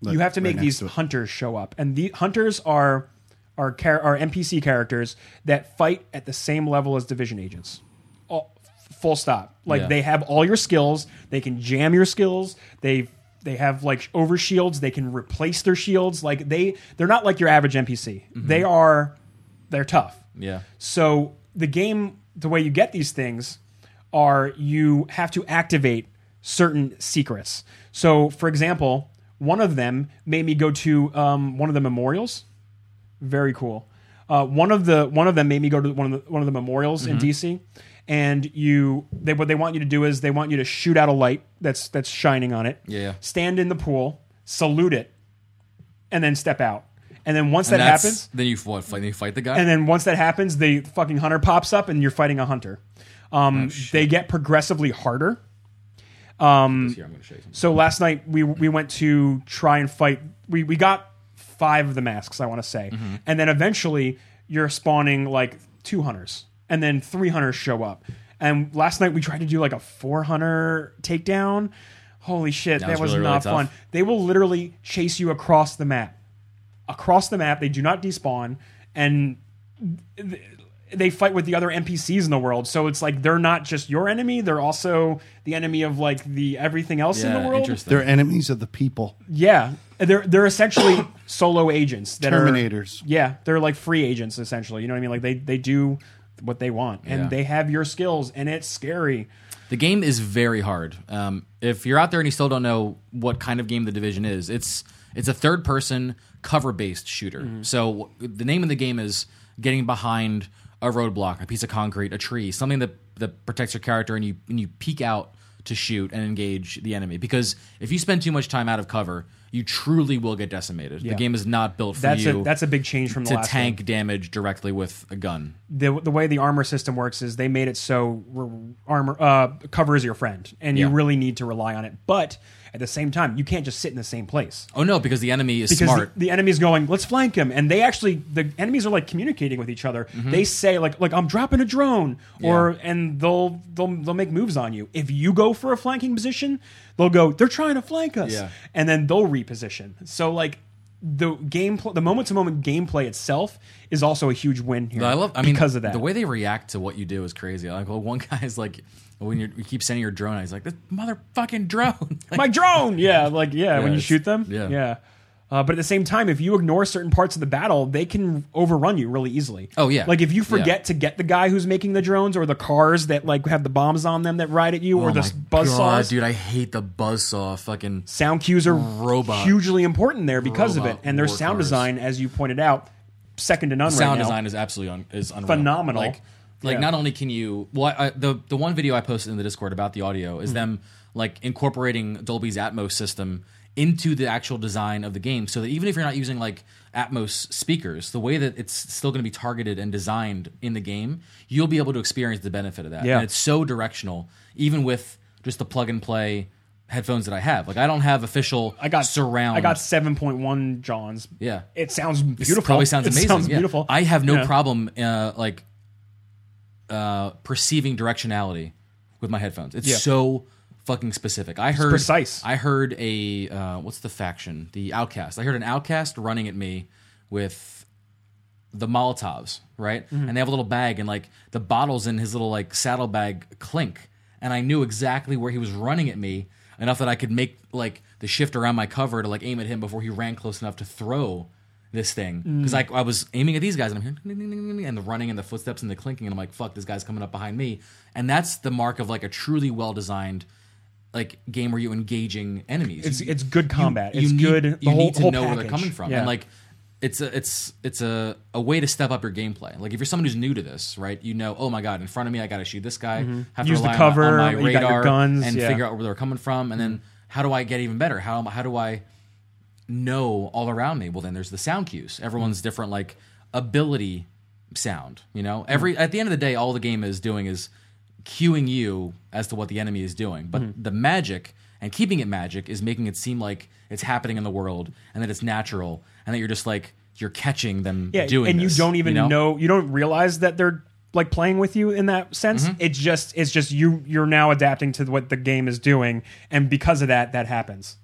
Speaker 3: Like,
Speaker 1: you have to
Speaker 3: right
Speaker 1: make
Speaker 3: next
Speaker 1: these
Speaker 3: to it.
Speaker 1: hunters show up, and the hunters are are char- are NPC characters that fight at the same level as division agents. All, full stop. Like
Speaker 2: Yeah.
Speaker 1: they have all your skills. They can jam your skills. They they have like over shields. They can replace their shields. Like they they're not like your average NPC.
Speaker 3: Mm-hmm.
Speaker 1: They are they're tough.
Speaker 2: Yeah.
Speaker 1: So the game, the way you get these things are you have to activate certain secrets. So, for example, one of them made me go to um, one of the memorials. Very cool. Uh, one of the one of them made me go to one of the one of the memorials in
Speaker 2: Mm-hmm.
Speaker 1: DC, and you they what they want you to do is they want you to shoot out a light that's that's shining on it.
Speaker 2: Yeah.
Speaker 1: Stand in the pool, salute it, and then step out. And then once that
Speaker 2: That's-
Speaker 1: happens,
Speaker 2: Then you what? Fight, you fight the guy.
Speaker 1: and then once that happens, the fucking hunter pops up, and you're fighting a hunter.
Speaker 2: Oh,
Speaker 1: Um, they get progressively harder.
Speaker 2: Here, I'm gonna show you something.
Speaker 1: So last night we we went to try and fight. We we got five of the masks, I want to say,
Speaker 2: Mm-hmm.
Speaker 1: and then eventually you're spawning like two hunters, and then three hunters show up. And last night we tried to do like a four hunter takedown. Holy shit, that,
Speaker 2: was
Speaker 1: was
Speaker 2: really, really
Speaker 1: not
Speaker 2: tough.
Speaker 1: fun. They will literally chase you across the map. Across the map, they do not despawn, and they fight with the other NPCs in the world. So it's like they're not just your enemy; they're also the enemy of like the everything else in
Speaker 2: Yeah,
Speaker 1: the world.
Speaker 2: interesting.
Speaker 3: They're enemies of the people.
Speaker 1: Yeah, they're they're essentially <coughs> solo agents that are
Speaker 3: Terminators.
Speaker 1: yeah, they're like free agents essentially. You know what I mean? Like they they do what they want and
Speaker 2: Yeah.
Speaker 1: they have your skills, and it's scary.
Speaker 2: The game is very hard. Um, if you're out there and you still don't know what kind of game the division is, it's it's a third person cover based shooter.
Speaker 1: Mm-hmm.
Speaker 2: So w- the name of the game is getting behind a roadblock, a piece of concrete, a tree, something that that protects your character, and you and you peek out to shoot and engage the enemy. Because if you spend too much time out of cover, you truly will get decimated.
Speaker 1: Yeah.
Speaker 2: The game is not built for
Speaker 1: That's
Speaker 2: you
Speaker 1: a that's a big change from the
Speaker 2: to
Speaker 1: last one.
Speaker 2: tank damage directly with a gun.
Speaker 1: the the way the armor system works is they made it so re- armor uh, cover is your friend, and you
Speaker 2: Yeah.
Speaker 1: really need to rely on it. But at the same time, you can't just sit in the same place
Speaker 2: Oh no, because the enemy is
Speaker 1: because
Speaker 2: smart.
Speaker 1: The, the enemy's going, let's flank him, and they actually the enemies are like communicating with each other.
Speaker 2: Mm-hmm.
Speaker 1: They say like like I'm dropping a drone, or and they'll they'll they'll make moves on you. If you go for a flanking position, they'll go, they're trying to flank us,
Speaker 2: Yeah.
Speaker 1: and then they'll reposition. So like. The gameplay, the moment-to-moment gameplay itself, is also a huge win here.
Speaker 2: I love. I mean,
Speaker 1: because of that,
Speaker 2: the way they react to what you do is crazy. Like, well, one <laughs> guy's like, when you're, you keep sending your drone, out, he's like, "This motherfucking drone." <laughs> Like,
Speaker 1: my drone. Yeah, like yeah, when you
Speaker 2: it's-
Speaker 1: shoot them.
Speaker 2: yeah.
Speaker 1: yeah. Uh, but at the same time, if you ignore certain parts of the battle, they can overrun you really easily.
Speaker 2: Oh, yeah.
Speaker 1: like if you
Speaker 2: Yeah.
Speaker 1: forget to get the guy who's making the drones, or the cars that like have the bombs on them that ride at you, or
Speaker 2: Oh
Speaker 1: the
Speaker 2: my
Speaker 1: s- buzz
Speaker 2: God,
Speaker 1: saws.
Speaker 2: dude. I hate the buzz saw. Fucking
Speaker 1: Sound cues are
Speaker 2: Robot.
Speaker 1: hugely important there because of it,
Speaker 2: Robot
Speaker 1: and their
Speaker 2: war
Speaker 1: sound
Speaker 2: cars.
Speaker 1: design, as you pointed out, second to none.
Speaker 2: sound
Speaker 1: right now.
Speaker 2: design is absolutely un- is unreal.
Speaker 1: Phenomenal.
Speaker 2: Like, like
Speaker 1: Yeah.
Speaker 2: not only can you well, I, I- the the one video I posted in the Discord about the audio
Speaker 1: Mm-hmm.
Speaker 2: is them like incorporating Dolby's Atmos system into the actual design of the game, so that even if you're not using like Atmos speakers, the way that it's still going to be targeted and designed in the game, you'll be able to experience the benefit of that.
Speaker 1: Yeah.
Speaker 2: And it's so directional, even with just the plug and play headphones that I have. Like I don't have official
Speaker 1: I got
Speaker 2: surround.
Speaker 1: I got seven point one Johns.
Speaker 2: Yeah.
Speaker 1: it sounds
Speaker 2: This
Speaker 1: beautiful.
Speaker 2: Probably sounds
Speaker 1: It
Speaker 2: amazing.
Speaker 1: sounds
Speaker 2: yeah.
Speaker 1: beautiful.
Speaker 2: I have no
Speaker 1: Yeah.
Speaker 2: problem uh, like uh, perceiving directionality with my headphones. It's
Speaker 1: Yeah.
Speaker 2: so fucking specific. I heard
Speaker 1: precise.
Speaker 2: I heard a uh, what's the faction? The Outcast. I heard an Outcast running at me with the Molotovs, right? And they have a little bag, and like the bottles in his little like saddlebag clink, and I knew exactly where he was running at me enough that I could make like the shift around my cover to like aim at him before he ran close enough to throw this thing because like I was aiming at these guys and I'm hearing ding, ding, ding, ding, ding, and the running and the footsteps and the clinking and I'm like fuck this guy's coming up behind me and that's the mark of like a truly well designed like game where you're engaging enemies
Speaker 1: It's
Speaker 2: You-
Speaker 1: it's good combat.
Speaker 2: you
Speaker 1: it's
Speaker 2: need-
Speaker 1: good. The
Speaker 2: you
Speaker 1: whole,
Speaker 2: need to
Speaker 1: whole
Speaker 2: know where they're
Speaker 1: package.
Speaker 2: coming from,
Speaker 1: Yeah.
Speaker 2: and like it's a it's it's a, a way to step up your gameplay. Like if you're someone who's new to this, right? You know, oh my god, in front of me, I got to shoot this guy. Have to
Speaker 1: Mm-hmm. Use the
Speaker 2: rely on my-
Speaker 1: cover,
Speaker 2: on,
Speaker 1: you
Speaker 2: my
Speaker 1: got your
Speaker 2: radar
Speaker 1: guns,
Speaker 2: and
Speaker 1: yeah. Mm-hmm.
Speaker 2: figure out where they're coming from, and then how do I get even better? How am- how do I know all around me? Well, then there's the sound cues. Everyone's different, like ability sound. You know,
Speaker 1: Hmm.
Speaker 2: every at the end of the day, all the game is doing is cueing you as to what the enemy is doing. But
Speaker 1: Hmm.
Speaker 2: the magic and keeping it magic is making it seem like it's happening in the world and that it's natural and that you're just like you're catching them
Speaker 1: yeah,
Speaker 2: doing
Speaker 1: and
Speaker 2: this,
Speaker 1: you don't even
Speaker 2: know?
Speaker 1: know you don't realize that they're like playing with you in that sense
Speaker 2: Mm-hmm.
Speaker 1: it's just it's just you you're now adapting to what the game is doing and because of that that happens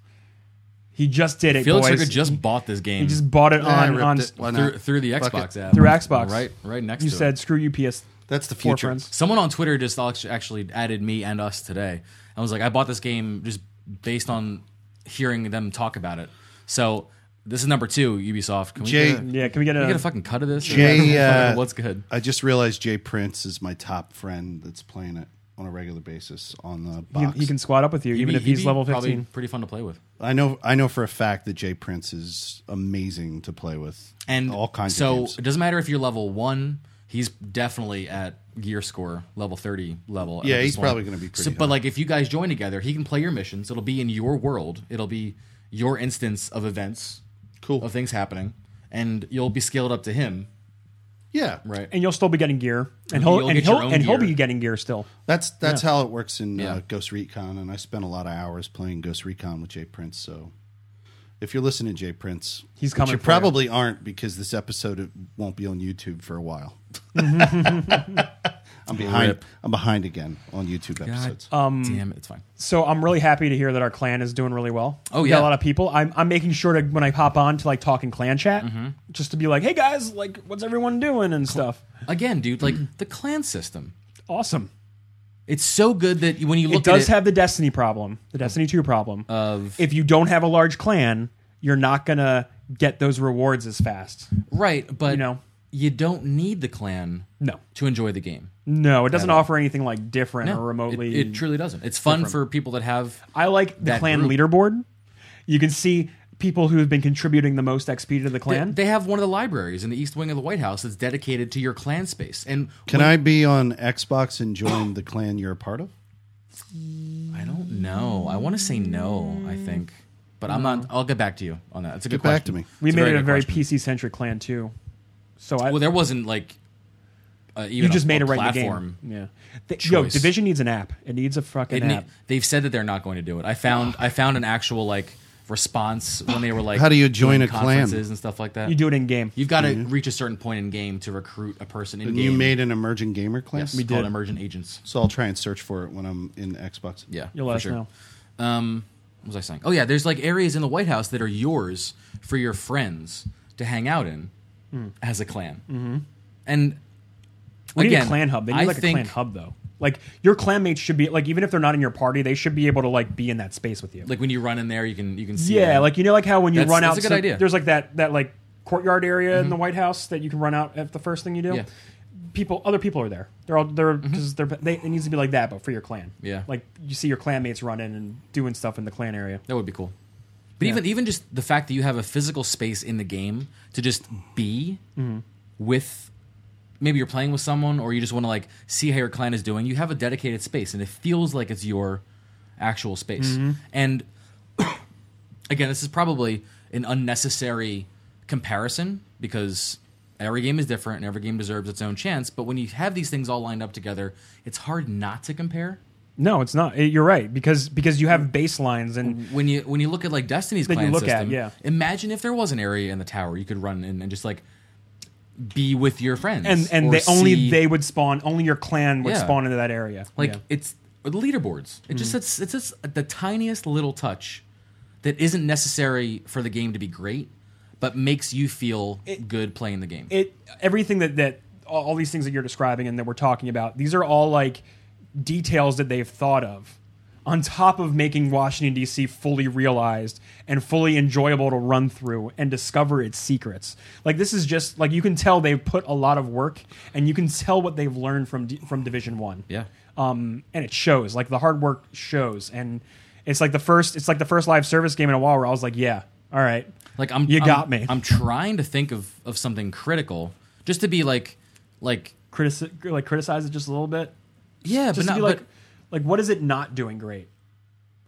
Speaker 1: he just did it
Speaker 2: Felix
Speaker 1: boys
Speaker 2: Ricker just bought this game
Speaker 1: he just bought it
Speaker 3: I
Speaker 1: on
Speaker 3: ripped
Speaker 1: on
Speaker 3: it. Why not?
Speaker 2: through, through the
Speaker 3: Fuck
Speaker 2: Xbox
Speaker 3: it.
Speaker 2: app.
Speaker 1: Through Xbox.
Speaker 2: Right right next
Speaker 1: you
Speaker 2: to it.
Speaker 1: said screw you PS
Speaker 3: That's the
Speaker 1: four
Speaker 3: future.
Speaker 1: friends
Speaker 2: Someone on Twitter just act- actually added me and us today. I was like, I bought this game just based on hearing them talk about it. So this is number two, Ubisoft. Can we
Speaker 3: Jay-
Speaker 2: get a,
Speaker 1: yeah can we get
Speaker 2: can
Speaker 1: a,
Speaker 2: we get a fucking cut of this? <laughs>
Speaker 3: Jay, uh,
Speaker 2: what's good?
Speaker 3: I just realized Jay Prince is my top friend that's playing it on a regular basis on the
Speaker 1: he,
Speaker 3: box.
Speaker 1: he can squat up with you even
Speaker 2: He'd
Speaker 1: if
Speaker 2: be-
Speaker 1: he's
Speaker 2: he'd be
Speaker 1: level
Speaker 2: probably
Speaker 1: 15
Speaker 2: pretty fun to play with.
Speaker 3: I know I know for a fact that Jay Prince is amazing to play with.
Speaker 2: and
Speaker 3: all kinds
Speaker 2: so
Speaker 3: of games.
Speaker 2: it doesn't matter if you're level one he's definitely at gear score level 30 level at
Speaker 3: Yeah,
Speaker 2: this
Speaker 3: he's
Speaker 2: point.
Speaker 3: probably gonna be pretty
Speaker 2: but
Speaker 3: high.
Speaker 2: like if you guys join together he can play your missions it'll be in your world it'll be your instance of events
Speaker 3: Cool.
Speaker 2: of things happening and you'll be scaled up to him
Speaker 3: Yeah.
Speaker 2: right
Speaker 1: and you'll still be getting gear and
Speaker 2: You'll
Speaker 1: he'll and
Speaker 2: get your
Speaker 1: he'll
Speaker 2: own
Speaker 1: and he'll
Speaker 2: gear.
Speaker 1: be getting gear still
Speaker 3: That's that's how it works in
Speaker 2: Yeah.
Speaker 3: uh, Ghost Recon, and I spent a lot of hours playing Ghost Recon with Jay Prince. So, if you're listening, Jay Prince,
Speaker 1: He's
Speaker 3: which
Speaker 1: coming
Speaker 3: You
Speaker 1: for you.
Speaker 3: probably aren't because this episode it won't be on YouTube for
Speaker 1: <laughs>
Speaker 3: a while. I'm behind.
Speaker 2: Rip.
Speaker 3: I'm behind again on YouTube episodes.
Speaker 1: Uh,
Speaker 2: um damn it, it's fine
Speaker 1: so I'm really happy to hear that our clan is doing really well.
Speaker 2: Oh,
Speaker 1: We
Speaker 2: yeah.
Speaker 1: got a lot of people. I'm I'm making sure to when I hop on to like talk in clan chat,
Speaker 2: Mm-hmm.
Speaker 1: just to be like, hey guys, like what's everyone doing and stuff.
Speaker 2: again dude like the clan system
Speaker 1: Awesome. it's
Speaker 2: it's so good that when you look
Speaker 1: it does
Speaker 2: at it,
Speaker 1: have the Destiny problem, the Destiny Two problem. Of if you don't have a large clan, you're not gonna get those rewards as fast.
Speaker 2: right but you,
Speaker 1: know.
Speaker 2: don't need the clan
Speaker 1: No,
Speaker 2: to enjoy the game
Speaker 1: no, it doesn't offer anything like different
Speaker 2: No,
Speaker 1: or
Speaker 2: it-
Speaker 1: remotely.
Speaker 2: it, truly doesn't it's fun for people that have
Speaker 1: I like the
Speaker 2: that
Speaker 1: clan
Speaker 2: group.
Speaker 1: leaderboard. You can see people who have been contributing the most XP to the clan.
Speaker 2: They have one of the libraries in the east wing of the White House that's dedicated to your clan space. And
Speaker 3: Can I be on Xbox and join the clan you're a part of?
Speaker 2: I don't No, I want to say no. I think, but I'm not. I'll get back to you on that. It's a good
Speaker 3: Get back to
Speaker 2: question.
Speaker 3: me.
Speaker 1: We
Speaker 2: It's
Speaker 1: made it a
Speaker 2: good
Speaker 1: very
Speaker 2: question.
Speaker 1: PC centric clan too. So I,
Speaker 2: Well, there wasn't like uh, even
Speaker 1: you just
Speaker 2: a,
Speaker 1: made
Speaker 2: a
Speaker 1: it right
Speaker 2: platform.
Speaker 1: in the game. Yeah. Th- yo,
Speaker 2: choice.
Speaker 1: Division needs an app. It needs a fucking
Speaker 2: It ne-
Speaker 1: app.
Speaker 2: they've said that they're not going to do it. I found I found an actual like response when they were like,
Speaker 3: How do you join
Speaker 2: doing
Speaker 3: a clan?
Speaker 2: conferences and stuff like that?
Speaker 1: you do it in game.
Speaker 2: You've got to reach a certain point in game to recruit a person in
Speaker 3: And
Speaker 2: game.
Speaker 3: you made an emerging gamer class.
Speaker 2: yes, we called
Speaker 1: did.
Speaker 2: emergent agents.
Speaker 3: So I'll try and search for it when I'm in Xbox.
Speaker 2: Yeah,
Speaker 1: You'll
Speaker 2: for
Speaker 1: let us
Speaker 2: sure.
Speaker 1: know.
Speaker 2: Um, what was I saying? Oh yeah, there's like areas in the White House that are yours for your friends to hang out in as a clan. Mm-hmm. And
Speaker 1: Hmm. We
Speaker 2: again,
Speaker 1: need a clan hub. They need
Speaker 2: I
Speaker 1: like
Speaker 2: think,
Speaker 1: a clan hub though. Like your clanmates should be like even if they're not in your party, they should be able to like be in that space with you.
Speaker 2: Like when you run in there, you can you can see.
Speaker 1: yeah,
Speaker 2: them.
Speaker 1: like you know like how when you
Speaker 2: That's-
Speaker 1: run
Speaker 2: that's
Speaker 1: out
Speaker 2: a good
Speaker 1: so-
Speaker 2: idea. Mm-hmm.
Speaker 1: there's like that that like courtyard area in the White House that you can run out at the first thing you do.
Speaker 2: Yeah. Mm-hmm.
Speaker 1: People other people are there. They're all they're because they're they, it needs to be like that but for your clan.
Speaker 2: Yeah.
Speaker 1: Like you see your clanmates run in and doing stuff in the clan area.
Speaker 2: That would be cool. But
Speaker 1: Yeah.
Speaker 2: even even just the fact that you have a physical space in the game to just be with maybe you're playing with someone or you just want to like see how your clan is doing, you have a dedicated space and it feels like it's your actual space. And <coughs> again, this is probably an unnecessary comparison because every game is different and every game deserves its own chance, but when you have these things all lined up together, it's hard not to compare.
Speaker 1: No, it's not. It- you're right because because you have
Speaker 2: Mm.
Speaker 1: baselines and
Speaker 2: when you when you look at like Destiny's
Speaker 1: That you
Speaker 2: clan
Speaker 1: look at,
Speaker 2: system,
Speaker 1: yeah.
Speaker 2: imagine if there was an area in the tower you could run in and just like be with your friends,
Speaker 1: and
Speaker 2: or
Speaker 1: and they only
Speaker 2: see-
Speaker 1: they would spawn. Only your clan would
Speaker 2: Yeah.
Speaker 1: spawn into that area.
Speaker 2: like
Speaker 1: Yeah. Mm.
Speaker 2: it's or the leaderboards. It just it's it's just the tiniest little touch that isn't necessary for the game to be great, but makes you feel good playing the game.
Speaker 1: it everything that that all, all these things that you're describing and that we're talking about these are all like details that they've thought of on top of making Washington DC fully realized and fully enjoyable to run through and discover its secrets. Like this is just like you can tell they've put a lot of work and you can tell what they've learned from D- from Division 1
Speaker 2: yeah,
Speaker 1: um, and it shows. Like the hard work shows, and it's like the first. It's like the first live service game in a while where I was like, "Yeah, all right,
Speaker 2: like I'm
Speaker 1: You
Speaker 2: I'm-
Speaker 1: got me.
Speaker 2: I'm trying to think of of something critical just to be like like
Speaker 1: critici- like criticize it just a little bit,
Speaker 2: yeah,
Speaker 1: just
Speaker 2: but
Speaker 1: to
Speaker 2: not
Speaker 1: be like,
Speaker 2: but,
Speaker 1: like what is it not doing great?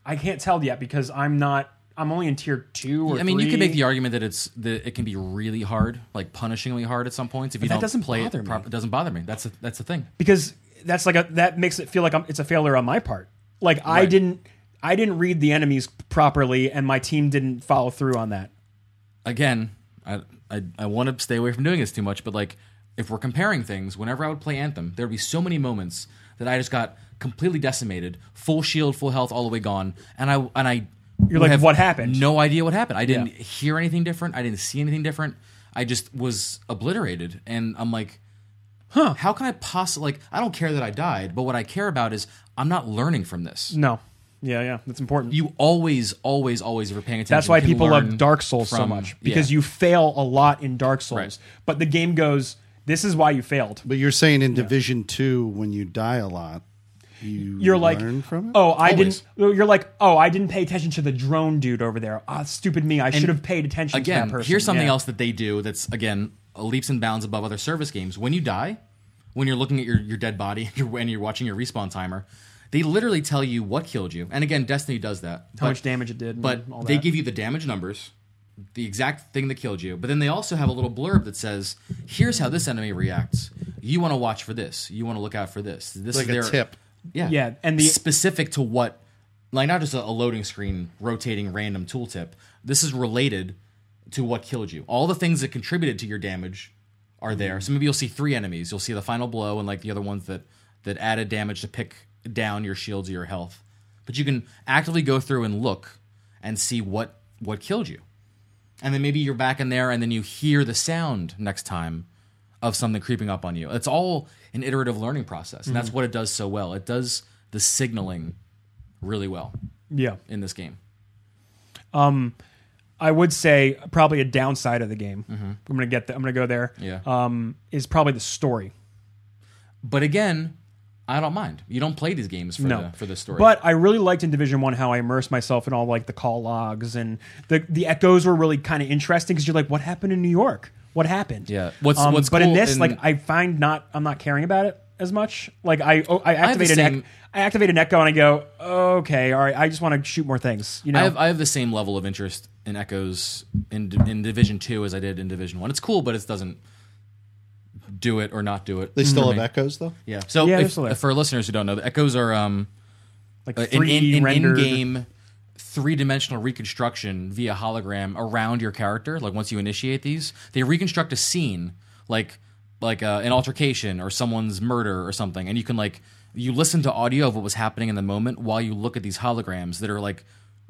Speaker 1: I can't tell yet because I'm not. I'm only in tier two or.
Speaker 2: I mean, you
Speaker 1: three.
Speaker 2: can make the argument that it's that it can be really hard, like punishingly hard at some points. If you
Speaker 1: that
Speaker 2: don't
Speaker 1: doesn't
Speaker 2: play it,
Speaker 1: bother me.
Speaker 2: proper- it doesn't bother me. That's a, that's the thing.
Speaker 1: because that's like a that makes it feel like I'm, it's a failure on my part. Like I
Speaker 2: Right.
Speaker 1: didn't. I didn't read the enemies properly, and my team didn't follow through on that.
Speaker 2: Again, I I, I want to stay away from doing this too much, but like if we're comparing things, whenever I would play Anthem, there would be so many moments that I just got completely decimated, full shield, full health, all the way gone, and I and I
Speaker 1: You're
Speaker 2: would
Speaker 1: like,
Speaker 2: have
Speaker 1: "What happened?"
Speaker 2: No idea what happened. I didn't
Speaker 1: Yeah.
Speaker 2: hear anything different. I didn't see anything different. I just was obliterated, and I'm like. Huh. How can I possibly like I don't care that I died, but what I care about is I'm not learning from this.
Speaker 1: No. Yeah, yeah, that's important.
Speaker 2: you always, always, always are paying attention.
Speaker 1: That's why
Speaker 2: You can
Speaker 1: people
Speaker 2: learn
Speaker 1: love Dark Souls so
Speaker 2: from-
Speaker 1: much because
Speaker 2: yeah.
Speaker 1: you fail a lot in Dark Souls.
Speaker 2: Right.
Speaker 1: But the game goes, "This is why you failed."
Speaker 3: But you're saying in Division Two, when you die a lot, you
Speaker 1: You're like,
Speaker 3: learn from it.
Speaker 1: "Oh, I
Speaker 2: Always.
Speaker 1: didn't." You're like, "Oh, I didn't pay attention to the drone dude over there." Ah, stupid me! I should have paid attention to
Speaker 2: again.
Speaker 1: that person.
Speaker 2: Here's something
Speaker 1: Yeah.
Speaker 2: else that they do that's again leaps and bounds above other service games. When you die, when you're looking at your, your dead body <laughs> and you're, and you're watching your respawn timer, they literally tell you what killed you. And again, Destiny does that.
Speaker 1: How
Speaker 2: But-
Speaker 1: much damage it did? and
Speaker 2: but
Speaker 1: all
Speaker 2: they
Speaker 1: that.
Speaker 2: give you the damage numbers the exact thing that killed you but then they also have a little blurb that says here's how this enemy reacts you want to watch for this you want to look out for this this
Speaker 3: Like
Speaker 2: is
Speaker 3: a
Speaker 2: their
Speaker 3: tip.
Speaker 2: yeah
Speaker 1: Yeah, and the-
Speaker 2: specific to what like not just a, a loading screen rotating random tooltip this is related to what killed you all the things that contributed to your damage are
Speaker 1: Mm-hmm.
Speaker 2: there so maybe you'll see three enemies you'll see the final blow and like the other ones that that added damage to pick down your shields or your health but you can actively go through and look and see what what killed you and then maybe you're back in there and then you hear the sound next time of something creeping up on you it's all an iterative learning process and that's
Speaker 1: Mm-hmm.
Speaker 2: what it does so well it does the signaling really well
Speaker 1: yeah.
Speaker 2: in this game
Speaker 1: I would say probably a downside of the game. I'm gonna get. The, I'm gonna go there.
Speaker 2: Mm-hmm. Yeah.
Speaker 1: Um, is probably the story.
Speaker 2: but again i don't mind you don't play these games for
Speaker 1: No.
Speaker 2: the for the story
Speaker 1: But I really liked in Division One how I immersed myself in all like the call logs and the the echoes were really kind of interesting because you're like, what happened in New York? What happened?
Speaker 2: Yeah. What's- what's
Speaker 1: but in
Speaker 2: cool
Speaker 1: this,
Speaker 2: in-
Speaker 1: like, I find not I'm not caring about it. as much. Like I, oh, I
Speaker 2: have the
Speaker 1: activate an
Speaker 2: same-
Speaker 1: echo, I activate an echo, and I go, okay, all right. I just want to shoot more things. You know,
Speaker 2: I have I have the same level of interest in echoes in in Division Two as I did in Division One. It's cool, but it doesn't do it or not do it.
Speaker 4: They still have echoes though.
Speaker 2: Yeah. So
Speaker 1: Mm-hmm. Yeah, they're
Speaker 2: if-
Speaker 1: still there.
Speaker 2: for listeners who don't know, the echoes are um
Speaker 1: like
Speaker 2: an
Speaker 1: three
Speaker 2: in, in,
Speaker 1: rendered.
Speaker 2: game three dimensional reconstruction via hologram around your character. Like once you initiate these, they reconstruct a scene, like like uh, an altercation or someone's murder or something, and you can like you listen to audio of what was happening in the moment while you look at these holograms that are like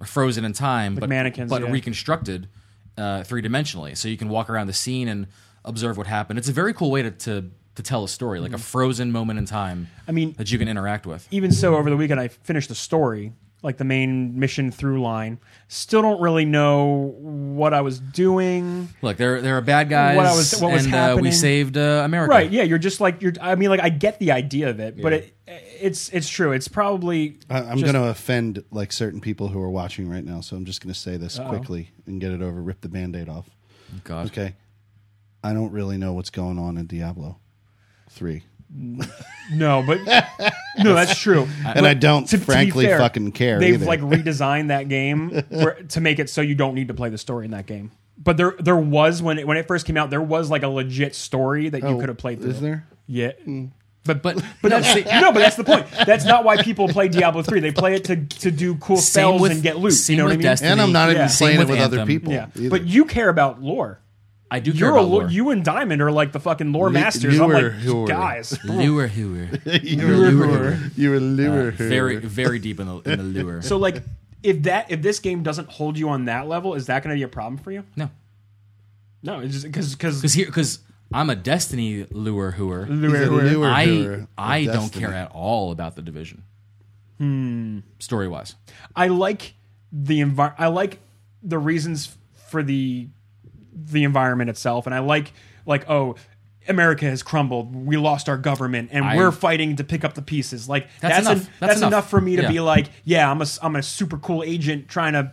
Speaker 2: frozen in time, but
Speaker 1: mannequins,
Speaker 2: but
Speaker 1: yeah.
Speaker 2: reconstructed uh, three dimensionally. So you can walk around the scene and observe what happened. It's a very cool way to to, to tell a story, like a frozen moment in time.
Speaker 1: Mm-hmm. I mean-
Speaker 2: that you can interact with.
Speaker 1: Even so, over the weekend I finished the story, like the main mission through line. Still don't really know what I was doing.
Speaker 2: Look, they're they're bad guys.
Speaker 1: What I was- what was
Speaker 2: and, Uh, we
Speaker 1: happening.
Speaker 2: saved uh, America.
Speaker 1: Right? Yeah, you're just like you're. I mean, like I get the idea of it, but it, it's it's true. It's probably
Speaker 3: I, I'm going to offend like certain people who are watching right now, so I'm just going to say this quickly and get it over. Rip the Band-Aid off.
Speaker 2: God.
Speaker 3: Okay, I don't really know what's going on in Diablo three,
Speaker 1: no, but no, that's true.
Speaker 3: and <laughs> I don't
Speaker 1: Uh, To- to be
Speaker 3: frankly
Speaker 1: fair,
Speaker 3: fucking care.
Speaker 1: They've
Speaker 3: either.
Speaker 1: like redesigned that game
Speaker 3: <laughs>
Speaker 1: where, to make it so you don't need to play the story in that game. But there, there was when it, when it first came out, there was like a legit story that you could have played through.
Speaker 3: Oh,
Speaker 1: <laughs>
Speaker 3: Is there? Hmm.
Speaker 1: Yeah,
Speaker 2: But but
Speaker 1: but that's the, no, but that's the point. That's not why people play Diablo three. They play it to to do cool spells and get loot.
Speaker 2: Same
Speaker 1: You know
Speaker 2: with
Speaker 1: what I mean?
Speaker 2: Destiny.
Speaker 3: And I'm not
Speaker 1: Yeah.
Speaker 3: even
Speaker 1: Same
Speaker 3: playing it
Speaker 2: with
Speaker 3: with other
Speaker 2: Anthem.
Speaker 3: people.
Speaker 1: Yeah,
Speaker 3: either.
Speaker 1: but you care about lore.
Speaker 2: I do.
Speaker 1: You're
Speaker 2: care
Speaker 1: a
Speaker 2: about
Speaker 1: lo-
Speaker 2: lore.
Speaker 1: you and Diamond are like the fucking lore masters. I'm
Speaker 3: newer,
Speaker 1: like
Speaker 3: newer.
Speaker 1: guys.
Speaker 2: lure hooer.
Speaker 3: <laughs> you were you were
Speaker 1: Uh,
Speaker 3: lure her.
Speaker 2: very very deep in the in the
Speaker 1: <laughs>
Speaker 2: lure.
Speaker 1: So like, if that if this game doesn't hold you on that level, is that going to be a problem for you?
Speaker 2: no,
Speaker 1: No, it's just because because
Speaker 2: because here because I'm a Destiny lure hooer.
Speaker 3: He's a lure
Speaker 2: I
Speaker 3: her
Speaker 2: I
Speaker 3: of
Speaker 2: don't
Speaker 3: destiny.
Speaker 2: care at all about the division. Hmm. Story wise,
Speaker 1: I like the envi- I like the reasons for the the environment itself, and I like like oh. America has crumbled. We lost our government, and
Speaker 2: I-
Speaker 1: we're fighting to pick up the pieces. Like
Speaker 2: That's
Speaker 1: that's
Speaker 2: enough.
Speaker 1: en-
Speaker 2: That's
Speaker 1: that's,
Speaker 2: enough.
Speaker 1: enough. for me to
Speaker 2: Yeah.
Speaker 1: be like, yeah, I'm a s- I'm a super cool agent trying to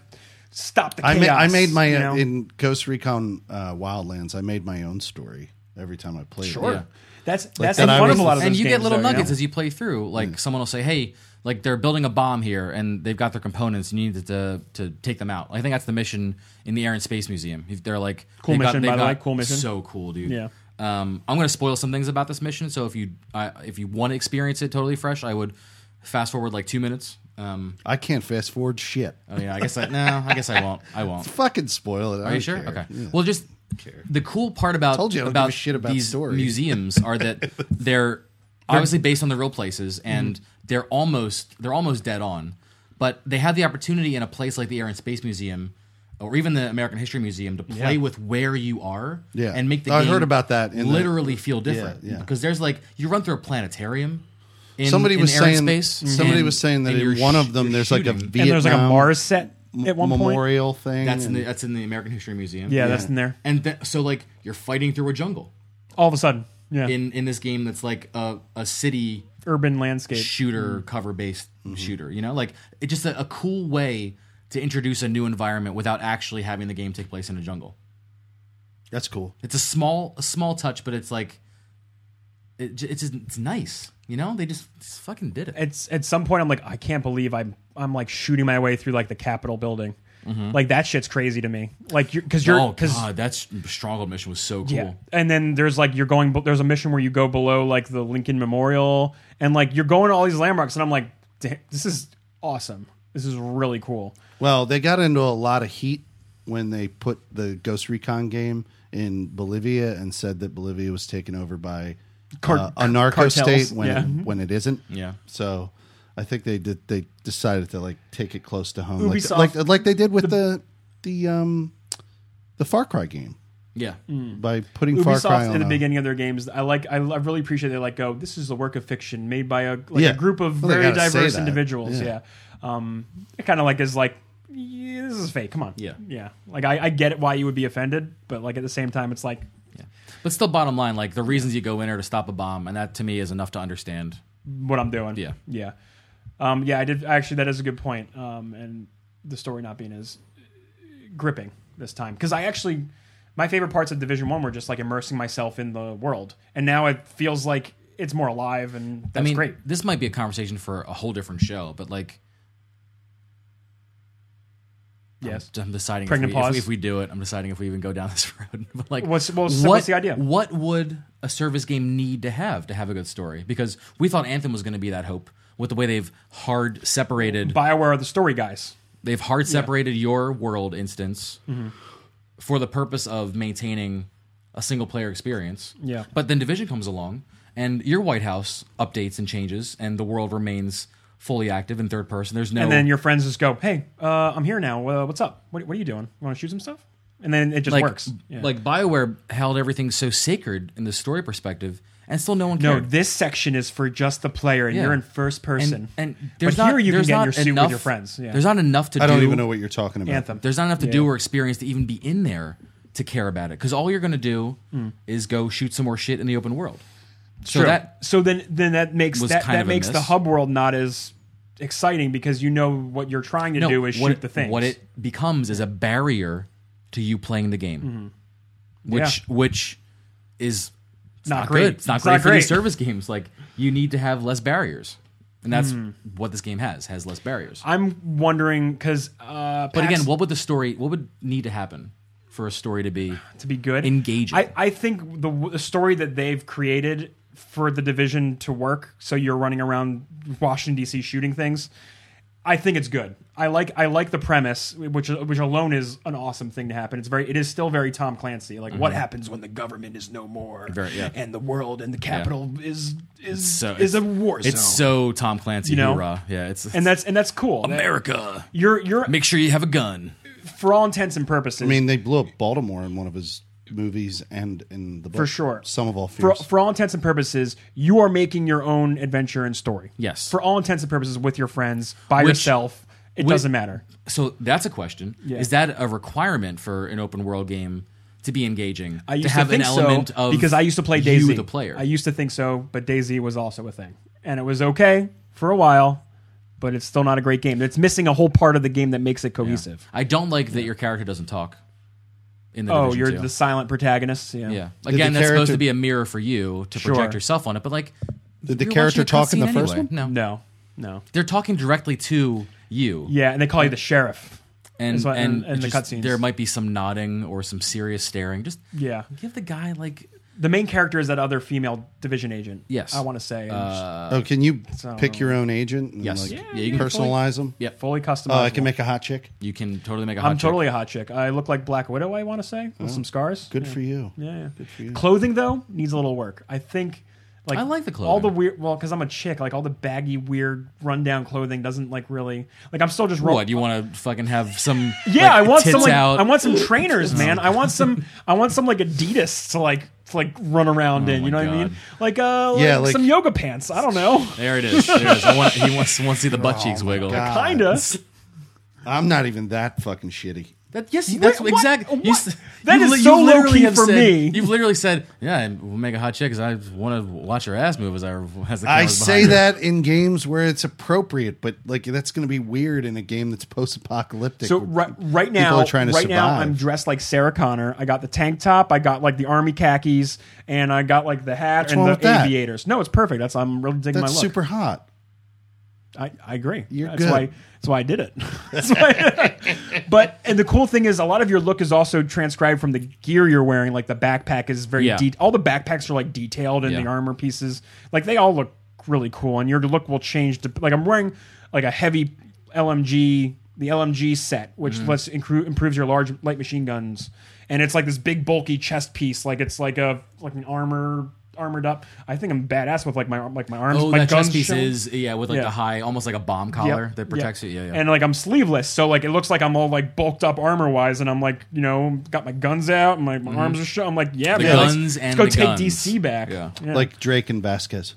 Speaker 1: stop the
Speaker 3: I
Speaker 1: chaos.
Speaker 3: made, I made my uh,
Speaker 1: you know?
Speaker 3: in Ghost Recon uh, Wildlands. I made my own story every time I played.
Speaker 1: sure.
Speaker 3: It.
Speaker 1: That's that's
Speaker 3: that I
Speaker 1: one of
Speaker 3: was-
Speaker 1: a lot of
Speaker 2: and
Speaker 1: those
Speaker 2: you get
Speaker 1: games, Mm.
Speaker 2: little
Speaker 1: though, you know?
Speaker 2: nuggets as you play through. Like someone will say, "Hey, like they're building a bomb here, and they've got their components. And you need to to take them out." I think that's the mission in the Air and Space Museum. If They're like,
Speaker 1: Cool
Speaker 2: they've got-
Speaker 1: mission,
Speaker 2: they've
Speaker 1: by the way.
Speaker 2: got-
Speaker 1: Cool mission.
Speaker 2: So cool, dude.
Speaker 1: Yeah.
Speaker 2: Um, I'm going to spoil some things about this mission. So if you I, if you want to experience it totally fresh, I would fast forward like two minutes. Um,
Speaker 3: I can't fast forward shit.
Speaker 1: Uh,
Speaker 2: oh yeah, I guess I <laughs> no, I guess I won't. I won't.
Speaker 3: Fucking spoil it.
Speaker 2: Are you sure? Okay. Well, just the cool part about
Speaker 3: Told you I don't
Speaker 2: about
Speaker 3: give a shit about
Speaker 2: these
Speaker 3: story.
Speaker 2: museums are
Speaker 3: <laughs>
Speaker 2: that they're obviously based on the real places,
Speaker 3: Mm-hmm.
Speaker 2: and they're almost they're almost dead on. But they have the opportunity in a place like the Air and Space Museum, or even the American History Museum, to play with where you are,
Speaker 3: Yeah.
Speaker 2: and make the
Speaker 3: I
Speaker 2: game
Speaker 3: heard about that in the-
Speaker 2: literally feel different.
Speaker 3: yeah.
Speaker 2: Because there's like you run through a planetarium. In,
Speaker 3: Somebody
Speaker 2: in
Speaker 3: was
Speaker 2: air and
Speaker 3: saying.
Speaker 2: space,
Speaker 3: somebody
Speaker 2: and-
Speaker 3: was saying that
Speaker 2: and
Speaker 3: in
Speaker 2: you're
Speaker 3: one
Speaker 2: sh-
Speaker 3: of them,
Speaker 2: you're
Speaker 3: there's like a
Speaker 2: shooting.
Speaker 3: Vietnam
Speaker 1: and there's like a Mars set at one point.
Speaker 3: memorial thing.
Speaker 2: That's
Speaker 3: <laughs>
Speaker 2: in the,
Speaker 3: and-
Speaker 2: that's in the American History Museum.
Speaker 1: Yeah, that's in there.
Speaker 2: And th- so like you're fighting through a jungle
Speaker 1: All of a sudden, yeah,
Speaker 2: in in this game that's like a, a city
Speaker 1: urban landscape.
Speaker 2: shooter
Speaker 1: Mm-hmm.
Speaker 2: cover based shooter. You know, like it's just a, a cool way to introduce a new environment without actually having the game take place in a jungle.
Speaker 3: that's cool.
Speaker 2: It's a small a small touch, but it's like it, j- it's just, it's nice. You know, they just, just fucking did it.
Speaker 1: it's at some point I'm like, I can't believe I'm I'm like shooting my way through like the Capitol building. Like that shit's crazy to me. Like you're because you're
Speaker 2: oh
Speaker 1: because
Speaker 2: god, that s- stronghold mission was so cool.
Speaker 1: yeah. And then there's like you're going. There's a mission where you go below like the Lincoln Memorial and like you're going to all these landmarks and I'm like, "Damn, this is awesome. This is really cool.
Speaker 3: Well, they got into a lot of heat when they put the Ghost Recon game in Bolivia and said that Bolivia was taken over by
Speaker 1: Car-
Speaker 3: uh, a narco
Speaker 1: cartels,
Speaker 3: state when
Speaker 1: yeah.
Speaker 3: it, when it isn't.
Speaker 2: Yeah.
Speaker 3: So I think they did. They decided to like take it close to home, like,
Speaker 1: Ubisoft-
Speaker 3: like like they did with the the um the Far Cry game
Speaker 2: Yeah.
Speaker 1: Mm. Hmm.
Speaker 3: by putting Far Cry
Speaker 1: Ubisoft
Speaker 3: on
Speaker 1: in the
Speaker 3: a-
Speaker 1: beginning of their games, I like. I, I really appreciate they like go. This is a work of fiction made by a, like
Speaker 3: Yeah.
Speaker 1: a group of
Speaker 3: Well, they
Speaker 1: very
Speaker 3: gotta say
Speaker 1: diverse
Speaker 3: that.
Speaker 1: individuals.
Speaker 3: Yeah.
Speaker 1: Yeah, Um, it kind of like is like yeah, this is fake. Come on.
Speaker 2: Yeah.
Speaker 1: yeah. Like I, I get it why you would be offended, but like at the same time, it's like
Speaker 2: Yeah. But still, bottom line, like the reasons you go in are to stop a bomb, and that to me is enough to understand.
Speaker 1: what I'm doing.
Speaker 2: Yeah.
Speaker 1: yeah, um, yeah. I did actually. That is a good point. Um, and the story not being as gripping this time because I actually my favorite parts of Division One were just like immersing myself in the world, and now it feels like
Speaker 4: it's more alive and that's
Speaker 2: I mean,
Speaker 4: great.
Speaker 2: this might be a conversation for a whole different show, but like,
Speaker 1: Yes.
Speaker 2: I'm deciding if we,
Speaker 1: Pregnant
Speaker 2: if,
Speaker 1: pause.
Speaker 2: we, if we do it. I'm deciding if we even go down <laughs> this road. but like,
Speaker 1: What's- what's- what's the idea?
Speaker 2: What would a service game need to have to have a good story? Because we thought Anthem was going to be that hope with the way they've hard separated,
Speaker 1: Bioware are the story guys.
Speaker 2: they've hard separated your world instance
Speaker 1: Mm-hmm.
Speaker 2: for the purpose of maintaining a single player experience.
Speaker 4: Yeah.
Speaker 2: But then Division comes along, and your White House updates and changes, and the world remains fully active in third person. There's no
Speaker 1: And then your friends just go, "Hey, uh, I'm here now. Uh, what's up? What, what are you doing? Want to shoot some stuff?" And then it just
Speaker 2: like,
Speaker 1: works. Yeah.
Speaker 2: Like Bioware held everything so sacred in the story perspective, and still no one
Speaker 1: no,
Speaker 2: cared.
Speaker 1: this section is for just the player, and
Speaker 2: Yeah.
Speaker 1: you're in first person.
Speaker 2: and, and there's
Speaker 1: but
Speaker 2: not
Speaker 1: here you can
Speaker 2: there's
Speaker 1: get
Speaker 2: not
Speaker 1: your suit
Speaker 2: enough,
Speaker 1: with your friends. Yeah.
Speaker 2: There's not enough to
Speaker 3: I don't
Speaker 2: do.
Speaker 3: even know what you're talking about.
Speaker 1: Anthem.
Speaker 2: There's not enough to do or experience to even be in there to care about it. Because all you're going to do
Speaker 1: Hmm.
Speaker 2: is go shoot some more shit in the open world. So
Speaker 1: True.
Speaker 2: that
Speaker 1: so then then that makes
Speaker 2: was
Speaker 1: that,
Speaker 2: kind
Speaker 1: that
Speaker 2: of a
Speaker 1: makes the
Speaker 2: miss.
Speaker 1: hub world not as exciting because you know what you're trying to
Speaker 2: no,
Speaker 1: do is
Speaker 2: what
Speaker 1: shoot
Speaker 2: it-
Speaker 1: the things.
Speaker 2: What it becomes is a barrier to you playing the game, which which is it's
Speaker 1: Not
Speaker 2: not,
Speaker 1: great.
Speaker 2: good. It's not
Speaker 1: Mm-hmm. It's
Speaker 2: great
Speaker 1: not
Speaker 2: for
Speaker 1: great.
Speaker 2: these service games. Like you need to have less barriers, and that's
Speaker 1: Mm.
Speaker 2: what this game has has less barriers.
Speaker 1: I'm wondering because uh,
Speaker 2: but
Speaker 1: PAX-
Speaker 2: again, what would the story? What would need to happen for a story to be?
Speaker 1: <sighs> to be good,
Speaker 2: engaging.
Speaker 1: I, I think the, w- the story that they've created for the division to work. So you're running around Washington D.C. shooting things. I think it's good. I like I like the premise, which which alone is an awesome thing to happen. It's very it is still very Tom Clancy. Like
Speaker 2: Mm-hmm.
Speaker 1: what happens when the government is no more,
Speaker 2: Very- yeah.
Speaker 1: and the world and the capital is is
Speaker 2: So
Speaker 1: is
Speaker 2: it's-
Speaker 1: a war zone.
Speaker 2: It's so Tom Clancy,
Speaker 1: You know?
Speaker 2: hoorah! Yeah, it's
Speaker 1: and that's and that's cool. That-
Speaker 2: America.
Speaker 1: you're you're
Speaker 2: Make sure you have a gun.
Speaker 1: for all intents and purposes.
Speaker 3: I mean, they blew up Baltimore in one of his movies and in the book.
Speaker 1: For sure.
Speaker 3: Some of all
Speaker 1: for,
Speaker 3: fears.
Speaker 1: for all intents and purposes, you are making your own adventure and story.
Speaker 2: Yes.
Speaker 1: For all intents and purposes, with your friends, by
Speaker 2: Which-
Speaker 1: yourself, it
Speaker 2: which-
Speaker 1: doesn't matter.
Speaker 2: So that's a question.
Speaker 1: Yeah.
Speaker 2: Is that a requirement for an open world game to be engaging?
Speaker 1: I used
Speaker 2: to
Speaker 1: to,
Speaker 2: have
Speaker 1: think
Speaker 2: an element
Speaker 1: so
Speaker 2: of
Speaker 1: because I used to play
Speaker 2: you,
Speaker 1: Daisy.
Speaker 2: the player.
Speaker 1: I used to think so, but Daisy was also a thing, and it was okay for a while, but it's still not a great game. It's missing a whole part of the game that makes it cohesive.
Speaker 2: I don't like that your character doesn't talk. In the
Speaker 1: Oh,
Speaker 2: Division
Speaker 1: you're
Speaker 2: two.
Speaker 1: the silent protagonist. Yeah.
Speaker 2: yeah.
Speaker 3: the
Speaker 2: Again, that's supposed
Speaker 3: character-
Speaker 2: to be a mirror for you to project
Speaker 1: Sure.
Speaker 2: yourself on it. But like,
Speaker 3: Did the
Speaker 2: you're watching
Speaker 3: character
Speaker 2: a
Speaker 3: talk in the
Speaker 2: cutscene
Speaker 3: first
Speaker 2: anyway.
Speaker 3: one?
Speaker 2: No,
Speaker 1: No. No.
Speaker 2: they're talking directly to you.
Speaker 1: Yeah, and they call you the sheriff.
Speaker 2: and
Speaker 1: That's why-
Speaker 2: and,
Speaker 1: and- and the
Speaker 2: just-
Speaker 1: cutscenes.
Speaker 2: There might be some nodding or some serious staring. Just
Speaker 1: Yeah.
Speaker 2: give the guy like
Speaker 1: The main character is that other female division agent.
Speaker 2: Yes. Uh,
Speaker 1: I want to say. and just
Speaker 3: oh, can you
Speaker 1: Uh, So-
Speaker 3: pick your own agent and
Speaker 2: Yes.
Speaker 3: like
Speaker 2: Yeah, you can
Speaker 3: personalize them?
Speaker 2: yeah.
Speaker 1: fully customized.
Speaker 3: Oh, I can make a hot chick.
Speaker 2: You can totally make a hot
Speaker 1: I'm
Speaker 2: chick.
Speaker 1: totally a hot chick. I look like Black Widow. I want to say with some scars.
Speaker 3: Good
Speaker 1: yeah.
Speaker 3: for you.
Speaker 1: Yeah, yeah.
Speaker 3: Good for you.
Speaker 1: Clothing though needs a little work. I think. Like
Speaker 2: I like the clothing.
Speaker 1: All the weird. Well, because I'm a chick. Like all the baggy, weird, rundown clothing doesn't like really. Like I'm still just ro-
Speaker 2: What you want to fucking have some?
Speaker 1: Yeah,
Speaker 2: like,
Speaker 1: I want
Speaker 2: tits
Speaker 1: some. Like,
Speaker 2: out.
Speaker 1: I want some
Speaker 2: <laughs>
Speaker 1: trainers, man. I want some. I want some like Adidas to like to, like run around in.
Speaker 2: Oh my
Speaker 1: You know what I
Speaker 2: God.
Speaker 1: mean? Like uh,
Speaker 3: Yeah,
Speaker 1: like
Speaker 3: like-
Speaker 1: some yoga pants. I don't
Speaker 3: <laughs>
Speaker 1: know.
Speaker 2: There it is. There it is. I want, he wants, wants to see the butt cheeks wiggle.
Speaker 3: Oh God.
Speaker 1: Kinda.
Speaker 3: I'm not even that fucking shitty.
Speaker 2: That, yes, that's
Speaker 1: what-
Speaker 2: exactly.
Speaker 1: what?
Speaker 2: You, s-
Speaker 1: That
Speaker 2: you
Speaker 1: is
Speaker 2: li-
Speaker 1: so
Speaker 2: you literally
Speaker 1: low-key
Speaker 2: have
Speaker 1: for
Speaker 2: said-
Speaker 1: me.
Speaker 2: You've literally said, "Yeah, and we'll make a hot chick because I want to watch her ass move as I as the
Speaker 3: I
Speaker 2: camera's behind
Speaker 3: say
Speaker 2: her."
Speaker 3: that in games where it's appropriate, but like that's going to be weird in a game that's post-apocalyptic.
Speaker 1: So
Speaker 3: where
Speaker 1: right,
Speaker 3: people
Speaker 1: right now,
Speaker 3: are trying to
Speaker 1: right
Speaker 3: survive.
Speaker 1: now, I'm dressed like Sarah Connor. I got the tank top, I got like the army khakis, and I got like the hat and
Speaker 3: wrong
Speaker 1: the
Speaker 3: with that?
Speaker 1: aviators. No, it's perfect. That's I'm really digging
Speaker 3: that's
Speaker 1: my look.
Speaker 3: super hot.
Speaker 1: I, I agree.
Speaker 3: You're
Speaker 1: that's
Speaker 3: good.
Speaker 1: why that's why I did it. <laughs> That's why but and the cool thing is, a lot of your look is also transcribed from the gear you're wearing. Like the backpack is very
Speaker 2: Yeah.
Speaker 1: de- all the backpacks are like detailed, and
Speaker 2: Yeah.
Speaker 1: the armor pieces like they all look really cool. And your look will change. To, like I'm wearing like a heavy LMG, the LMG set, which
Speaker 2: Mm-hmm.
Speaker 1: lets incru- improves your large light machine guns, and it's like this big bulky chest piece. Like it's like a like an armor. Armored up. I think I'm badass with like my like my arms.
Speaker 2: Oh,
Speaker 1: my
Speaker 2: that
Speaker 1: guns
Speaker 2: chest piece
Speaker 1: showing.
Speaker 2: is yeah, with like
Speaker 1: Yeah.
Speaker 2: the high, almost like a bomb collar
Speaker 1: Yep.
Speaker 2: that protects you. Yeah, yeah.
Speaker 1: And like I'm sleeveless, so like it looks like I'm all like bulked up armor wise, and I'm like you know got my guns out and like my arms are shut. I'm like yeah,
Speaker 2: Mm-hmm. The
Speaker 1: man, let's-
Speaker 2: guns
Speaker 1: let's,
Speaker 2: and
Speaker 1: go
Speaker 2: the
Speaker 1: take
Speaker 2: guns.
Speaker 1: DC back.
Speaker 2: Yeah.
Speaker 3: Like Drake and Vasquez,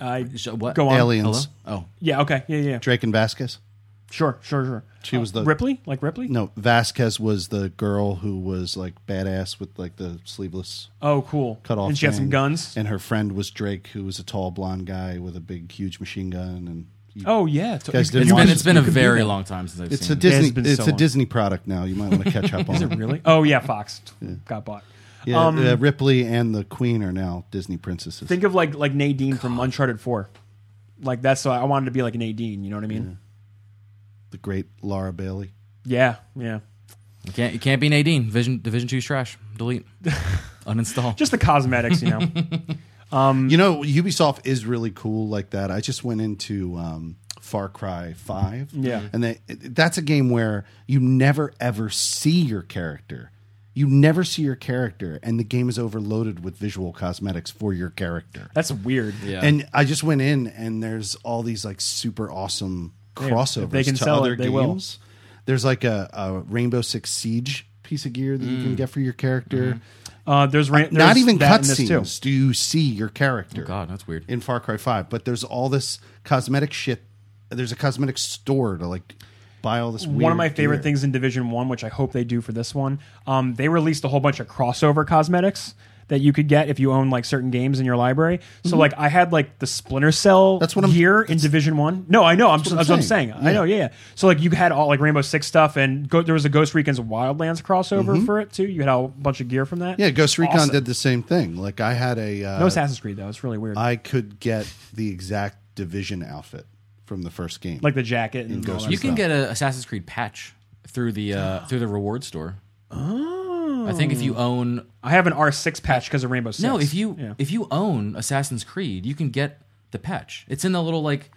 Speaker 1: I
Speaker 2: So what?
Speaker 1: go on.
Speaker 2: Hello.
Speaker 3: aliens.
Speaker 2: Oh,
Speaker 1: Yeah, okay, yeah, yeah,
Speaker 3: Drake and Vasquez.
Speaker 1: sure, sure, sure.
Speaker 3: She was the
Speaker 1: Ripley, like Ripley.
Speaker 3: no Vasquez was the girl who was like badass with like the sleeveless
Speaker 1: Oh, cool.
Speaker 3: cut off.
Speaker 1: And she had some guns.
Speaker 3: And her friend was Drake, who was a tall blonde guy with a big, huge machine gun. And you
Speaker 1: Oh yeah, to-
Speaker 3: guys didn't
Speaker 2: it's
Speaker 3: watch
Speaker 2: been
Speaker 3: it.
Speaker 2: it's been a
Speaker 3: You can do
Speaker 2: very
Speaker 3: that.
Speaker 2: long time since I've
Speaker 3: It's a
Speaker 2: seen.
Speaker 1: It has
Speaker 3: Disney.
Speaker 1: been
Speaker 3: It's
Speaker 1: so
Speaker 3: a
Speaker 1: long. <laughs>
Speaker 3: Disney product now. You might want to catch up on it.
Speaker 1: really? Oh yeah, Fox got bought.
Speaker 3: Yeah, uh, Ripley and the Queen are now Disney princesses.
Speaker 1: Think of like like Nadine from Uncharted Four. Like that's uh, I wanted to be like Nadine. You know what I mean?
Speaker 3: the great Laura Bailey.
Speaker 1: Yeah, yeah.
Speaker 2: You can't, you can't be Nadine. Vision Division Two is trash.
Speaker 3: <laughs>
Speaker 2: Delete. Uninstall.
Speaker 1: Just the cosmetics,
Speaker 2: <laughs>
Speaker 1: you know.
Speaker 3: You know, Ubisoft is really cool like that. I just went into um, Far Cry Five,
Speaker 1: Yeah.
Speaker 3: and they, that's a game where you never ever see your character. You never see your character, and the game is overloaded with visual cosmetics for your character.
Speaker 1: That's weird.
Speaker 2: yeah.
Speaker 3: And I just went in, and there's all these like super awesome crossovers
Speaker 1: if they can
Speaker 3: to
Speaker 1: sell
Speaker 3: other
Speaker 1: it, they will.
Speaker 3: games. There's like a, a Rainbow Six Siege piece of gear that you can get for your character.
Speaker 1: Uh, there's, ran- there's
Speaker 3: Not even
Speaker 1: that in this too.
Speaker 3: cutscenes. Do you see your character?
Speaker 2: God, that's weird.
Speaker 3: in Far Cry Five, but there's all this cosmetic shit. There's a cosmetic store to like buy all this.
Speaker 1: one
Speaker 3: weird
Speaker 1: of my favorite
Speaker 3: gear.
Speaker 1: things in Division One, which I hope they do for this one, um, they released a whole bunch of crossover cosmetics that you could get if you own like certain games in your library. So like I had like the Splinter Cell
Speaker 3: Mm-hmm. That's what I'm-
Speaker 1: gear in Division One. No, I know. I'm,
Speaker 3: what I'm
Speaker 1: that's what I'm saying.
Speaker 3: saying.
Speaker 1: I know. Yeah, yeah. So like you had all like Rainbow Six stuff, and go, there was a Ghost Recon's Wildlands crossover for it too. You had a whole bunch of gear from that.
Speaker 3: Mm-hmm. Yeah, Ghost Recon
Speaker 1: Awesome.
Speaker 3: did the same thing. Like I had a, uh,
Speaker 1: No Assassin's Creed though. It's really weird.
Speaker 3: I could get the exact division outfit from the first game.
Speaker 1: like the jacket and all
Speaker 3: Ghost
Speaker 1: that
Speaker 2: You can
Speaker 3: stuff.
Speaker 2: get a Assassin's Creed patch through
Speaker 1: <gasps>
Speaker 2: the uh, through the reward store. Oh. I think if you own
Speaker 1: I have an R6 patch because of Rainbow Six.
Speaker 2: no, if you
Speaker 1: Yeah.
Speaker 2: if you own Assassin's Creed, you can get the patch. It's in the little like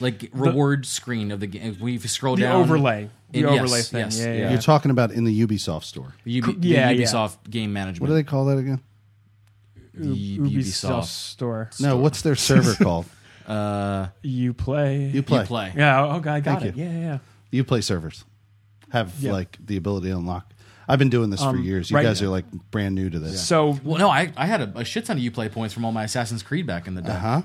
Speaker 2: like reward screen of the game. We scroll
Speaker 1: The
Speaker 2: down
Speaker 1: overlay. The
Speaker 2: It- yes,
Speaker 1: overlay thing.
Speaker 2: yes,
Speaker 1: yeah, yeah,
Speaker 2: yeah.
Speaker 1: yeah.
Speaker 3: You're talking about in the Ubisoft store.
Speaker 2: The Ubi- the
Speaker 1: Yeah, yeah.
Speaker 2: Ubisoft game
Speaker 3: What
Speaker 2: management.
Speaker 3: do they call that again?
Speaker 2: The
Speaker 1: Ubisoft
Speaker 2: Ubisoft.
Speaker 1: store.
Speaker 3: No, what's
Speaker 2: <laughs>
Speaker 3: their server called?
Speaker 2: Uh,
Speaker 1: You play.
Speaker 3: You play.
Speaker 2: You play.
Speaker 1: Yeah. oh, Okay. I got
Speaker 3: Thank
Speaker 1: it. Yeah. Yeah. yeah.
Speaker 3: You play servers. Have
Speaker 1: Yeah. Um,
Speaker 3: like the ability to unlock. I've been doing this for years. You
Speaker 1: right-
Speaker 3: guys are like brand new to this.
Speaker 1: So
Speaker 2: Well, no, I, I had a, a shit ton of Uplay points from all my Assassin's Creed back in the day,
Speaker 1: Uh-huh.
Speaker 3: Huh?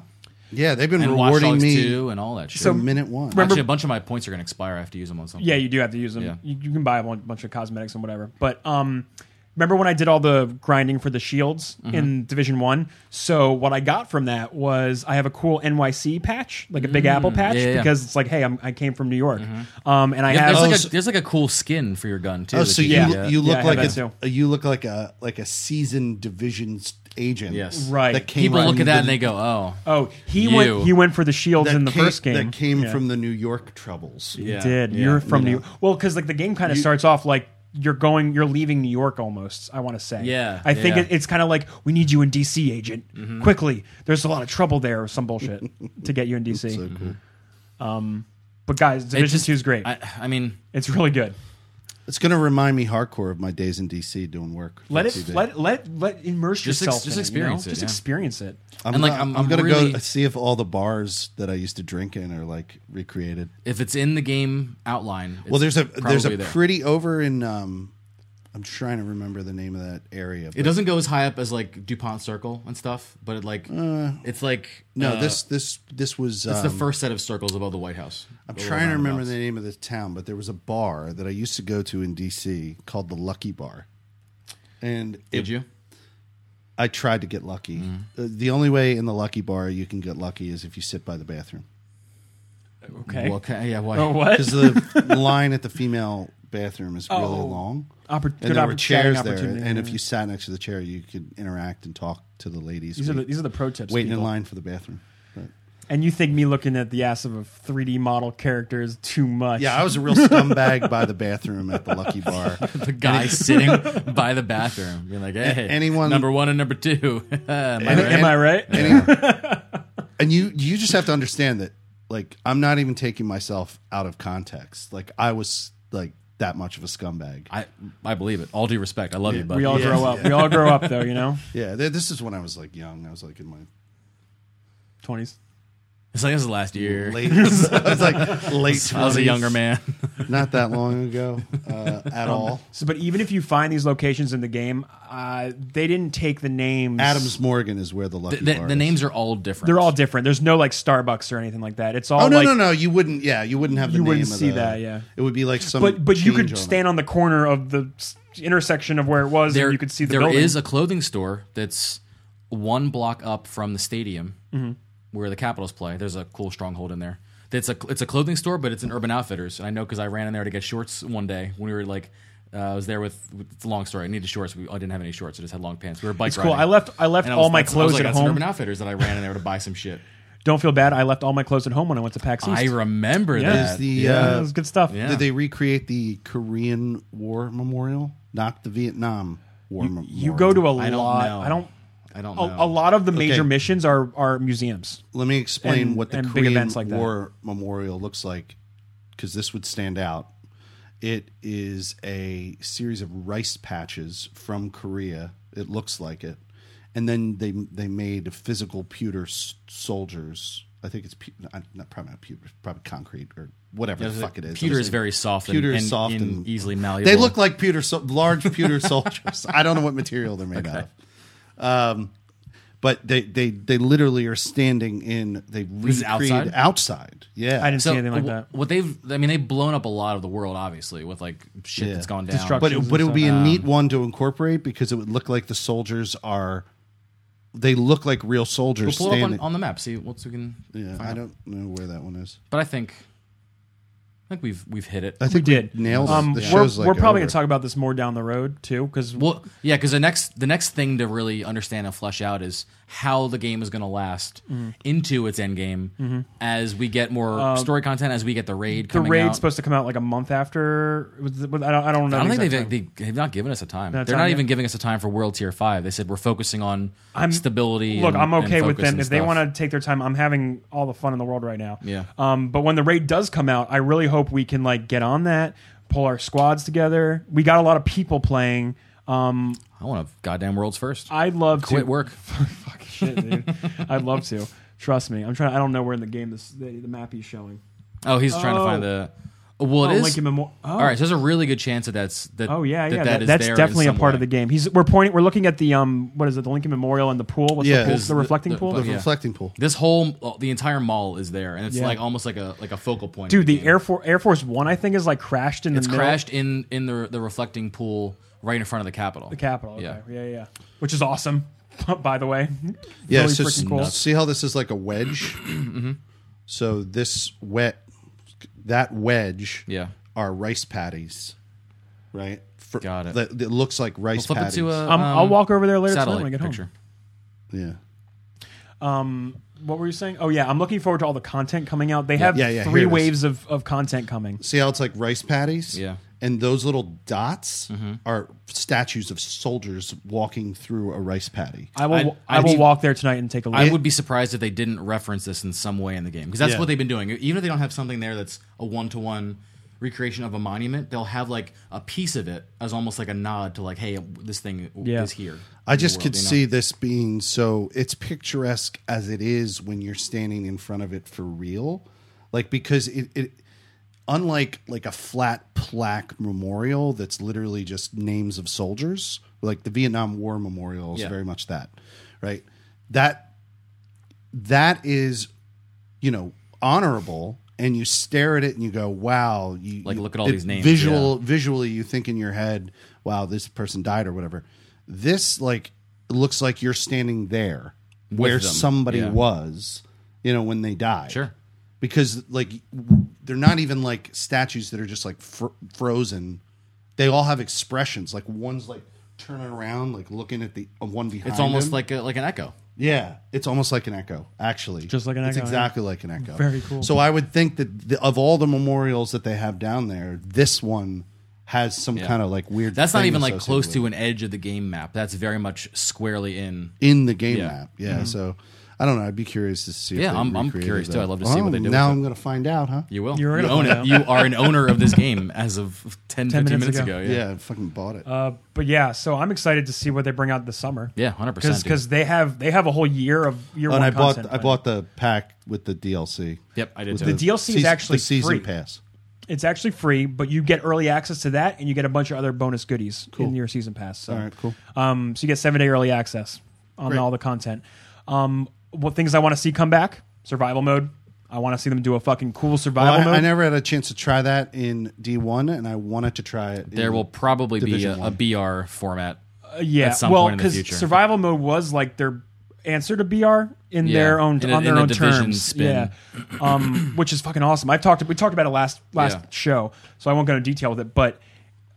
Speaker 3: Yeah, they've been
Speaker 2: and Watch
Speaker 3: rewarding
Speaker 2: Dogs
Speaker 3: me
Speaker 2: Two and all that shit.
Speaker 3: from minute one.
Speaker 1: Remember-
Speaker 2: Actually, a bunch of my points are going to expire. I have to use them on something.
Speaker 1: yeah, you do have to use them.
Speaker 2: Yeah.
Speaker 1: You, you can buy a bun- bunch of cosmetics and whatever. But um, remember when I did all the grinding for the shields in Division One? So what I got from that was I have a cool NYC patch, like a Big Apple patch,
Speaker 2: yeah, yeah.
Speaker 1: because it's like, hey, I'm, I came from New York, um, and I
Speaker 2: Yeah,
Speaker 1: have
Speaker 2: there's,
Speaker 3: Oh,
Speaker 2: like
Speaker 3: so-
Speaker 2: a, there's like a cool skin for your gun too.
Speaker 3: Oh,
Speaker 2: that
Speaker 3: so
Speaker 2: you
Speaker 3: you
Speaker 1: Yeah.
Speaker 2: can
Speaker 3: you,
Speaker 2: get.
Speaker 1: Yeah,
Speaker 3: look
Speaker 1: I
Speaker 3: like
Speaker 1: have that
Speaker 3: a, you look like a like a seasoned divisions agent.
Speaker 2: Yes.
Speaker 1: Right.
Speaker 3: That came
Speaker 2: people
Speaker 3: from
Speaker 2: look at that and
Speaker 3: the-
Speaker 2: they go, "Oh,
Speaker 1: oh he
Speaker 2: You.
Speaker 1: went he went for the shields
Speaker 3: that
Speaker 1: in the
Speaker 3: came-
Speaker 1: first game
Speaker 3: that came
Speaker 1: Yeah.
Speaker 3: from the New York troubles.
Speaker 1: You
Speaker 2: Yeah,
Speaker 1: did.
Speaker 2: yeah.
Speaker 1: You're from
Speaker 3: You
Speaker 1: New
Speaker 3: know.
Speaker 1: Well, because like the game kind of
Speaker 3: You-
Speaker 1: starts off like you're going, you're leaving New York almost. I want to say.
Speaker 2: Yeah,
Speaker 1: I think
Speaker 2: yeah. Mm-hmm.
Speaker 1: It, it's kind of like we need you in DC, agent, quickly. There's a lot of trouble there or some bullshit
Speaker 2: <laughs>
Speaker 1: to get you in DC.
Speaker 3: So cool.
Speaker 1: But guys,
Speaker 2: Mm-hmm. It
Speaker 1: Division
Speaker 2: just-
Speaker 1: Two is great.
Speaker 2: I, I mean,
Speaker 1: it's really good.
Speaker 3: It's going to remind me hardcore of my days in DC doing work.
Speaker 1: Let
Speaker 3: That's
Speaker 1: it
Speaker 3: the-
Speaker 1: let let let immerse
Speaker 2: Just ex-
Speaker 1: yourself.
Speaker 2: just
Speaker 1: in you know?
Speaker 2: experience it,
Speaker 1: Just
Speaker 2: yeah.
Speaker 1: experience it.
Speaker 3: I'm
Speaker 2: and, like,
Speaker 3: gonna,
Speaker 2: I'm-
Speaker 3: I'm,
Speaker 2: I'm
Speaker 3: going to
Speaker 2: really-
Speaker 3: go see if all the bars that I used to drink in are like recreated.
Speaker 2: if it's in the game outline, it's
Speaker 3: Well, there's a there's
Speaker 2: probably
Speaker 3: a
Speaker 2: there.
Speaker 3: pretty over in um, I'm trying to remember the name of that area.
Speaker 2: It
Speaker 3: but-
Speaker 2: doesn't go as high up as like Dupont Circle and stuff, but it like it's like
Speaker 3: no,
Speaker 2: uh,
Speaker 3: this this this was um,
Speaker 2: it's the first set of circles above the White House.
Speaker 3: I'm trying to remember the name of the town, but there was a bar that I used to go to in DC called the Lucky Bar. And
Speaker 2: Did
Speaker 3: it, Mm-hmm.
Speaker 2: you?
Speaker 3: I tried to get lucky. The, the only way in the Lucky Bar you can get lucky is if you sit by the <laughs> bathroom.
Speaker 1: Okay.
Speaker 2: Well, okay, yeah.
Speaker 1: <laughs>
Speaker 2: Why?
Speaker 1: oh, what?
Speaker 3: Because the line at the female bathroom is really
Speaker 1: Oh.
Speaker 3: long.
Speaker 1: Oppor-
Speaker 3: And there were
Speaker 1: oppor-
Speaker 3: chairs
Speaker 1: chatting
Speaker 3: there.
Speaker 1: opportunity.
Speaker 3: And if you sat next to the chair, you could interact and talk to the ladies
Speaker 1: these are the
Speaker 3: wait-
Speaker 1: these are the pro tips.
Speaker 3: waiting in
Speaker 1: people.
Speaker 3: line for the bathroom. But-
Speaker 1: And you think me looking at the ass of a 3D model character is too much?
Speaker 3: yeah, I was a <laughs> real scumbag by the bathroom at the Lucky Bar.
Speaker 2: the
Speaker 1: <laughs>
Speaker 2: guy sitting by the bathroom, being like, "Hey,
Speaker 3: anyone-
Speaker 2: number one and number two. <laughs> Am I
Speaker 3: Any-
Speaker 2: right?
Speaker 1: Am I right? <laughs>
Speaker 3: and you you just have to understand that like i'm not even taking myself out of context like i was like that much of a scumbag
Speaker 2: I I believe it. All due respect, I love you, but
Speaker 1: We all
Speaker 3: Yeah.
Speaker 1: grow up. We all grow up, though. You know,
Speaker 3: yeah th- this is when i was like young i was like in my
Speaker 1: twenties.
Speaker 2: it's like this is last year.
Speaker 3: late <laughs> i was like late 20s,
Speaker 2: I was a younger man.
Speaker 3: not that long ago uh, at all
Speaker 1: So, but even if you find these locations in the game, uh, they didn't take the names.
Speaker 3: adams morgan is where the lucky
Speaker 2: the, the-
Speaker 3: bar
Speaker 2: the
Speaker 3: is.
Speaker 2: names are all different.
Speaker 1: They're all different. There's no like Starbucks or anything like that. It's all
Speaker 3: oh no
Speaker 1: like,
Speaker 3: no no you wouldn't yeah you wouldn't have the
Speaker 1: You
Speaker 3: name
Speaker 1: wouldn't
Speaker 3: of
Speaker 1: see
Speaker 3: the-
Speaker 1: that, yeah.
Speaker 3: it would be like some
Speaker 1: But but you could
Speaker 3: change on it.
Speaker 1: stand on the corner of the s- intersection of where it was,
Speaker 2: There
Speaker 1: and you could see the
Speaker 2: there
Speaker 1: building.
Speaker 2: is a clothing store that's one block up from the stadium
Speaker 1: Mm-hmm.
Speaker 2: where the Capitals play. There's a cool stronghold in there. It's a it's a clothing store, but it's an Urban Outfitters. And I know because I ran in there to get shorts one day when we were like Uh, I was there with, with it's a long story. I needed shorts. We, I didn't have any shorts. I just had long pants. We were bike
Speaker 1: It's
Speaker 2: riding.
Speaker 1: cool. I left. I left
Speaker 2: And
Speaker 1: all
Speaker 2: was-
Speaker 1: my
Speaker 2: that's- I was
Speaker 1: clothes
Speaker 2: like,
Speaker 1: at
Speaker 2: that's
Speaker 1: home.
Speaker 2: Urban Outfitters that I ran in there to buy some
Speaker 1: <laughs>
Speaker 2: shit.
Speaker 1: Don't feel bad. I left all my clothes at home when I went to PAX East.
Speaker 2: I remember
Speaker 1: Yeah.
Speaker 2: that.
Speaker 1: Is
Speaker 3: the,
Speaker 1: yeah,
Speaker 3: uh,
Speaker 1: that was good stuff.
Speaker 2: Yeah.
Speaker 3: Did they recreate the Korean War Memorial, not the Vietnam War Memorial?
Speaker 1: You go to a
Speaker 2: I don't
Speaker 1: lot.
Speaker 2: know.
Speaker 1: I don't.
Speaker 2: I don't
Speaker 1: A,
Speaker 2: know.
Speaker 1: a lot of the major
Speaker 3: Okay.
Speaker 1: missions are are museums.
Speaker 3: Let me explain
Speaker 1: and-
Speaker 3: what the
Speaker 1: and big
Speaker 3: Korean
Speaker 1: events like that.
Speaker 3: War Memorial looks like, because this would stand out. It is a series of rice patches from Korea. It looks like it, and then they they made physical pewter s- soldiers. I think it's pu- not, not probably not pewter, probably concrete or whatever the
Speaker 2: Because
Speaker 3: fuck it is.
Speaker 2: Pewter
Speaker 3: I'm
Speaker 2: is
Speaker 3: saying-
Speaker 2: very soft.
Speaker 3: Pewter
Speaker 2: and,
Speaker 3: is
Speaker 2: and,
Speaker 3: soft
Speaker 2: and,
Speaker 3: and,
Speaker 2: easily malleable.
Speaker 3: They look like pewter, so- large pewter <laughs> soldiers. I don't know what material they're made out of. Um, but they, they, they literally are standing in. They
Speaker 2: is
Speaker 3: recreated
Speaker 2: outside?
Speaker 3: outside? Yeah,
Speaker 1: I didn't
Speaker 2: so
Speaker 1: see anything like
Speaker 2: wh-
Speaker 1: that.
Speaker 2: What they've, I mean, they've blown up a lot of the world, obviously, with like shit
Speaker 3: Yeah.
Speaker 2: that's gone down.
Speaker 1: Destruction.
Speaker 3: but it, but it would be a
Speaker 2: Um,
Speaker 3: neat one to incorporate because it would look like the soldiers are. They look like real soldiers
Speaker 2: Pull it up on,
Speaker 3: standing.
Speaker 2: on the map. See what we can.
Speaker 3: yeah,
Speaker 2: find
Speaker 3: I
Speaker 2: out.
Speaker 3: don't know where that one is.
Speaker 2: But I think, I think we've we've hit it.
Speaker 3: I think
Speaker 1: we did.
Speaker 3: nailed it.
Speaker 1: Um,
Speaker 3: The
Speaker 1: we're,
Speaker 3: show's, like,
Speaker 1: we're probably
Speaker 3: over.
Speaker 1: gonna talk about this more down the road too, because
Speaker 2: Well, yeah, because the next the next thing to really understand and flesh out is how the game is going to last
Speaker 1: Mm-hmm.
Speaker 2: into its end game as we get more story content, as we get the raid.
Speaker 1: Um, the
Speaker 2: Coming
Speaker 1: raid's
Speaker 2: out.
Speaker 1: supposed to come out like a month after. was the- was- I don't. I don't know.
Speaker 2: I don't
Speaker 1: the
Speaker 2: think
Speaker 1: exact
Speaker 2: they've,
Speaker 1: time.
Speaker 2: they, they've not given us a time.
Speaker 1: No
Speaker 2: They're
Speaker 1: time
Speaker 2: not
Speaker 1: yet.
Speaker 2: even giving us a time for World Tier Five. They said we're focusing on
Speaker 1: I'm-
Speaker 2: stability.
Speaker 1: Look,
Speaker 2: and-
Speaker 1: I'm
Speaker 2: and
Speaker 1: okay with
Speaker 2: focus
Speaker 1: them
Speaker 2: and
Speaker 1: if they
Speaker 2: stuff.
Speaker 1: want to take their time. I'm having all the fun in the world right now.
Speaker 2: Yeah.
Speaker 1: Um, but when the raid does come out, I really hope we can like get on that, pull our squads together. We got a lot of people playing. Um,
Speaker 2: I want a goddamn worlds first.
Speaker 1: I'd love
Speaker 2: Quit
Speaker 1: to
Speaker 2: work.
Speaker 1: Fuck <laughs> shit, dude. I'd love to. Trust me. I'm trying. I don't know where in the game this the, the map he's showing.
Speaker 2: Oh, he's trying to
Speaker 1: Oh.
Speaker 2: find the. Well,
Speaker 1: oh,
Speaker 2: it is.
Speaker 1: Lincoln Memorial. Oh.
Speaker 2: All right, so there's a really good chance that that's that.
Speaker 1: Oh yeah,
Speaker 2: that
Speaker 1: yeah.
Speaker 2: that
Speaker 1: that-
Speaker 2: is
Speaker 1: that's
Speaker 2: there in
Speaker 1: definitely a
Speaker 2: some
Speaker 1: part of
Speaker 2: way.
Speaker 1: the game. He's we're pointing. We're looking at the um. What is it? The Lincoln Memorial and the pool. What's
Speaker 3: Yeah.
Speaker 1: the, pool?
Speaker 3: Is
Speaker 1: the
Speaker 2: the-
Speaker 1: reflecting
Speaker 2: the-
Speaker 1: pool.
Speaker 2: the-
Speaker 3: The
Speaker 2: Yeah.
Speaker 3: reflecting pool.
Speaker 2: This whole, uh, the entire mall is there, and it's
Speaker 1: Yeah.
Speaker 2: like almost like a like a focal point. of
Speaker 1: Dude, the
Speaker 2: game.
Speaker 1: Air Force Air Force One, I think, is like crashed in the
Speaker 2: it's
Speaker 1: middle
Speaker 2: crashed in in the the reflecting pool right in front of the Capitol.
Speaker 1: the Capitol. Okay.
Speaker 2: Yeah.
Speaker 1: Yeah, yeah, yeah. Which is awesome, <laughs> by the way.
Speaker 3: Yeah,
Speaker 1: really
Speaker 3: so s-
Speaker 1: freaking cool.
Speaker 3: see how this is like a
Speaker 2: <clears throat>
Speaker 3: wedge.
Speaker 2: Mm-hmm.
Speaker 3: So this wet, that wedge,
Speaker 2: Yeah.
Speaker 3: are rice patties, right? For,
Speaker 2: Got it.
Speaker 3: That, that looks like rice
Speaker 2: Flip it
Speaker 3: patties.
Speaker 2: to uh, a
Speaker 1: Um, I'll walk over there later tonight when I
Speaker 2: satellite
Speaker 1: get
Speaker 2: picture.
Speaker 3: yeah,
Speaker 1: home. Um, what were you saying? Oh yeah, I'm looking forward to all the content coming out. They have
Speaker 3: Yeah, yeah,
Speaker 1: three
Speaker 3: here it is.
Speaker 1: waves of, of content coming.
Speaker 3: see how it's like rice patties.
Speaker 2: Yeah. Mm-hmm.
Speaker 3: and those little dots are statues of soldiers walking through a rice patty.
Speaker 1: I will
Speaker 2: I'd-
Speaker 1: I
Speaker 2: I'd
Speaker 1: will
Speaker 2: be-
Speaker 1: walk there tonight and take a look.
Speaker 2: I would be surprised if they didn't reference this in some way in the game because that's
Speaker 3: Yeah.
Speaker 2: what they've been doing. Even if they don't have something there that's a one to one recreation of a monument, they'll have like a piece of it as almost like a nod to like, hey, this thing
Speaker 1: Yeah.
Speaker 2: is here.
Speaker 3: I
Speaker 2: in the
Speaker 3: just
Speaker 2: world,
Speaker 3: could
Speaker 2: you know?
Speaker 3: see this being so it's picturesque as it is when you're standing in front of it for real. Like because it, it unlike like a flat plaque memorial that's literally just names of soldiers, like the Vietnam War memorial is
Speaker 2: Yeah.
Speaker 3: very much that. Right? That that is, you know, honorable and you stare at it and you go, Wow, you
Speaker 2: Like,
Speaker 3: you-
Speaker 2: look at all
Speaker 3: it-
Speaker 2: these names,
Speaker 3: Visual
Speaker 2: yeah.
Speaker 3: visually you think in your head, wow, this person died or whatever. This like looks like you're standing there where
Speaker 2: them,
Speaker 3: somebody
Speaker 2: yeah.
Speaker 3: was, you know, when they died.
Speaker 2: Sure.
Speaker 3: Because like w- they're not even like statues that are just like fr- frozen. They all have expressions. Like one's like turning around, like looking at the uh, one behind.
Speaker 2: It's almost
Speaker 3: him.
Speaker 2: like a, like an echo.
Speaker 3: Yeah, it's almost like an echo, actually.
Speaker 1: Just like an
Speaker 3: It's
Speaker 1: echo, yeah.
Speaker 3: exactly like an echo.
Speaker 1: Very cool.
Speaker 3: So I would think that the, of all the memorials that they have down there, this one has some kind of like weird.
Speaker 2: That's not
Speaker 3: thing
Speaker 2: even like
Speaker 3: associated
Speaker 2: close
Speaker 3: with
Speaker 2: to an edge of the game map. That's very much squarely in.
Speaker 3: it. in the game
Speaker 2: Yeah.
Speaker 3: map. Yeah.
Speaker 1: Mm-hmm.
Speaker 3: So I don't know. I'd be curious to see. if
Speaker 2: Yeah,
Speaker 3: they
Speaker 2: I'm- I'm
Speaker 3: recreated
Speaker 2: curious,
Speaker 3: that.
Speaker 2: too. I'd love to see
Speaker 3: Oh,
Speaker 2: what they do
Speaker 3: Now
Speaker 2: with
Speaker 3: I'm going to find out, huh?
Speaker 2: You will.
Speaker 1: You're
Speaker 2: you
Speaker 1: gonna
Speaker 2: own
Speaker 1: find
Speaker 2: it.
Speaker 1: out.
Speaker 2: You are an owner of this game as
Speaker 3: <laughs>
Speaker 2: of 10,
Speaker 1: 10
Speaker 2: 15
Speaker 1: minutes
Speaker 2: minutes ago.
Speaker 1: ago.
Speaker 2: Yeah.
Speaker 3: Yeah, I fucking bought it.
Speaker 1: Uh, but yeah, so I'm excited to see what they bring out this summer.
Speaker 2: Yeah, 100%.
Speaker 1: Because
Speaker 2: dude.
Speaker 1: they have they have a whole year of year
Speaker 3: and
Speaker 1: one
Speaker 3: I bought
Speaker 1: content
Speaker 3: I
Speaker 1: planned.
Speaker 3: bought the pack with the DLC.
Speaker 2: Yep, I did
Speaker 3: With
Speaker 2: too.
Speaker 1: The DLC is
Speaker 3: season-
Speaker 1: actually
Speaker 3: the season
Speaker 1: free.
Speaker 3: pass.
Speaker 1: It's actually free, but you get early access to that, and you get a bunch of other bonus goodies in your season pass. So.
Speaker 3: All right, cool.
Speaker 1: Um, so you get seven day early access on
Speaker 3: Great.
Speaker 1: all the content. Um, what things I want to see come back? Survival mode. I want to see them do a fucking cool survival
Speaker 3: Well, I,
Speaker 1: mode.
Speaker 3: I never had a chance to try that in D1, and I wanted to try it.
Speaker 2: there
Speaker 3: in-
Speaker 2: will probably be
Speaker 3: Division
Speaker 2: a, a
Speaker 3: one.
Speaker 2: BR format.
Speaker 1: Uh, yeah,
Speaker 2: at some
Speaker 1: well,
Speaker 2: point in the future.
Speaker 1: survival mode was like their answer to BR in
Speaker 2: Yeah,
Speaker 1: their own
Speaker 2: in a-
Speaker 1: on their
Speaker 2: in a
Speaker 1: own
Speaker 2: division
Speaker 1: terms.
Speaker 2: spin.
Speaker 1: Yeah, <clears throat> um, which is fucking awesome. I've talked we talked about it last last
Speaker 2: Yeah.
Speaker 1: show, so I won't go into detail with it, but.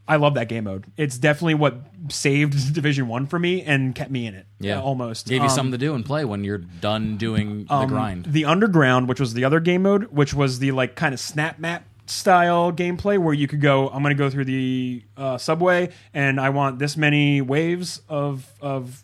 Speaker 1: I love that game mode. It's definitely what saved <laughs> Division One for me and kept me in it.
Speaker 2: Yeah,
Speaker 1: almost
Speaker 2: gave you
Speaker 1: Um,
Speaker 2: something to do and play when you're done doing the grind.
Speaker 1: The Underground, which was the other game mode, which was the like kind of snap map style gameplay where you could go, I'm going to go through the uh, subway and I want this many waves of of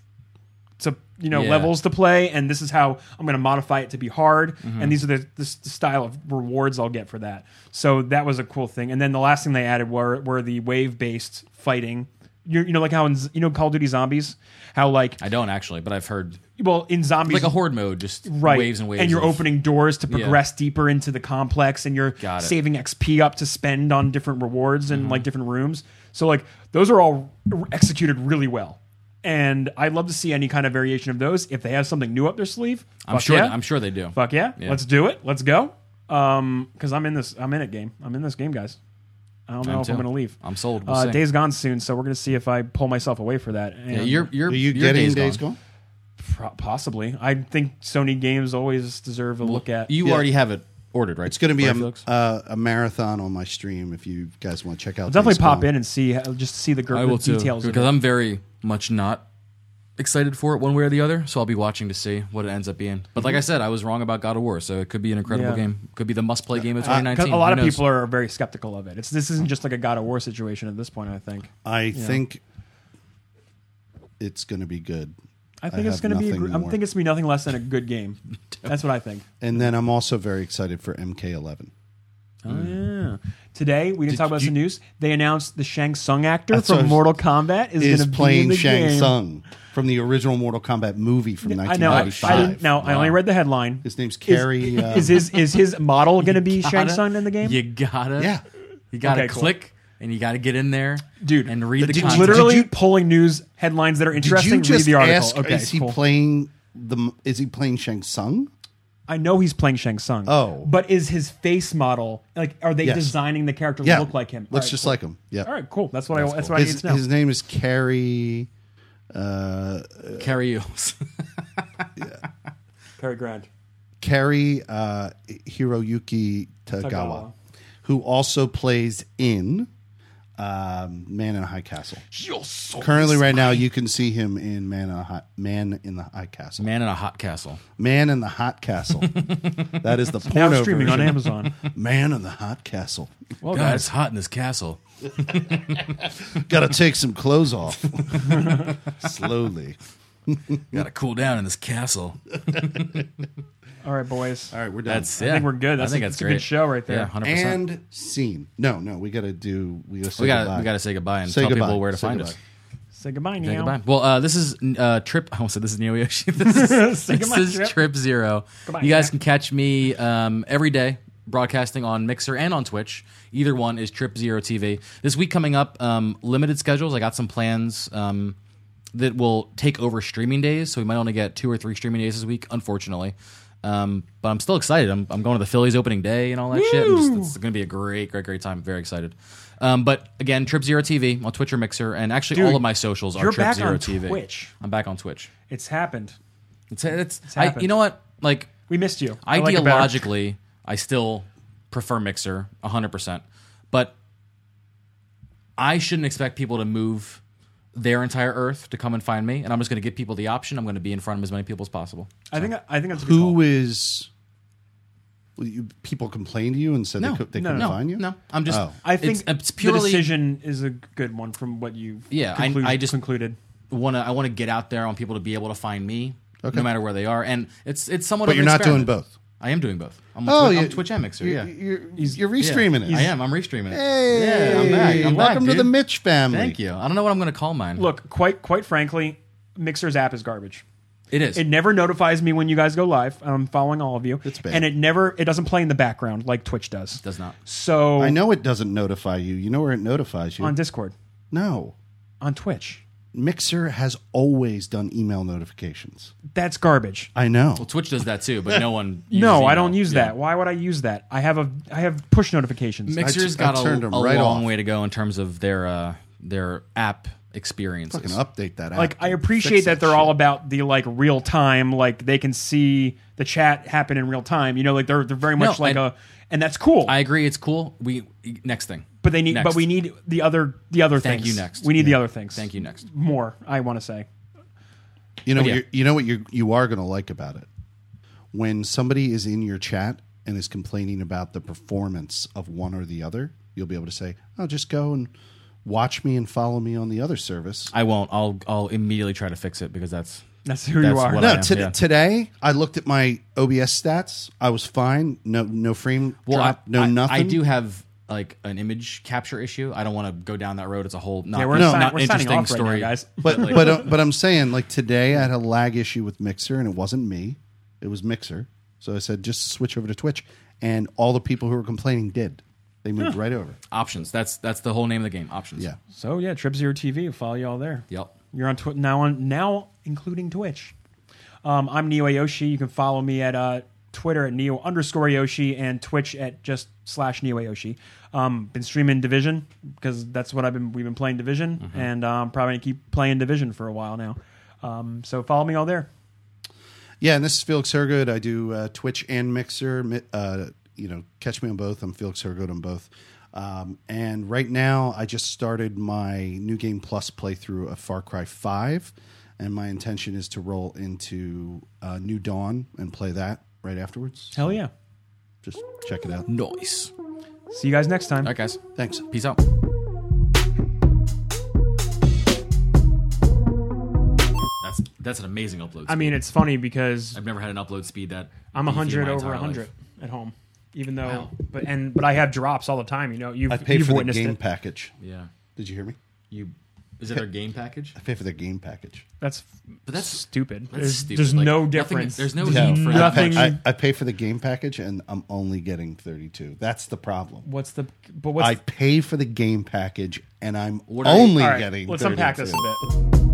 Speaker 1: to you know
Speaker 2: Yeah.
Speaker 1: levels to play, and this is how I'm going to modify it to be hard,
Speaker 2: Mm-hmm.
Speaker 1: and these are the, the, s- the style of rewards I'll get for that. So that was a cool thing. And then the last thing they added were were the wave based fighting. You, you know like how in Z- you know Call of Duty Zombies, how like
Speaker 2: I don't actually, but I've heard
Speaker 1: well in zombies
Speaker 2: like a horde mode, just
Speaker 1: right
Speaker 2: waves and waves.
Speaker 1: you're
Speaker 2: of-
Speaker 1: opening doors to progress deeper into the complex and you're
Speaker 2: Got it. Mm-hmm.
Speaker 1: saving xp up to spend on different rewards and like different rooms so like those are all r- executed really well and i'd love to see any kind of variation of those if they have something new up their sleeve
Speaker 2: I'm
Speaker 1: fuck
Speaker 2: sure.
Speaker 1: yeah.
Speaker 2: I'm sure they do.
Speaker 1: fuck yeah.
Speaker 2: Yeah.
Speaker 1: let's do it let's go um because i'm in this i'm in it game i'm in this game guys i don't know
Speaker 2: I'm
Speaker 1: if
Speaker 2: too.
Speaker 1: i'm gonna leave
Speaker 2: I'm sold. We'll
Speaker 1: uh,
Speaker 2: see.
Speaker 1: days gone soon so we're gonna see if i pull myself away for that and
Speaker 2: Yeah, you're you're
Speaker 3: Are you
Speaker 2: your
Speaker 3: getting
Speaker 2: day's
Speaker 3: days
Speaker 2: gone.
Speaker 3: gone?
Speaker 1: pro- possibly i think sony games always deserve a look at
Speaker 2: You
Speaker 3: Yeah.
Speaker 2: already have it ordered, right?
Speaker 3: It's going to be a,
Speaker 2: Felix?
Speaker 3: uh, a marathon on my stream if you guys want to check out.
Speaker 1: definitely
Speaker 3: Days
Speaker 1: pop
Speaker 3: Gone.
Speaker 1: in and see uh, just see the, gr-
Speaker 2: I will
Speaker 1: the
Speaker 2: too
Speaker 1: details of
Speaker 2: because
Speaker 1: it.
Speaker 2: I'm very much not excited for it one way or the other. So I'll be watching to see what it ends up being. But like I said, I was wrong about God of War, so it could be an incredible
Speaker 1: Mhm. Yeah. Uh,
Speaker 2: game. Could be the must-play game of
Speaker 1: 'Cause
Speaker 2: 2019.
Speaker 1: a lot
Speaker 2: Who
Speaker 1: of
Speaker 2: knows?
Speaker 1: people are very skeptical of it. It's this isn't just like a God of War situation at this point. I think.
Speaker 3: I think it's going to be good.
Speaker 1: I think
Speaker 3: have
Speaker 1: it's going to be. A
Speaker 3: nothing
Speaker 1: gr- I'm
Speaker 3: more.
Speaker 1: thinking it's going to be nothing less than a good game. That's what I think.
Speaker 3: And then I'm also very excited for MK11.
Speaker 1: Yeah. Today we didn't talk about
Speaker 3: you-
Speaker 1: some news. They announced the Shang Tsung actor
Speaker 3: That's what I
Speaker 1: from
Speaker 3: was-
Speaker 1: Mortal Kombat is, going
Speaker 3: Is
Speaker 1: to be in
Speaker 3: playing
Speaker 1: the
Speaker 3: Shang
Speaker 1: game.
Speaker 3: Tsung from the original Mortal Kombat movie from
Speaker 1: I know. I, I
Speaker 3: 1995.
Speaker 1: didn't. Now I only
Speaker 2: Wow.
Speaker 1: read the headline.
Speaker 3: His name's Carrie. uh,
Speaker 1: Is his is his model going to
Speaker 2: <laughs>
Speaker 1: be Shang
Speaker 2: Gotta-
Speaker 1: Tsung in the game?
Speaker 2: You gotta,
Speaker 3: Yeah.
Speaker 2: you gotta
Speaker 1: Okay, cool.
Speaker 2: click and you gotta get in there,
Speaker 1: Dude,
Speaker 2: and read the
Speaker 3: did you
Speaker 2: content.
Speaker 1: Literally
Speaker 3: Did you-
Speaker 1: pulling news headlines that are
Speaker 3: did
Speaker 1: interesting.
Speaker 3: you just
Speaker 1: read the article.
Speaker 3: ask?
Speaker 1: okay,
Speaker 3: is he
Speaker 1: cool.
Speaker 3: playing the? Is he playing Shang Tsung?
Speaker 1: I know he's playing Shang Tsung.
Speaker 3: Oh.
Speaker 1: But is his face model like are they
Speaker 3: Yes.
Speaker 1: designing the character
Speaker 3: Yeah,
Speaker 1: to look like him? All
Speaker 3: Looks
Speaker 1: right,
Speaker 3: just
Speaker 1: cool.
Speaker 3: like him. Yeah.
Speaker 1: All right, cool. That's what I that's what I need
Speaker 3: His,
Speaker 1: to know.
Speaker 3: his name is Carrie. Uh,
Speaker 2: Carry yours.
Speaker 1: Cary Grant.
Speaker 3: Carrie uh, Hiroyuki Tagawa,
Speaker 1: Tagawa.
Speaker 3: who also plays in um, Man in a High Castle. Currently, right now, you can see him in Man in, a Hot, Man in the High
Speaker 2: <laughs>
Speaker 3: Castle.
Speaker 2: Man in a hot castle.
Speaker 3: Man in the
Speaker 2: <laughs>
Speaker 3: Hot Castle. that is the
Speaker 1: Now
Speaker 3: porno
Speaker 1: streaming on
Speaker 3: version.
Speaker 1: Amazon.
Speaker 3: Man in the Hot Castle.
Speaker 1: Well,
Speaker 2: God,
Speaker 1: guys,
Speaker 2: it's hot in this castle.
Speaker 3: Got to take some
Speaker 2: <laughs>
Speaker 3: clothes off slowly.
Speaker 2: gotta cool down in this castle.
Speaker 1: all right, boys.
Speaker 3: <laughs> All right, we're done.
Speaker 2: That's it. I
Speaker 1: think we're good. That's
Speaker 2: I think
Speaker 1: a-
Speaker 2: that's
Speaker 1: it's a good
Speaker 2: great.
Speaker 1: show right there.
Speaker 2: Yeah, hundred percent.
Speaker 3: and scene. No, no, we got to do. We got to.
Speaker 2: We gotta we gotta say goodbye and
Speaker 3: Say
Speaker 2: tell
Speaker 3: goodbye.
Speaker 2: people where to
Speaker 3: Say
Speaker 2: find
Speaker 3: goodbye.
Speaker 2: us.
Speaker 1: Say goodbye now.
Speaker 2: Say goodbye. Well, uh, this is uh, Trip. I almost said this is Neo Yoshi. <laughs> This
Speaker 1: <laughs>
Speaker 2: is,
Speaker 1: Say
Speaker 2: this
Speaker 1: goodbye,
Speaker 2: is
Speaker 1: Trip.
Speaker 2: Trip Zero.
Speaker 1: Goodbye,
Speaker 2: you guys
Speaker 1: Jack.
Speaker 2: can catch me um, every day broadcasting on Mixer and on Twitch. Either one is Trip Zero TV. This week coming up, um, limited schedules. I got some plans um, that will take over streaming days, so we might only get two or three streaming days this week, unfortunately. Um, but I'm still excited. I'm, I'm going to the Phillies opening day and all that shit. I'm just- it's going to be a great, great, great time. very excited. Um, but again, Trip Zero TV on Twitch or Mixer, and actually
Speaker 1: Dude,
Speaker 2: all of my socials are
Speaker 1: you're
Speaker 2: Trip
Speaker 1: back
Speaker 2: Zero
Speaker 1: on
Speaker 2: TV.
Speaker 1: Twitch.
Speaker 2: I'm back on Twitch.
Speaker 1: It's happened.
Speaker 2: It's, it's, I,
Speaker 1: happened.
Speaker 2: you know what? Like
Speaker 1: We missed you. I like it better.
Speaker 2: ideologically, I still prefer Mixer 100%. But I shouldn't expect people to move their entire earth to come and find me, and I'm just going to give people the option. I'm going to be in front of as many people as possible.
Speaker 1: I think I think that's a good call.
Speaker 3: Who is? well, you- people complained to you and said
Speaker 2: No.
Speaker 3: they, could, they
Speaker 1: No,
Speaker 3: couldn't
Speaker 1: no,
Speaker 3: find you.
Speaker 2: No, I'm just.
Speaker 3: Oh.
Speaker 1: I think
Speaker 2: it's, it's
Speaker 1: the
Speaker 2: purely
Speaker 1: decision is a good one from what you
Speaker 2: Yeah, I-
Speaker 1: conclu-
Speaker 2: I just-
Speaker 1: concluded.
Speaker 2: want to. I want to get out there. I want people to be able to find me, no matter where they are, and it's it's somewhat.
Speaker 3: But
Speaker 2: of
Speaker 3: you're
Speaker 2: an
Speaker 3: not doing
Speaker 2: experiment.
Speaker 3: both.
Speaker 2: I am doing both. I'm,
Speaker 3: Oh,
Speaker 2: on Twi-
Speaker 3: you-
Speaker 2: I'm Twitch and Mixer.
Speaker 3: You're,
Speaker 2: Yeah,
Speaker 3: you're, you're restreaming
Speaker 2: I
Speaker 3: it.
Speaker 2: am. I'm restreaming it.
Speaker 3: Hey,
Speaker 2: yeah, I'm back. I'm
Speaker 3: welcome
Speaker 2: back,
Speaker 3: to the
Speaker 2: dude.
Speaker 3: Mitch family.
Speaker 2: Thank you. I don't know what I'm going to call mine.
Speaker 1: Look, quite quite frankly, Mixer's app is garbage.
Speaker 2: it is.
Speaker 1: It never notifies me when you guys go live. I'm following all of you.
Speaker 3: It's bad.
Speaker 1: And it never it doesn't play in the background like Twitch does.
Speaker 2: does not.
Speaker 1: So
Speaker 3: I know it doesn't notify you. You know where it notifies you?
Speaker 1: on Discord,
Speaker 3: no.
Speaker 1: on Twitch.
Speaker 3: Mixer has always done email notifications.
Speaker 1: That's garbage.
Speaker 3: I know.
Speaker 2: Well, Twitch does that too, but
Speaker 1: <laughs>
Speaker 2: no one. Uses
Speaker 1: No, I
Speaker 2: email.
Speaker 1: don't use
Speaker 2: Yeah.
Speaker 1: that. Why would I use that? I have a I have push notifications.
Speaker 2: Mixer's
Speaker 3: I
Speaker 2: got a-
Speaker 3: turned
Speaker 2: a,
Speaker 3: 'em right
Speaker 2: long
Speaker 3: off.
Speaker 2: way to go in terms of their uh, their app experiences.
Speaker 3: Fucking update that.
Speaker 1: like I appreciate that, they're all about the like real time, like they can see the chat happen in real time. You know, like they're they're very much
Speaker 2: No,
Speaker 1: like
Speaker 2: I-
Speaker 1: a and that's cool.
Speaker 2: I agree. It's cool. We next thing.
Speaker 1: But they need.
Speaker 2: Next.
Speaker 1: But we need the other. The other
Speaker 2: Thank
Speaker 1: things.
Speaker 2: you, next.
Speaker 1: We need the other things.
Speaker 2: Thank you. Next.
Speaker 1: More. I want to say.
Speaker 3: You know,
Speaker 2: yeah.
Speaker 3: what you're, you know what you you are going to like about it when somebody is in your chat and is complaining about the performance of one or the other. You'll be able to say, "Oh, just go and watch me and follow me on the other service."
Speaker 2: I won't. I'll I'll immediately try to fix it because that's
Speaker 1: That's who
Speaker 2: That's
Speaker 1: you are.
Speaker 2: what I
Speaker 3: No,
Speaker 2: am,
Speaker 3: to-
Speaker 2: yeah.
Speaker 3: today I looked at my OBS stats. I was fine. No, no frame drop. no
Speaker 2: I,
Speaker 3: nothing.
Speaker 2: I do have like an image capture issue. I don't want to go down that road. It's a whole not,
Speaker 1: Yeah, we're,
Speaker 2: not,
Speaker 1: sign-
Speaker 2: not
Speaker 1: we're
Speaker 2: interesting
Speaker 1: signing off
Speaker 2: story,
Speaker 1: right now, guys.
Speaker 3: but but uh, but I'm saying like today I had a lag issue with Mixer and it wasn't me, it was Mixer. So I said just switch over to Twitch, and all the people who were complaining did. They moved right over.
Speaker 2: Options. That's that's the whole name of the game. Options.
Speaker 3: Yeah,
Speaker 1: So yeah, Trip Zero TV. Follow you all there.
Speaker 2: Yep.
Speaker 1: You're on Twi- now on now including Twitch. Um, I'm Neo Ayoshi. You can follow me at uh, Twitter at Neo underscore Ayoshi and Twitch at just slash Neo Ayoshi. Um, been streaming Division because that's what I've been. We've been playing Division,
Speaker 3: Mm-hmm.
Speaker 1: and um, probably gonna keep playing Division for a while now. Um, so follow me all there.
Speaker 3: yeah. And this is Felix Hergood. I do uh, Twitch and Mixer. Mi- Uh, you know, catch me on both. I'm Felix Hergood on both. Um, and right now, I just started my new game plus playthrough of Far Cry Five, and my intention is to roll into uh, New Dawn and play that right afterwards.
Speaker 1: Hell yeah!
Speaker 3: Just check it out.
Speaker 2: Nice.
Speaker 1: See you guys next time.
Speaker 2: All right, guys.
Speaker 3: Thanks.
Speaker 2: Peace out. That's that's an amazing upload.
Speaker 1: I
Speaker 2: speed.
Speaker 1: mean, it's funny because
Speaker 2: I've never had an upload speed that
Speaker 1: I'm
Speaker 2: beefy in
Speaker 1: hundred
Speaker 2: my
Speaker 1: over
Speaker 2: entire
Speaker 1: hundred
Speaker 2: life.
Speaker 1: at home, even though.
Speaker 2: Wow.
Speaker 1: But and but I have drops all the time. You know, you've
Speaker 3: I paid
Speaker 1: you've
Speaker 3: for the
Speaker 1: witnessed
Speaker 3: game
Speaker 1: it.
Speaker 3: package.
Speaker 2: Yeah.
Speaker 3: Did you hear me?
Speaker 2: You is it our game package?
Speaker 3: I paid for the game package.
Speaker 1: That's
Speaker 2: But that's-
Speaker 1: stupid.
Speaker 2: That's
Speaker 1: there's
Speaker 2: stupid.
Speaker 1: there's
Speaker 2: Like,
Speaker 1: no
Speaker 2: nothing-
Speaker 1: difference.
Speaker 2: there's no
Speaker 1: There's
Speaker 2: need for
Speaker 3: I
Speaker 1: nothing.
Speaker 3: pay, I, I pay for the game package and I'm only getting 32. That's the problem.
Speaker 1: What's the but what's
Speaker 3: I pay for the game package and I'm
Speaker 2: are you-
Speaker 3: only
Speaker 1: all right,
Speaker 3: getting
Speaker 1: let's unpack this a
Speaker 3: 32.
Speaker 1: bit.